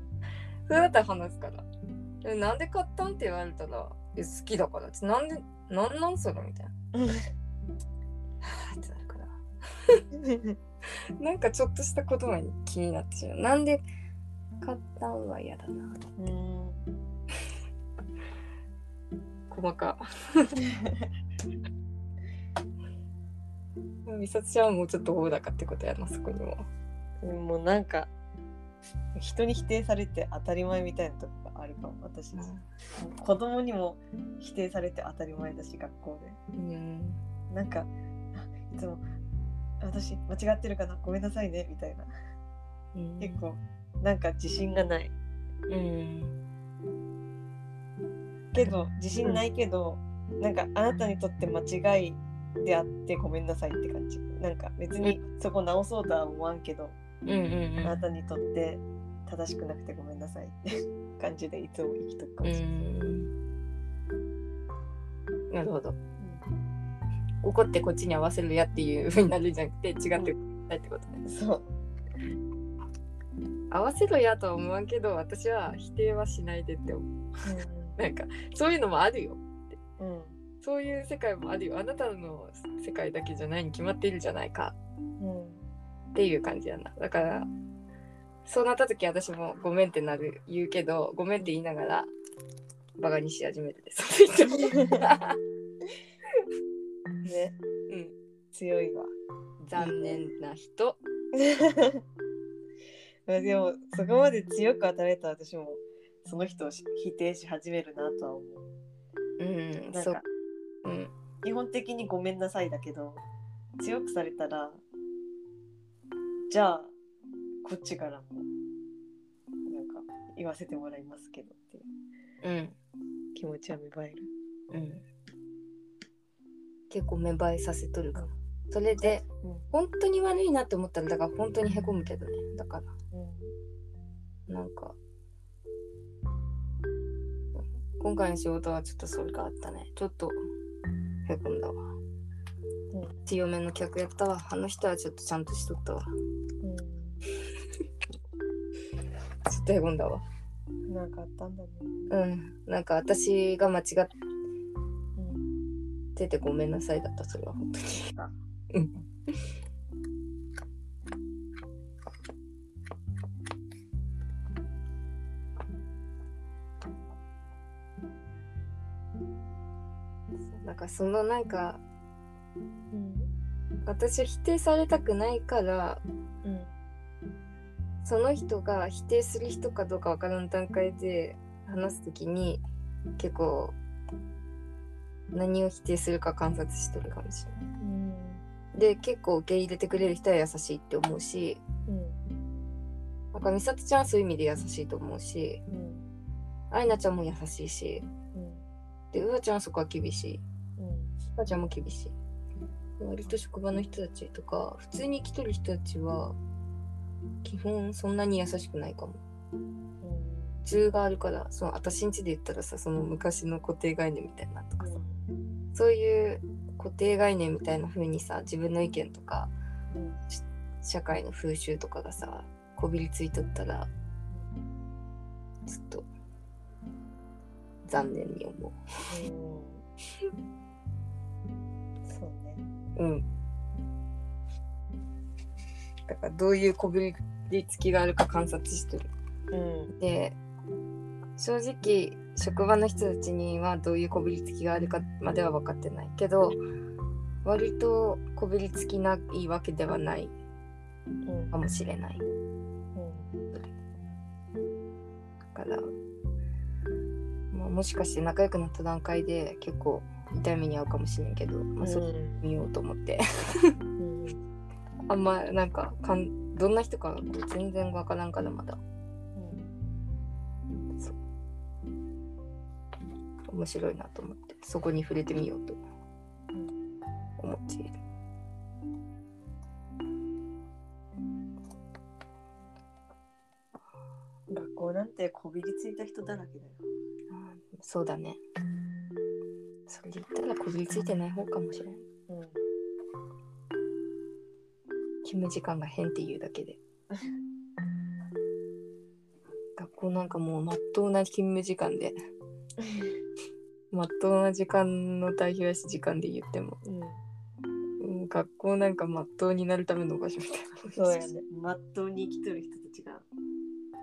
それだったら話すから。でもなんで買ったんって言われたら、いや好きだからって、なんで、なんなんそれみたいな。はぁってなるから。なんかちょっとした言葉に気になってしまう。なんで買ったんは嫌だな。
うん
細か。美里ちゃんはもうちょっと大高ってことやな、そこにも。
うん もうなんか人に否定されて当たり前みたいなとこがあるかも私子供にも否定されて当たり前だし学校で
うん。
なんかあいつも私間違ってるかなごめんなさいねみたいな結構なんか自信がない
うん。
けど自信ないけど、なんかあなたにとって間違いであってごめんなさいって感じなんか別にそこ直そうとは思わんけど、
うんうんうん
あなたにとって正しくなくてごめんなさいって感じでいつも生きとくかもしれない、
うんなるほど。怒ってこっちに合わせるやっていうふうになるんじゃなくて違ってたってことね。
そう
合わせろやとは思わんけど私は否定はしないでって思う。なんかそういうのもあるよ。
うん、
そういう世界もあるよ。あなたの世界だけじゃないに決まっているじゃないか
うん
っていう感じやな。だからそうなった時私もごめんってなる言うけどごめんって言いながらバカにし始めてて そういう人
ね
うん
強いわ
残念な人。
まあでもそこまで強く当たれた私もその人をし否定し始めるなとは思う
うん
なん
そ
か
う。うん。
基本的にごめんなさいだけど強くされたらじゃあこっちからもなんか言わせてもらいますけどっていう
うん。
気持ちは芽生える
うん。結構芽生えさせとるかも。それで、
うん
本当に悪いなって思ったら、だから本当にへこむけどね。だか
うん
ら、なんか。今回の仕事はちょっとそれがあったね。ちょっとへこんだわ。
ん
強めの客やったわ。あの人はちょっとちゃんとしとったわ。ちょっとへこんだわ。
うん、なんかあったんだね、
うん。なんか私が間違っ
うん、
ててごめんなさいだった、それは本当に。なんかそのなんか私は否定されたくないからその人が否定する人かどうか分からん段階で話す時に結構何を否定するか観察しとるかもしれない。で結構受け入れてくれる人は優しいって思うしなんか美里ちゃんはそういう意味で優しいと思うし愛菜ちゃんも優しいしでうわちゃんはそこは厳しい。母ちゃんも厳しい割と職場の人たちとか普通に来とる人たちは基本そんなに優しくないかも普通があるからその私んちで言ったらさその昔の固定概念みたいなとかさそういう固定概念みたいな風にさ自分の意見とか社会の風習とかがさこびりついとったらちょっと残念に思
そうね。
ううんだからどういうこびりつきがあるか観察してる
うん。
で正直職場の人たちにはどういうこびりつきがあるかまでは分かってないけど割とこびりつきないわけではない
うん。
かもしれないから、まあ、もしかして仲良くなった段階で結構痛い目に遭うかもしれんけど、まあ、そう見ようと思って、 あんまなんかかんどんな人かこう全然分からんからまだ面白いなと思ってそこに触れてみようと思っている。
学校なんてこびりついた人だらけだよ。
そうだね。それで言ったらこびりついてない方かもしれない。
うん。
勤務時間が変っていうだ けで。学校なんかもうまっとうな勤務時間で、まっとうな時間の代表やし時間で言っても、
うん。
うん学校なんかまっとうになるための場所みたいな。
そうやね。まっとうに生きとる人たちが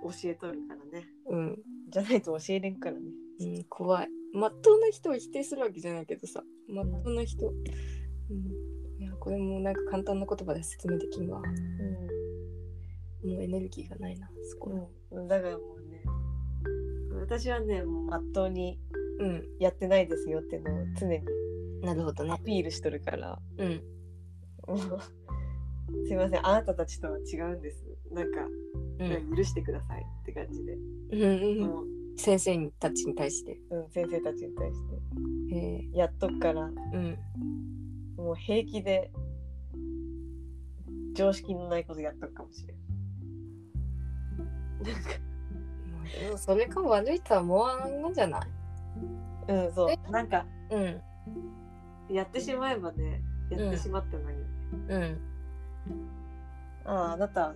教えとるからね。
うん、
じゃないと教えれんからね。
うん、怖い。まっとうな人を否定するわけじゃないけどさ、まっとうな人。うん、いや、これもなんか簡単な言葉で説明できんわ。もうエネルギーがないな、そこ。
うん。だからもうね、私はね、もうまっとうに
うん、
やってないですよっていうのを常に
なるほど
ア
ね。
ピールしとるから。
うん、
もうすいません、あなたたちとは違うんです。なんか、
うん、
許してくださいって感じで。
うんうんうん
もう
先生たちに対して。
うん、先生たちに対して。
へえ
やっとくから、
うん、
もう平気で常識のないことやっとくかもしれん。
まあでもそれが悪いとは思わんのじゃない
うん、そう。なんか、
うん、
やってしまえばね、やってしまったのに、
うん、
ああ、あなた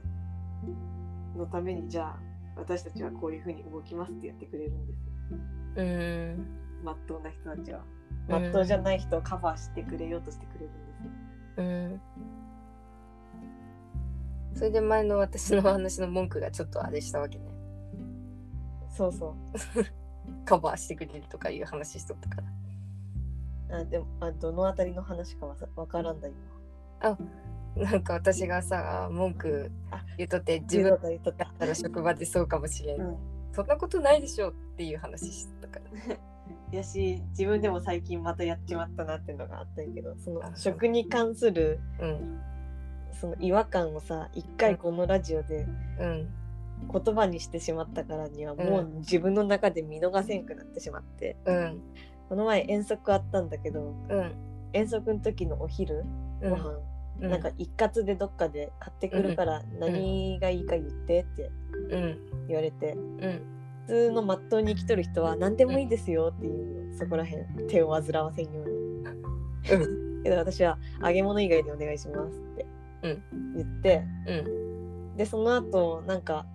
のために、じゃあ、私たちはこういうふうに動きますってやってくれるんですよ。
うん、
まっとうな人たちは。ま
うん
っとうじゃない人をカバーしてくれようとしてくれるんですよ。
うん。それで前の私の話の文句がちょっとあれしたわけね。
そうそう。
カバーしてくれるとかいう話しとったか
あでもあどのあたりの話かはさわからんだ今。
ら。なんか私がさ、文句言うとって自
自分
分
たりと
だ
か。
ったら職場でそうかもしれん。
うん。
そんなことないでしょっていう話しとったから。
やし自分でも最近またやっちまったなっていうのがあったんやけどその
あ
食に関する
うん、
その違和感をさ一回このラジオで
うん、
言葉にしてしまったからには
うん
もう自分の中で見逃せんくなってしまって、
うん、
この前遠足あったんだけど
うん、
遠足の時のお昼
うん
ご飯、
うん、
なんか一括でどっかで買ってくるから何がいいか言ってって
うん、
言われて
うん、
普通のまっとうに生きとる人は何でもいいですよっていうよそこら辺手を煩わせんように。
うん、
けど私は揚げ物以外でお願いしますって言って、
うん、
でその後なんか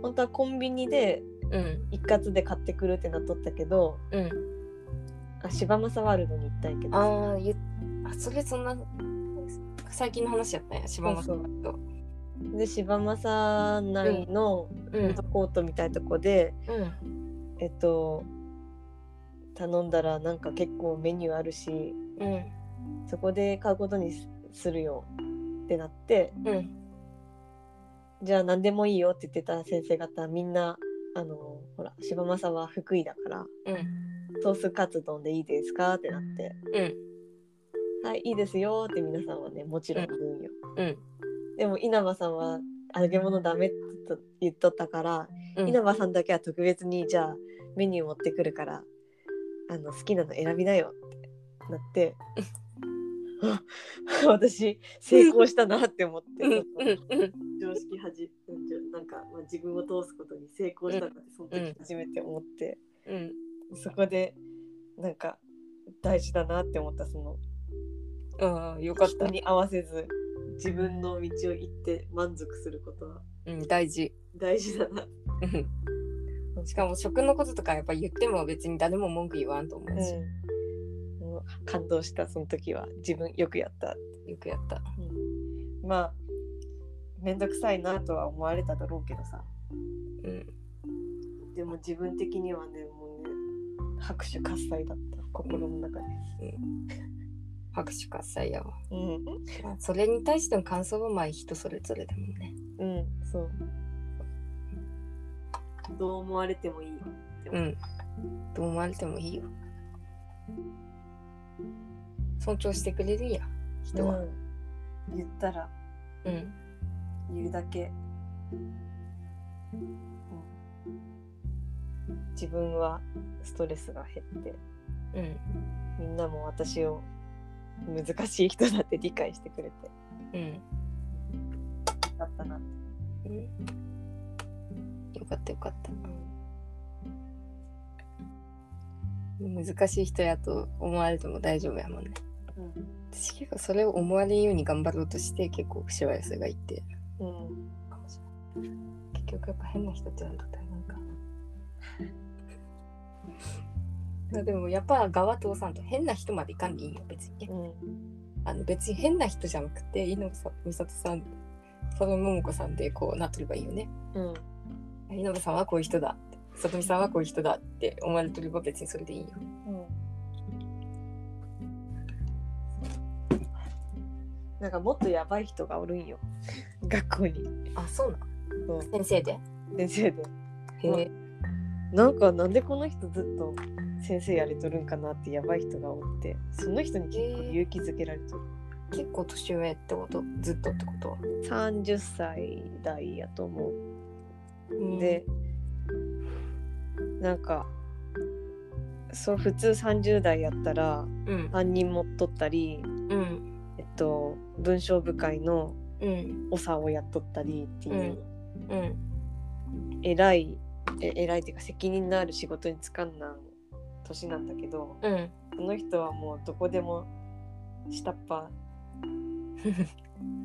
本当はコンビニで
うん、
一括で買ってくるってなっとったけど
うん。
あ柴正ワールドに行ったんやけどさ
ああ、ゆあそれそんな最近の話やったんや、柴本さんと。
で柴正内の
うん
フードコートみたいなとこで、
うん
えっと頼んだらなんか結構メニューあるし
うん
そこで買うことにするよってなって
うん。
じゃあ何でもいいよって言ってた先生方みんなあのほら柴正は福井だから
うん。
ソースカツ丼でいいですかってなって
うん。
はいいいですよって皆さんはねもちろん言うんよ、
うん。
でも稲葉さんは揚げ物ダメって言っとったから、
うん
稲葉さんだけは特別にじゃあメニュー持ってくるからあの好きなの選びなよってな ってあ私成功したなって思って
うん。うん。
常識はじなんか、まあ、自分を通すことに成功したなってその時初めて思って、
うん。
そこでなんか大事だなって思ったその
ああ、よかっ
人
た。
に合わせず自分の道を行って満足することは
うん、大事。
大事だな。
うんしかも食のこととかやっぱ言っても別に誰も文句言わんと思うし、
うん、もう感動したその時は自分よくやった、
よくやった。
まあ面倒くさいなとは思われただろうけどさ
うん。
でも自分的にはねもうね拍手喝采だった心の中で、
拍手喝采やわ。
うん
まあそれに対しての感想はまあ人それぞれだもんね。
うん、そうどう思われてもいいって
う。
思うん
どう思われてもいいよ。尊重してくれるんや、人は。
うん言ったら
うん。
言うだけ、うん自分はストレスが減って
うん。
みんなも私を難しい人だって理解してくれてよ
うん。
かったなって
うんよかったよかった。難しい人やと思われても大丈夫やもんね。私結構それを思われんように頑張ろうとして結構しわ寄せがいって
うん、
かもしれない結局やっぱ変な人ってなんだったらなんかな。でもやっぱ側通さんと変な人までいかんでいいよ別に。
うん、
あの別に変な人じゃなくて猪木さん美里さん佐野桃子さんでこうなっとればいいよね。
うん、
稲葉さんはこういう人ださとみさんはこういう人だって思われてれば別にそれでいいよ
なんかもっとやばい人がおるんよ学校に
あそうな
そ
の
う
先生で
先
へ
生で
え
なんかなんでこの人ずっと先生やれとるんかなってやばい人がおってその人に結構勇気づけられとる、
結構年上ってことずっとってことは
30歳代やと思うで、なんかそう普通30代やったら
うん
担任持っとったり、
うん
えっと、文章部会の
うん
長をやっとったりっていう、
うん
偉いえ偉いっていうか責任のある仕事に就かんな年なんだけど
うん
その人はもうどこでも下っ端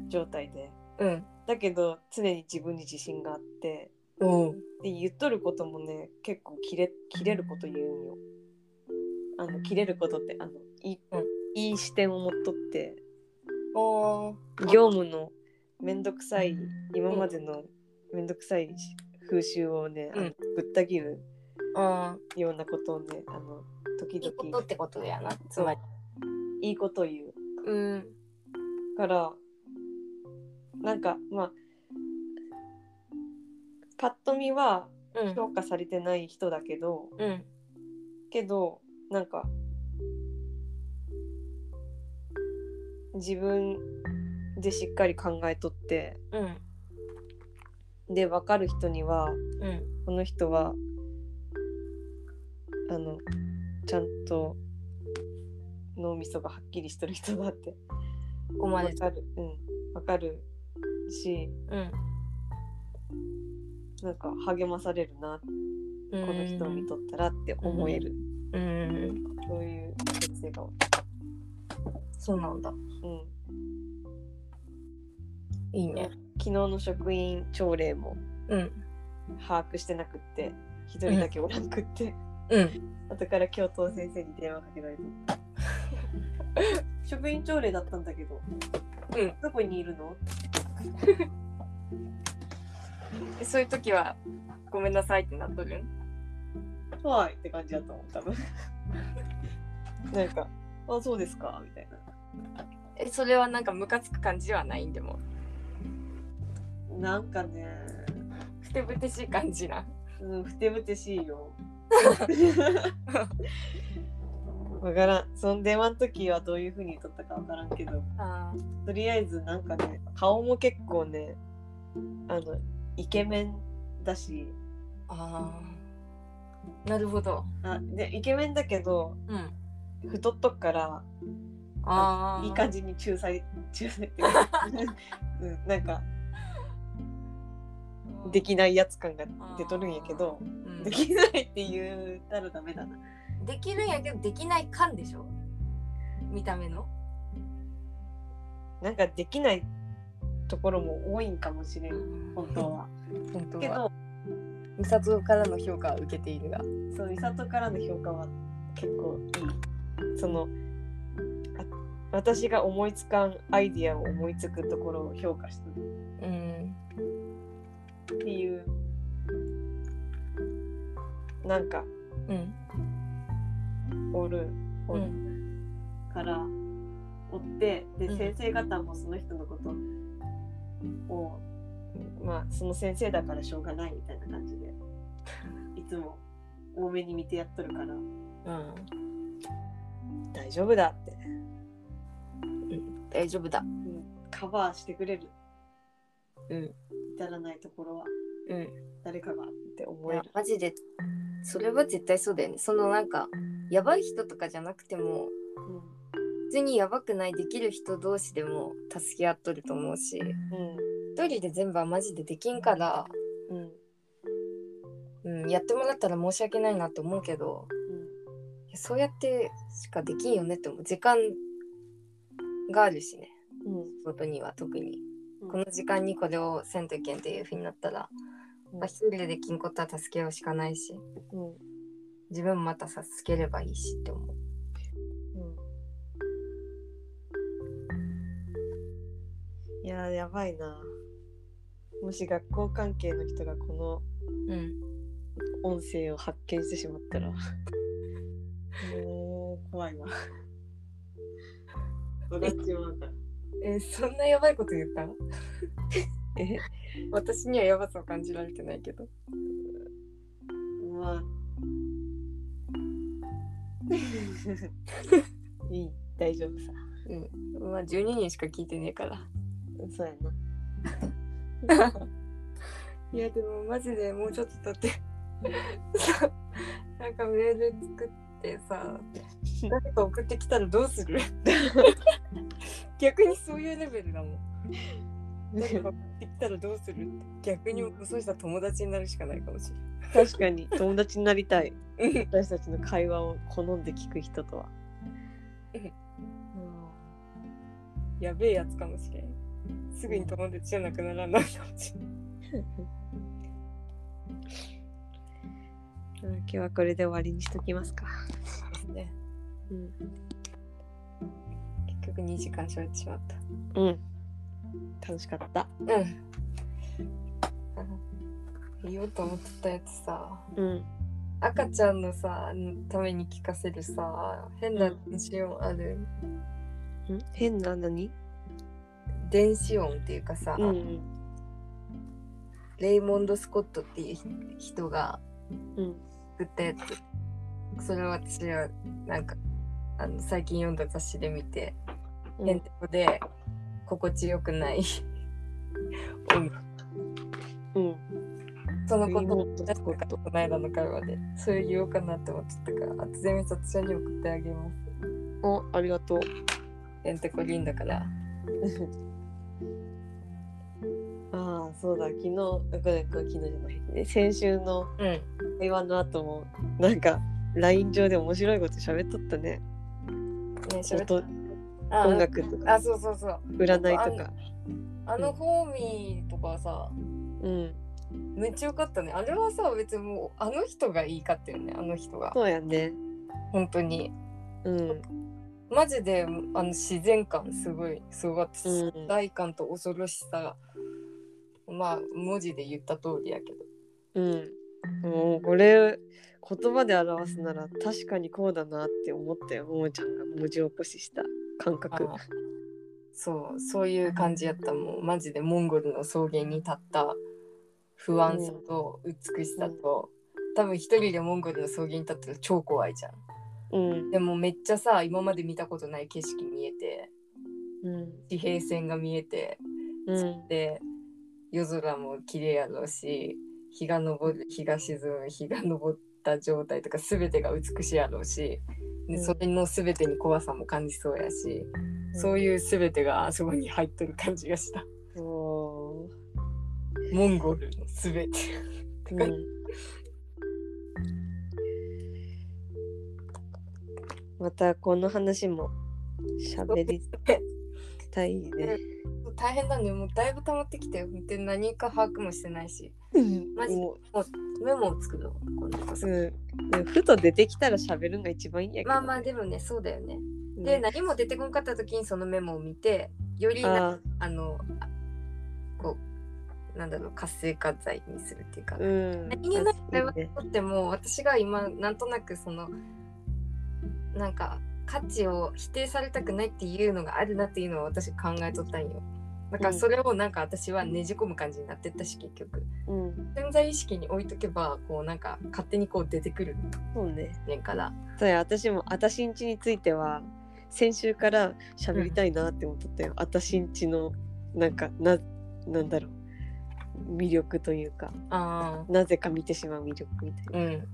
状態で
うん
だけど常に自分に自信があって
おう
で言っとることもね結構キレキレること言うんよあのキレることってあのいい,、
うん
いい視点を持っとって
おー
業務のめんどくさい今までのめんどくさいし風習をね、あの
うん
ぶった切る
あ
ようなことをねあの時
ーいいこと
々
ってことやなつまり
いいこと言う
うん
からなんかまあパッと見は
うん
評価されてない人だけど、
うん
けどなんか自分でしっかり考えとって
うん
で分かる人には
うん
この人はあのちゃんと脳みそがはっきりしてる人だって
思われ
分
た
かる、うん、分かるし
うん
なんか励まされるな
こ
この人を見とったらって思える、
うん
そういう先生がおる
そうなんだ
うん、
いいね
昨日の職員朝礼も
うん
把握してなくって一人だけおらんくって、
うん
後から教頭先生に電話かけられた職員朝礼だったんだけど、
うん
どこにいるの
そういう時はごめんなさいってなっとるん
はいって感じ だと思う多分なんか「あそうですか」みたいな
えそれはなんかムカつく感じはないんでも
なんかね、
ふてぶてしい感じな
うん、ふてぶてしいよ。 わからん。その電話の時はどういう風に撮ったかわからんけど、
あー
とりあえずなんかね、顔も結構ね、あの、イケメンだし、
あーなるほど
あでイケメンだけど、
うん
太っとくから、
ああ
いい感じに仲裁、仲裁っていうか、 うん、なんか、できないやつ感が出とるんやけど、
うん
できないって言ったらダメだな。
できるんやけどできない感でしょ見た目の
なんかできないところも多いんかもしれん、本当は。
本当
け
は
ど、
美里からの評価を受けているが
そう、美里からの評価は結構いい。その、あ私が思いつかんアイディアを思いつくところを評価してる
うん
っていう、なんか、
うん
おる、おる
うん
から、おって、で、
うん
先生方もその人のことを、まあ、その先生だからしょうがないみたいな感じで、いつも多めに見てやっとるから、
うん
大丈夫だって。
大丈夫だ
カバーしてくれる
うん
至らないところは
うん
誰かがって思
い
え
や
る。
マジでそれは絶対そうだよねそのなんかやばい人とかじゃなくても普通にやばくないできる人同士でも助け合っとると思うし
うん
一人で全部はマジでできんから、
うんうん
うん、やってもらったら申し訳ないなって思うけどいやそうやってしかできんよねって思う時間があるしね
うん
外には特に
うん
この時間にこれをせんといけんっていうふうになったら、
うん
まあ、一人でできんことは助けようしかないし
うん
自分もまた助ければいいしって思う
うんいやーやばいな。もし学校関係の人がこの
うん
音声を発見してしまったら。 もう怖い わ。笑っちまうから。
えそんなやばいこと言った
え
私にはやばさを感じられてないけど
まあ。 いい、大丈夫さ。
まあ12人しか聞いてねえから
そうやな。
いやでもマジでもうちょっと経ってさなんかメール作ってさ誰か送ってきたらどうす る逆にそういうレベルだもん誰か送ってきたらどうするって逆にそうしたら友達になるしかないかもし
確かに友達になりたい。
れない
私たちの会話を好んで聞く人とは。
うんやべえやつかもしれんすぐに友達じゃなくならないかもしれ
うん今日はこれで終わりにしときますか。
ないね
うん。
結局2時間しゃべってしまった
うん、楽しかった。
うん。言おうと思ってたやつさ、
うん。
赤ちゃんのさ、ために聞かせるさ、変な電子音ある。
変な何
電子音っていうかさ、
うん。
レイモンド・スコットっていう人が
うん。
作ったやつ。それは私は、なんか、あの最近読んだ雑誌で見て、
う
ヘン
ん
テコで心地よくない音
うん。
そのこと
レイモ
を
ンド
出す
スコ
こ
ット
とこの間の会話でそれ言おうかなって思ってたからあと全部そちらに送ってあげます
お、ありがとう。
エンテコリンだから
ああ、そうだ、昨日、あこれこれ昨日じゃないえ。先週の
うん
会話の後も、なんか、LINE 上で面白いこと喋っとったね。
ねしゃべ
音
あ
音楽とか、
あそうそうそう
占いとか。
あのホーミーとかさ
うん。
めっちゃよかったねあれはさ別にもうあの人がいいかってよねあの人が
そうやね。
本当に
うん。
マジであの自然感すごいすごかった
うん
世代感と恐ろしさまあ文字で言った通りやけど
うん。もうこれ言葉で表すなら確かにこうだなって思ったよももちゃんが文字起こしした感覚
あそうそういう感じやったもうマジでモンゴルの草原に立った不安さと美しさと、多分一人でモンゴルの草原に立ったら超怖いじゃん
うん
でもめっちゃさ今まで見たことない景色見えて
うん
地平線が見えて
うん
で夜空も綺麗やろうし日が昇る日が沈む日が昇った状態とか全てが美しいやろうしで
うん
それの全てに怖さも感じそうやし、そういう全てがあそこに入ってる感じがした
おー
モンゴルの全て
うんまたこの話も喋りたいね。
大変だねもうだいぶ溜まってきて本当に何か把握もしてないしマジで
もう
メモを作るの今度こそ
うん、ふと出てきたら喋るんが一番いいんやけど。
まあまあでもねそうだよね、
うん
で何も出てこんかった時にそのメモを見てよりな
あ
あのあこうなんだろう活性化剤にするっていうか、
ーうん。
何気ない会話
確かにね
にとっても私が今なんとなくそのなんか価値を否定されたくないっていうのがあるなっていうのは私考えとったんよだから
うん
それをなんか私はねじ込む感じになってったし結局
うん。
潜在意識に置いとけばこうなんか勝手にこう出てくる
そうね。
ねんから
そうや、私も私んちについては先週から喋りたいなって思っとったよ。私んちのなんかななんだろう魅力というか、
あ
なぜか見てしまう魅力みたいな。
ーうん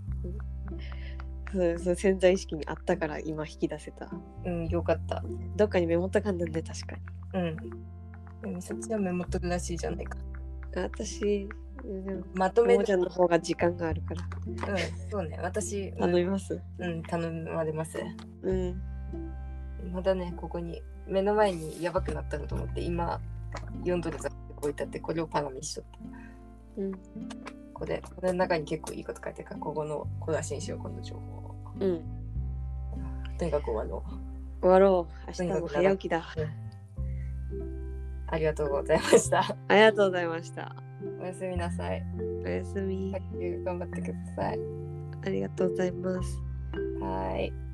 そうそう潜在意識にあったから今引き出せた。
うんよかった
どっかにメモったかんだね確かに。
うんでもみさちはメモ取るらしいじゃないか
私うんでも
まと
も
め
も
る
ちゃんの方が時間があるから
うんそうね私うん
頼みます。
うん、頼まれます
うん。
まだねここに目の前にやばくなったのと思って今4ドルだって置いてあってこれをパラミにしとった
うん。
これこれの中に結構いいこと書いてあるからここの小出しにしようこの情報を
うん。
とにかくあの
終わろう。明日も早起きだ。
ありがとうございました
ありがとうございました。
おやすみなさい
おやすみ。
卓球頑張ってください
ありがとうございます。
はーい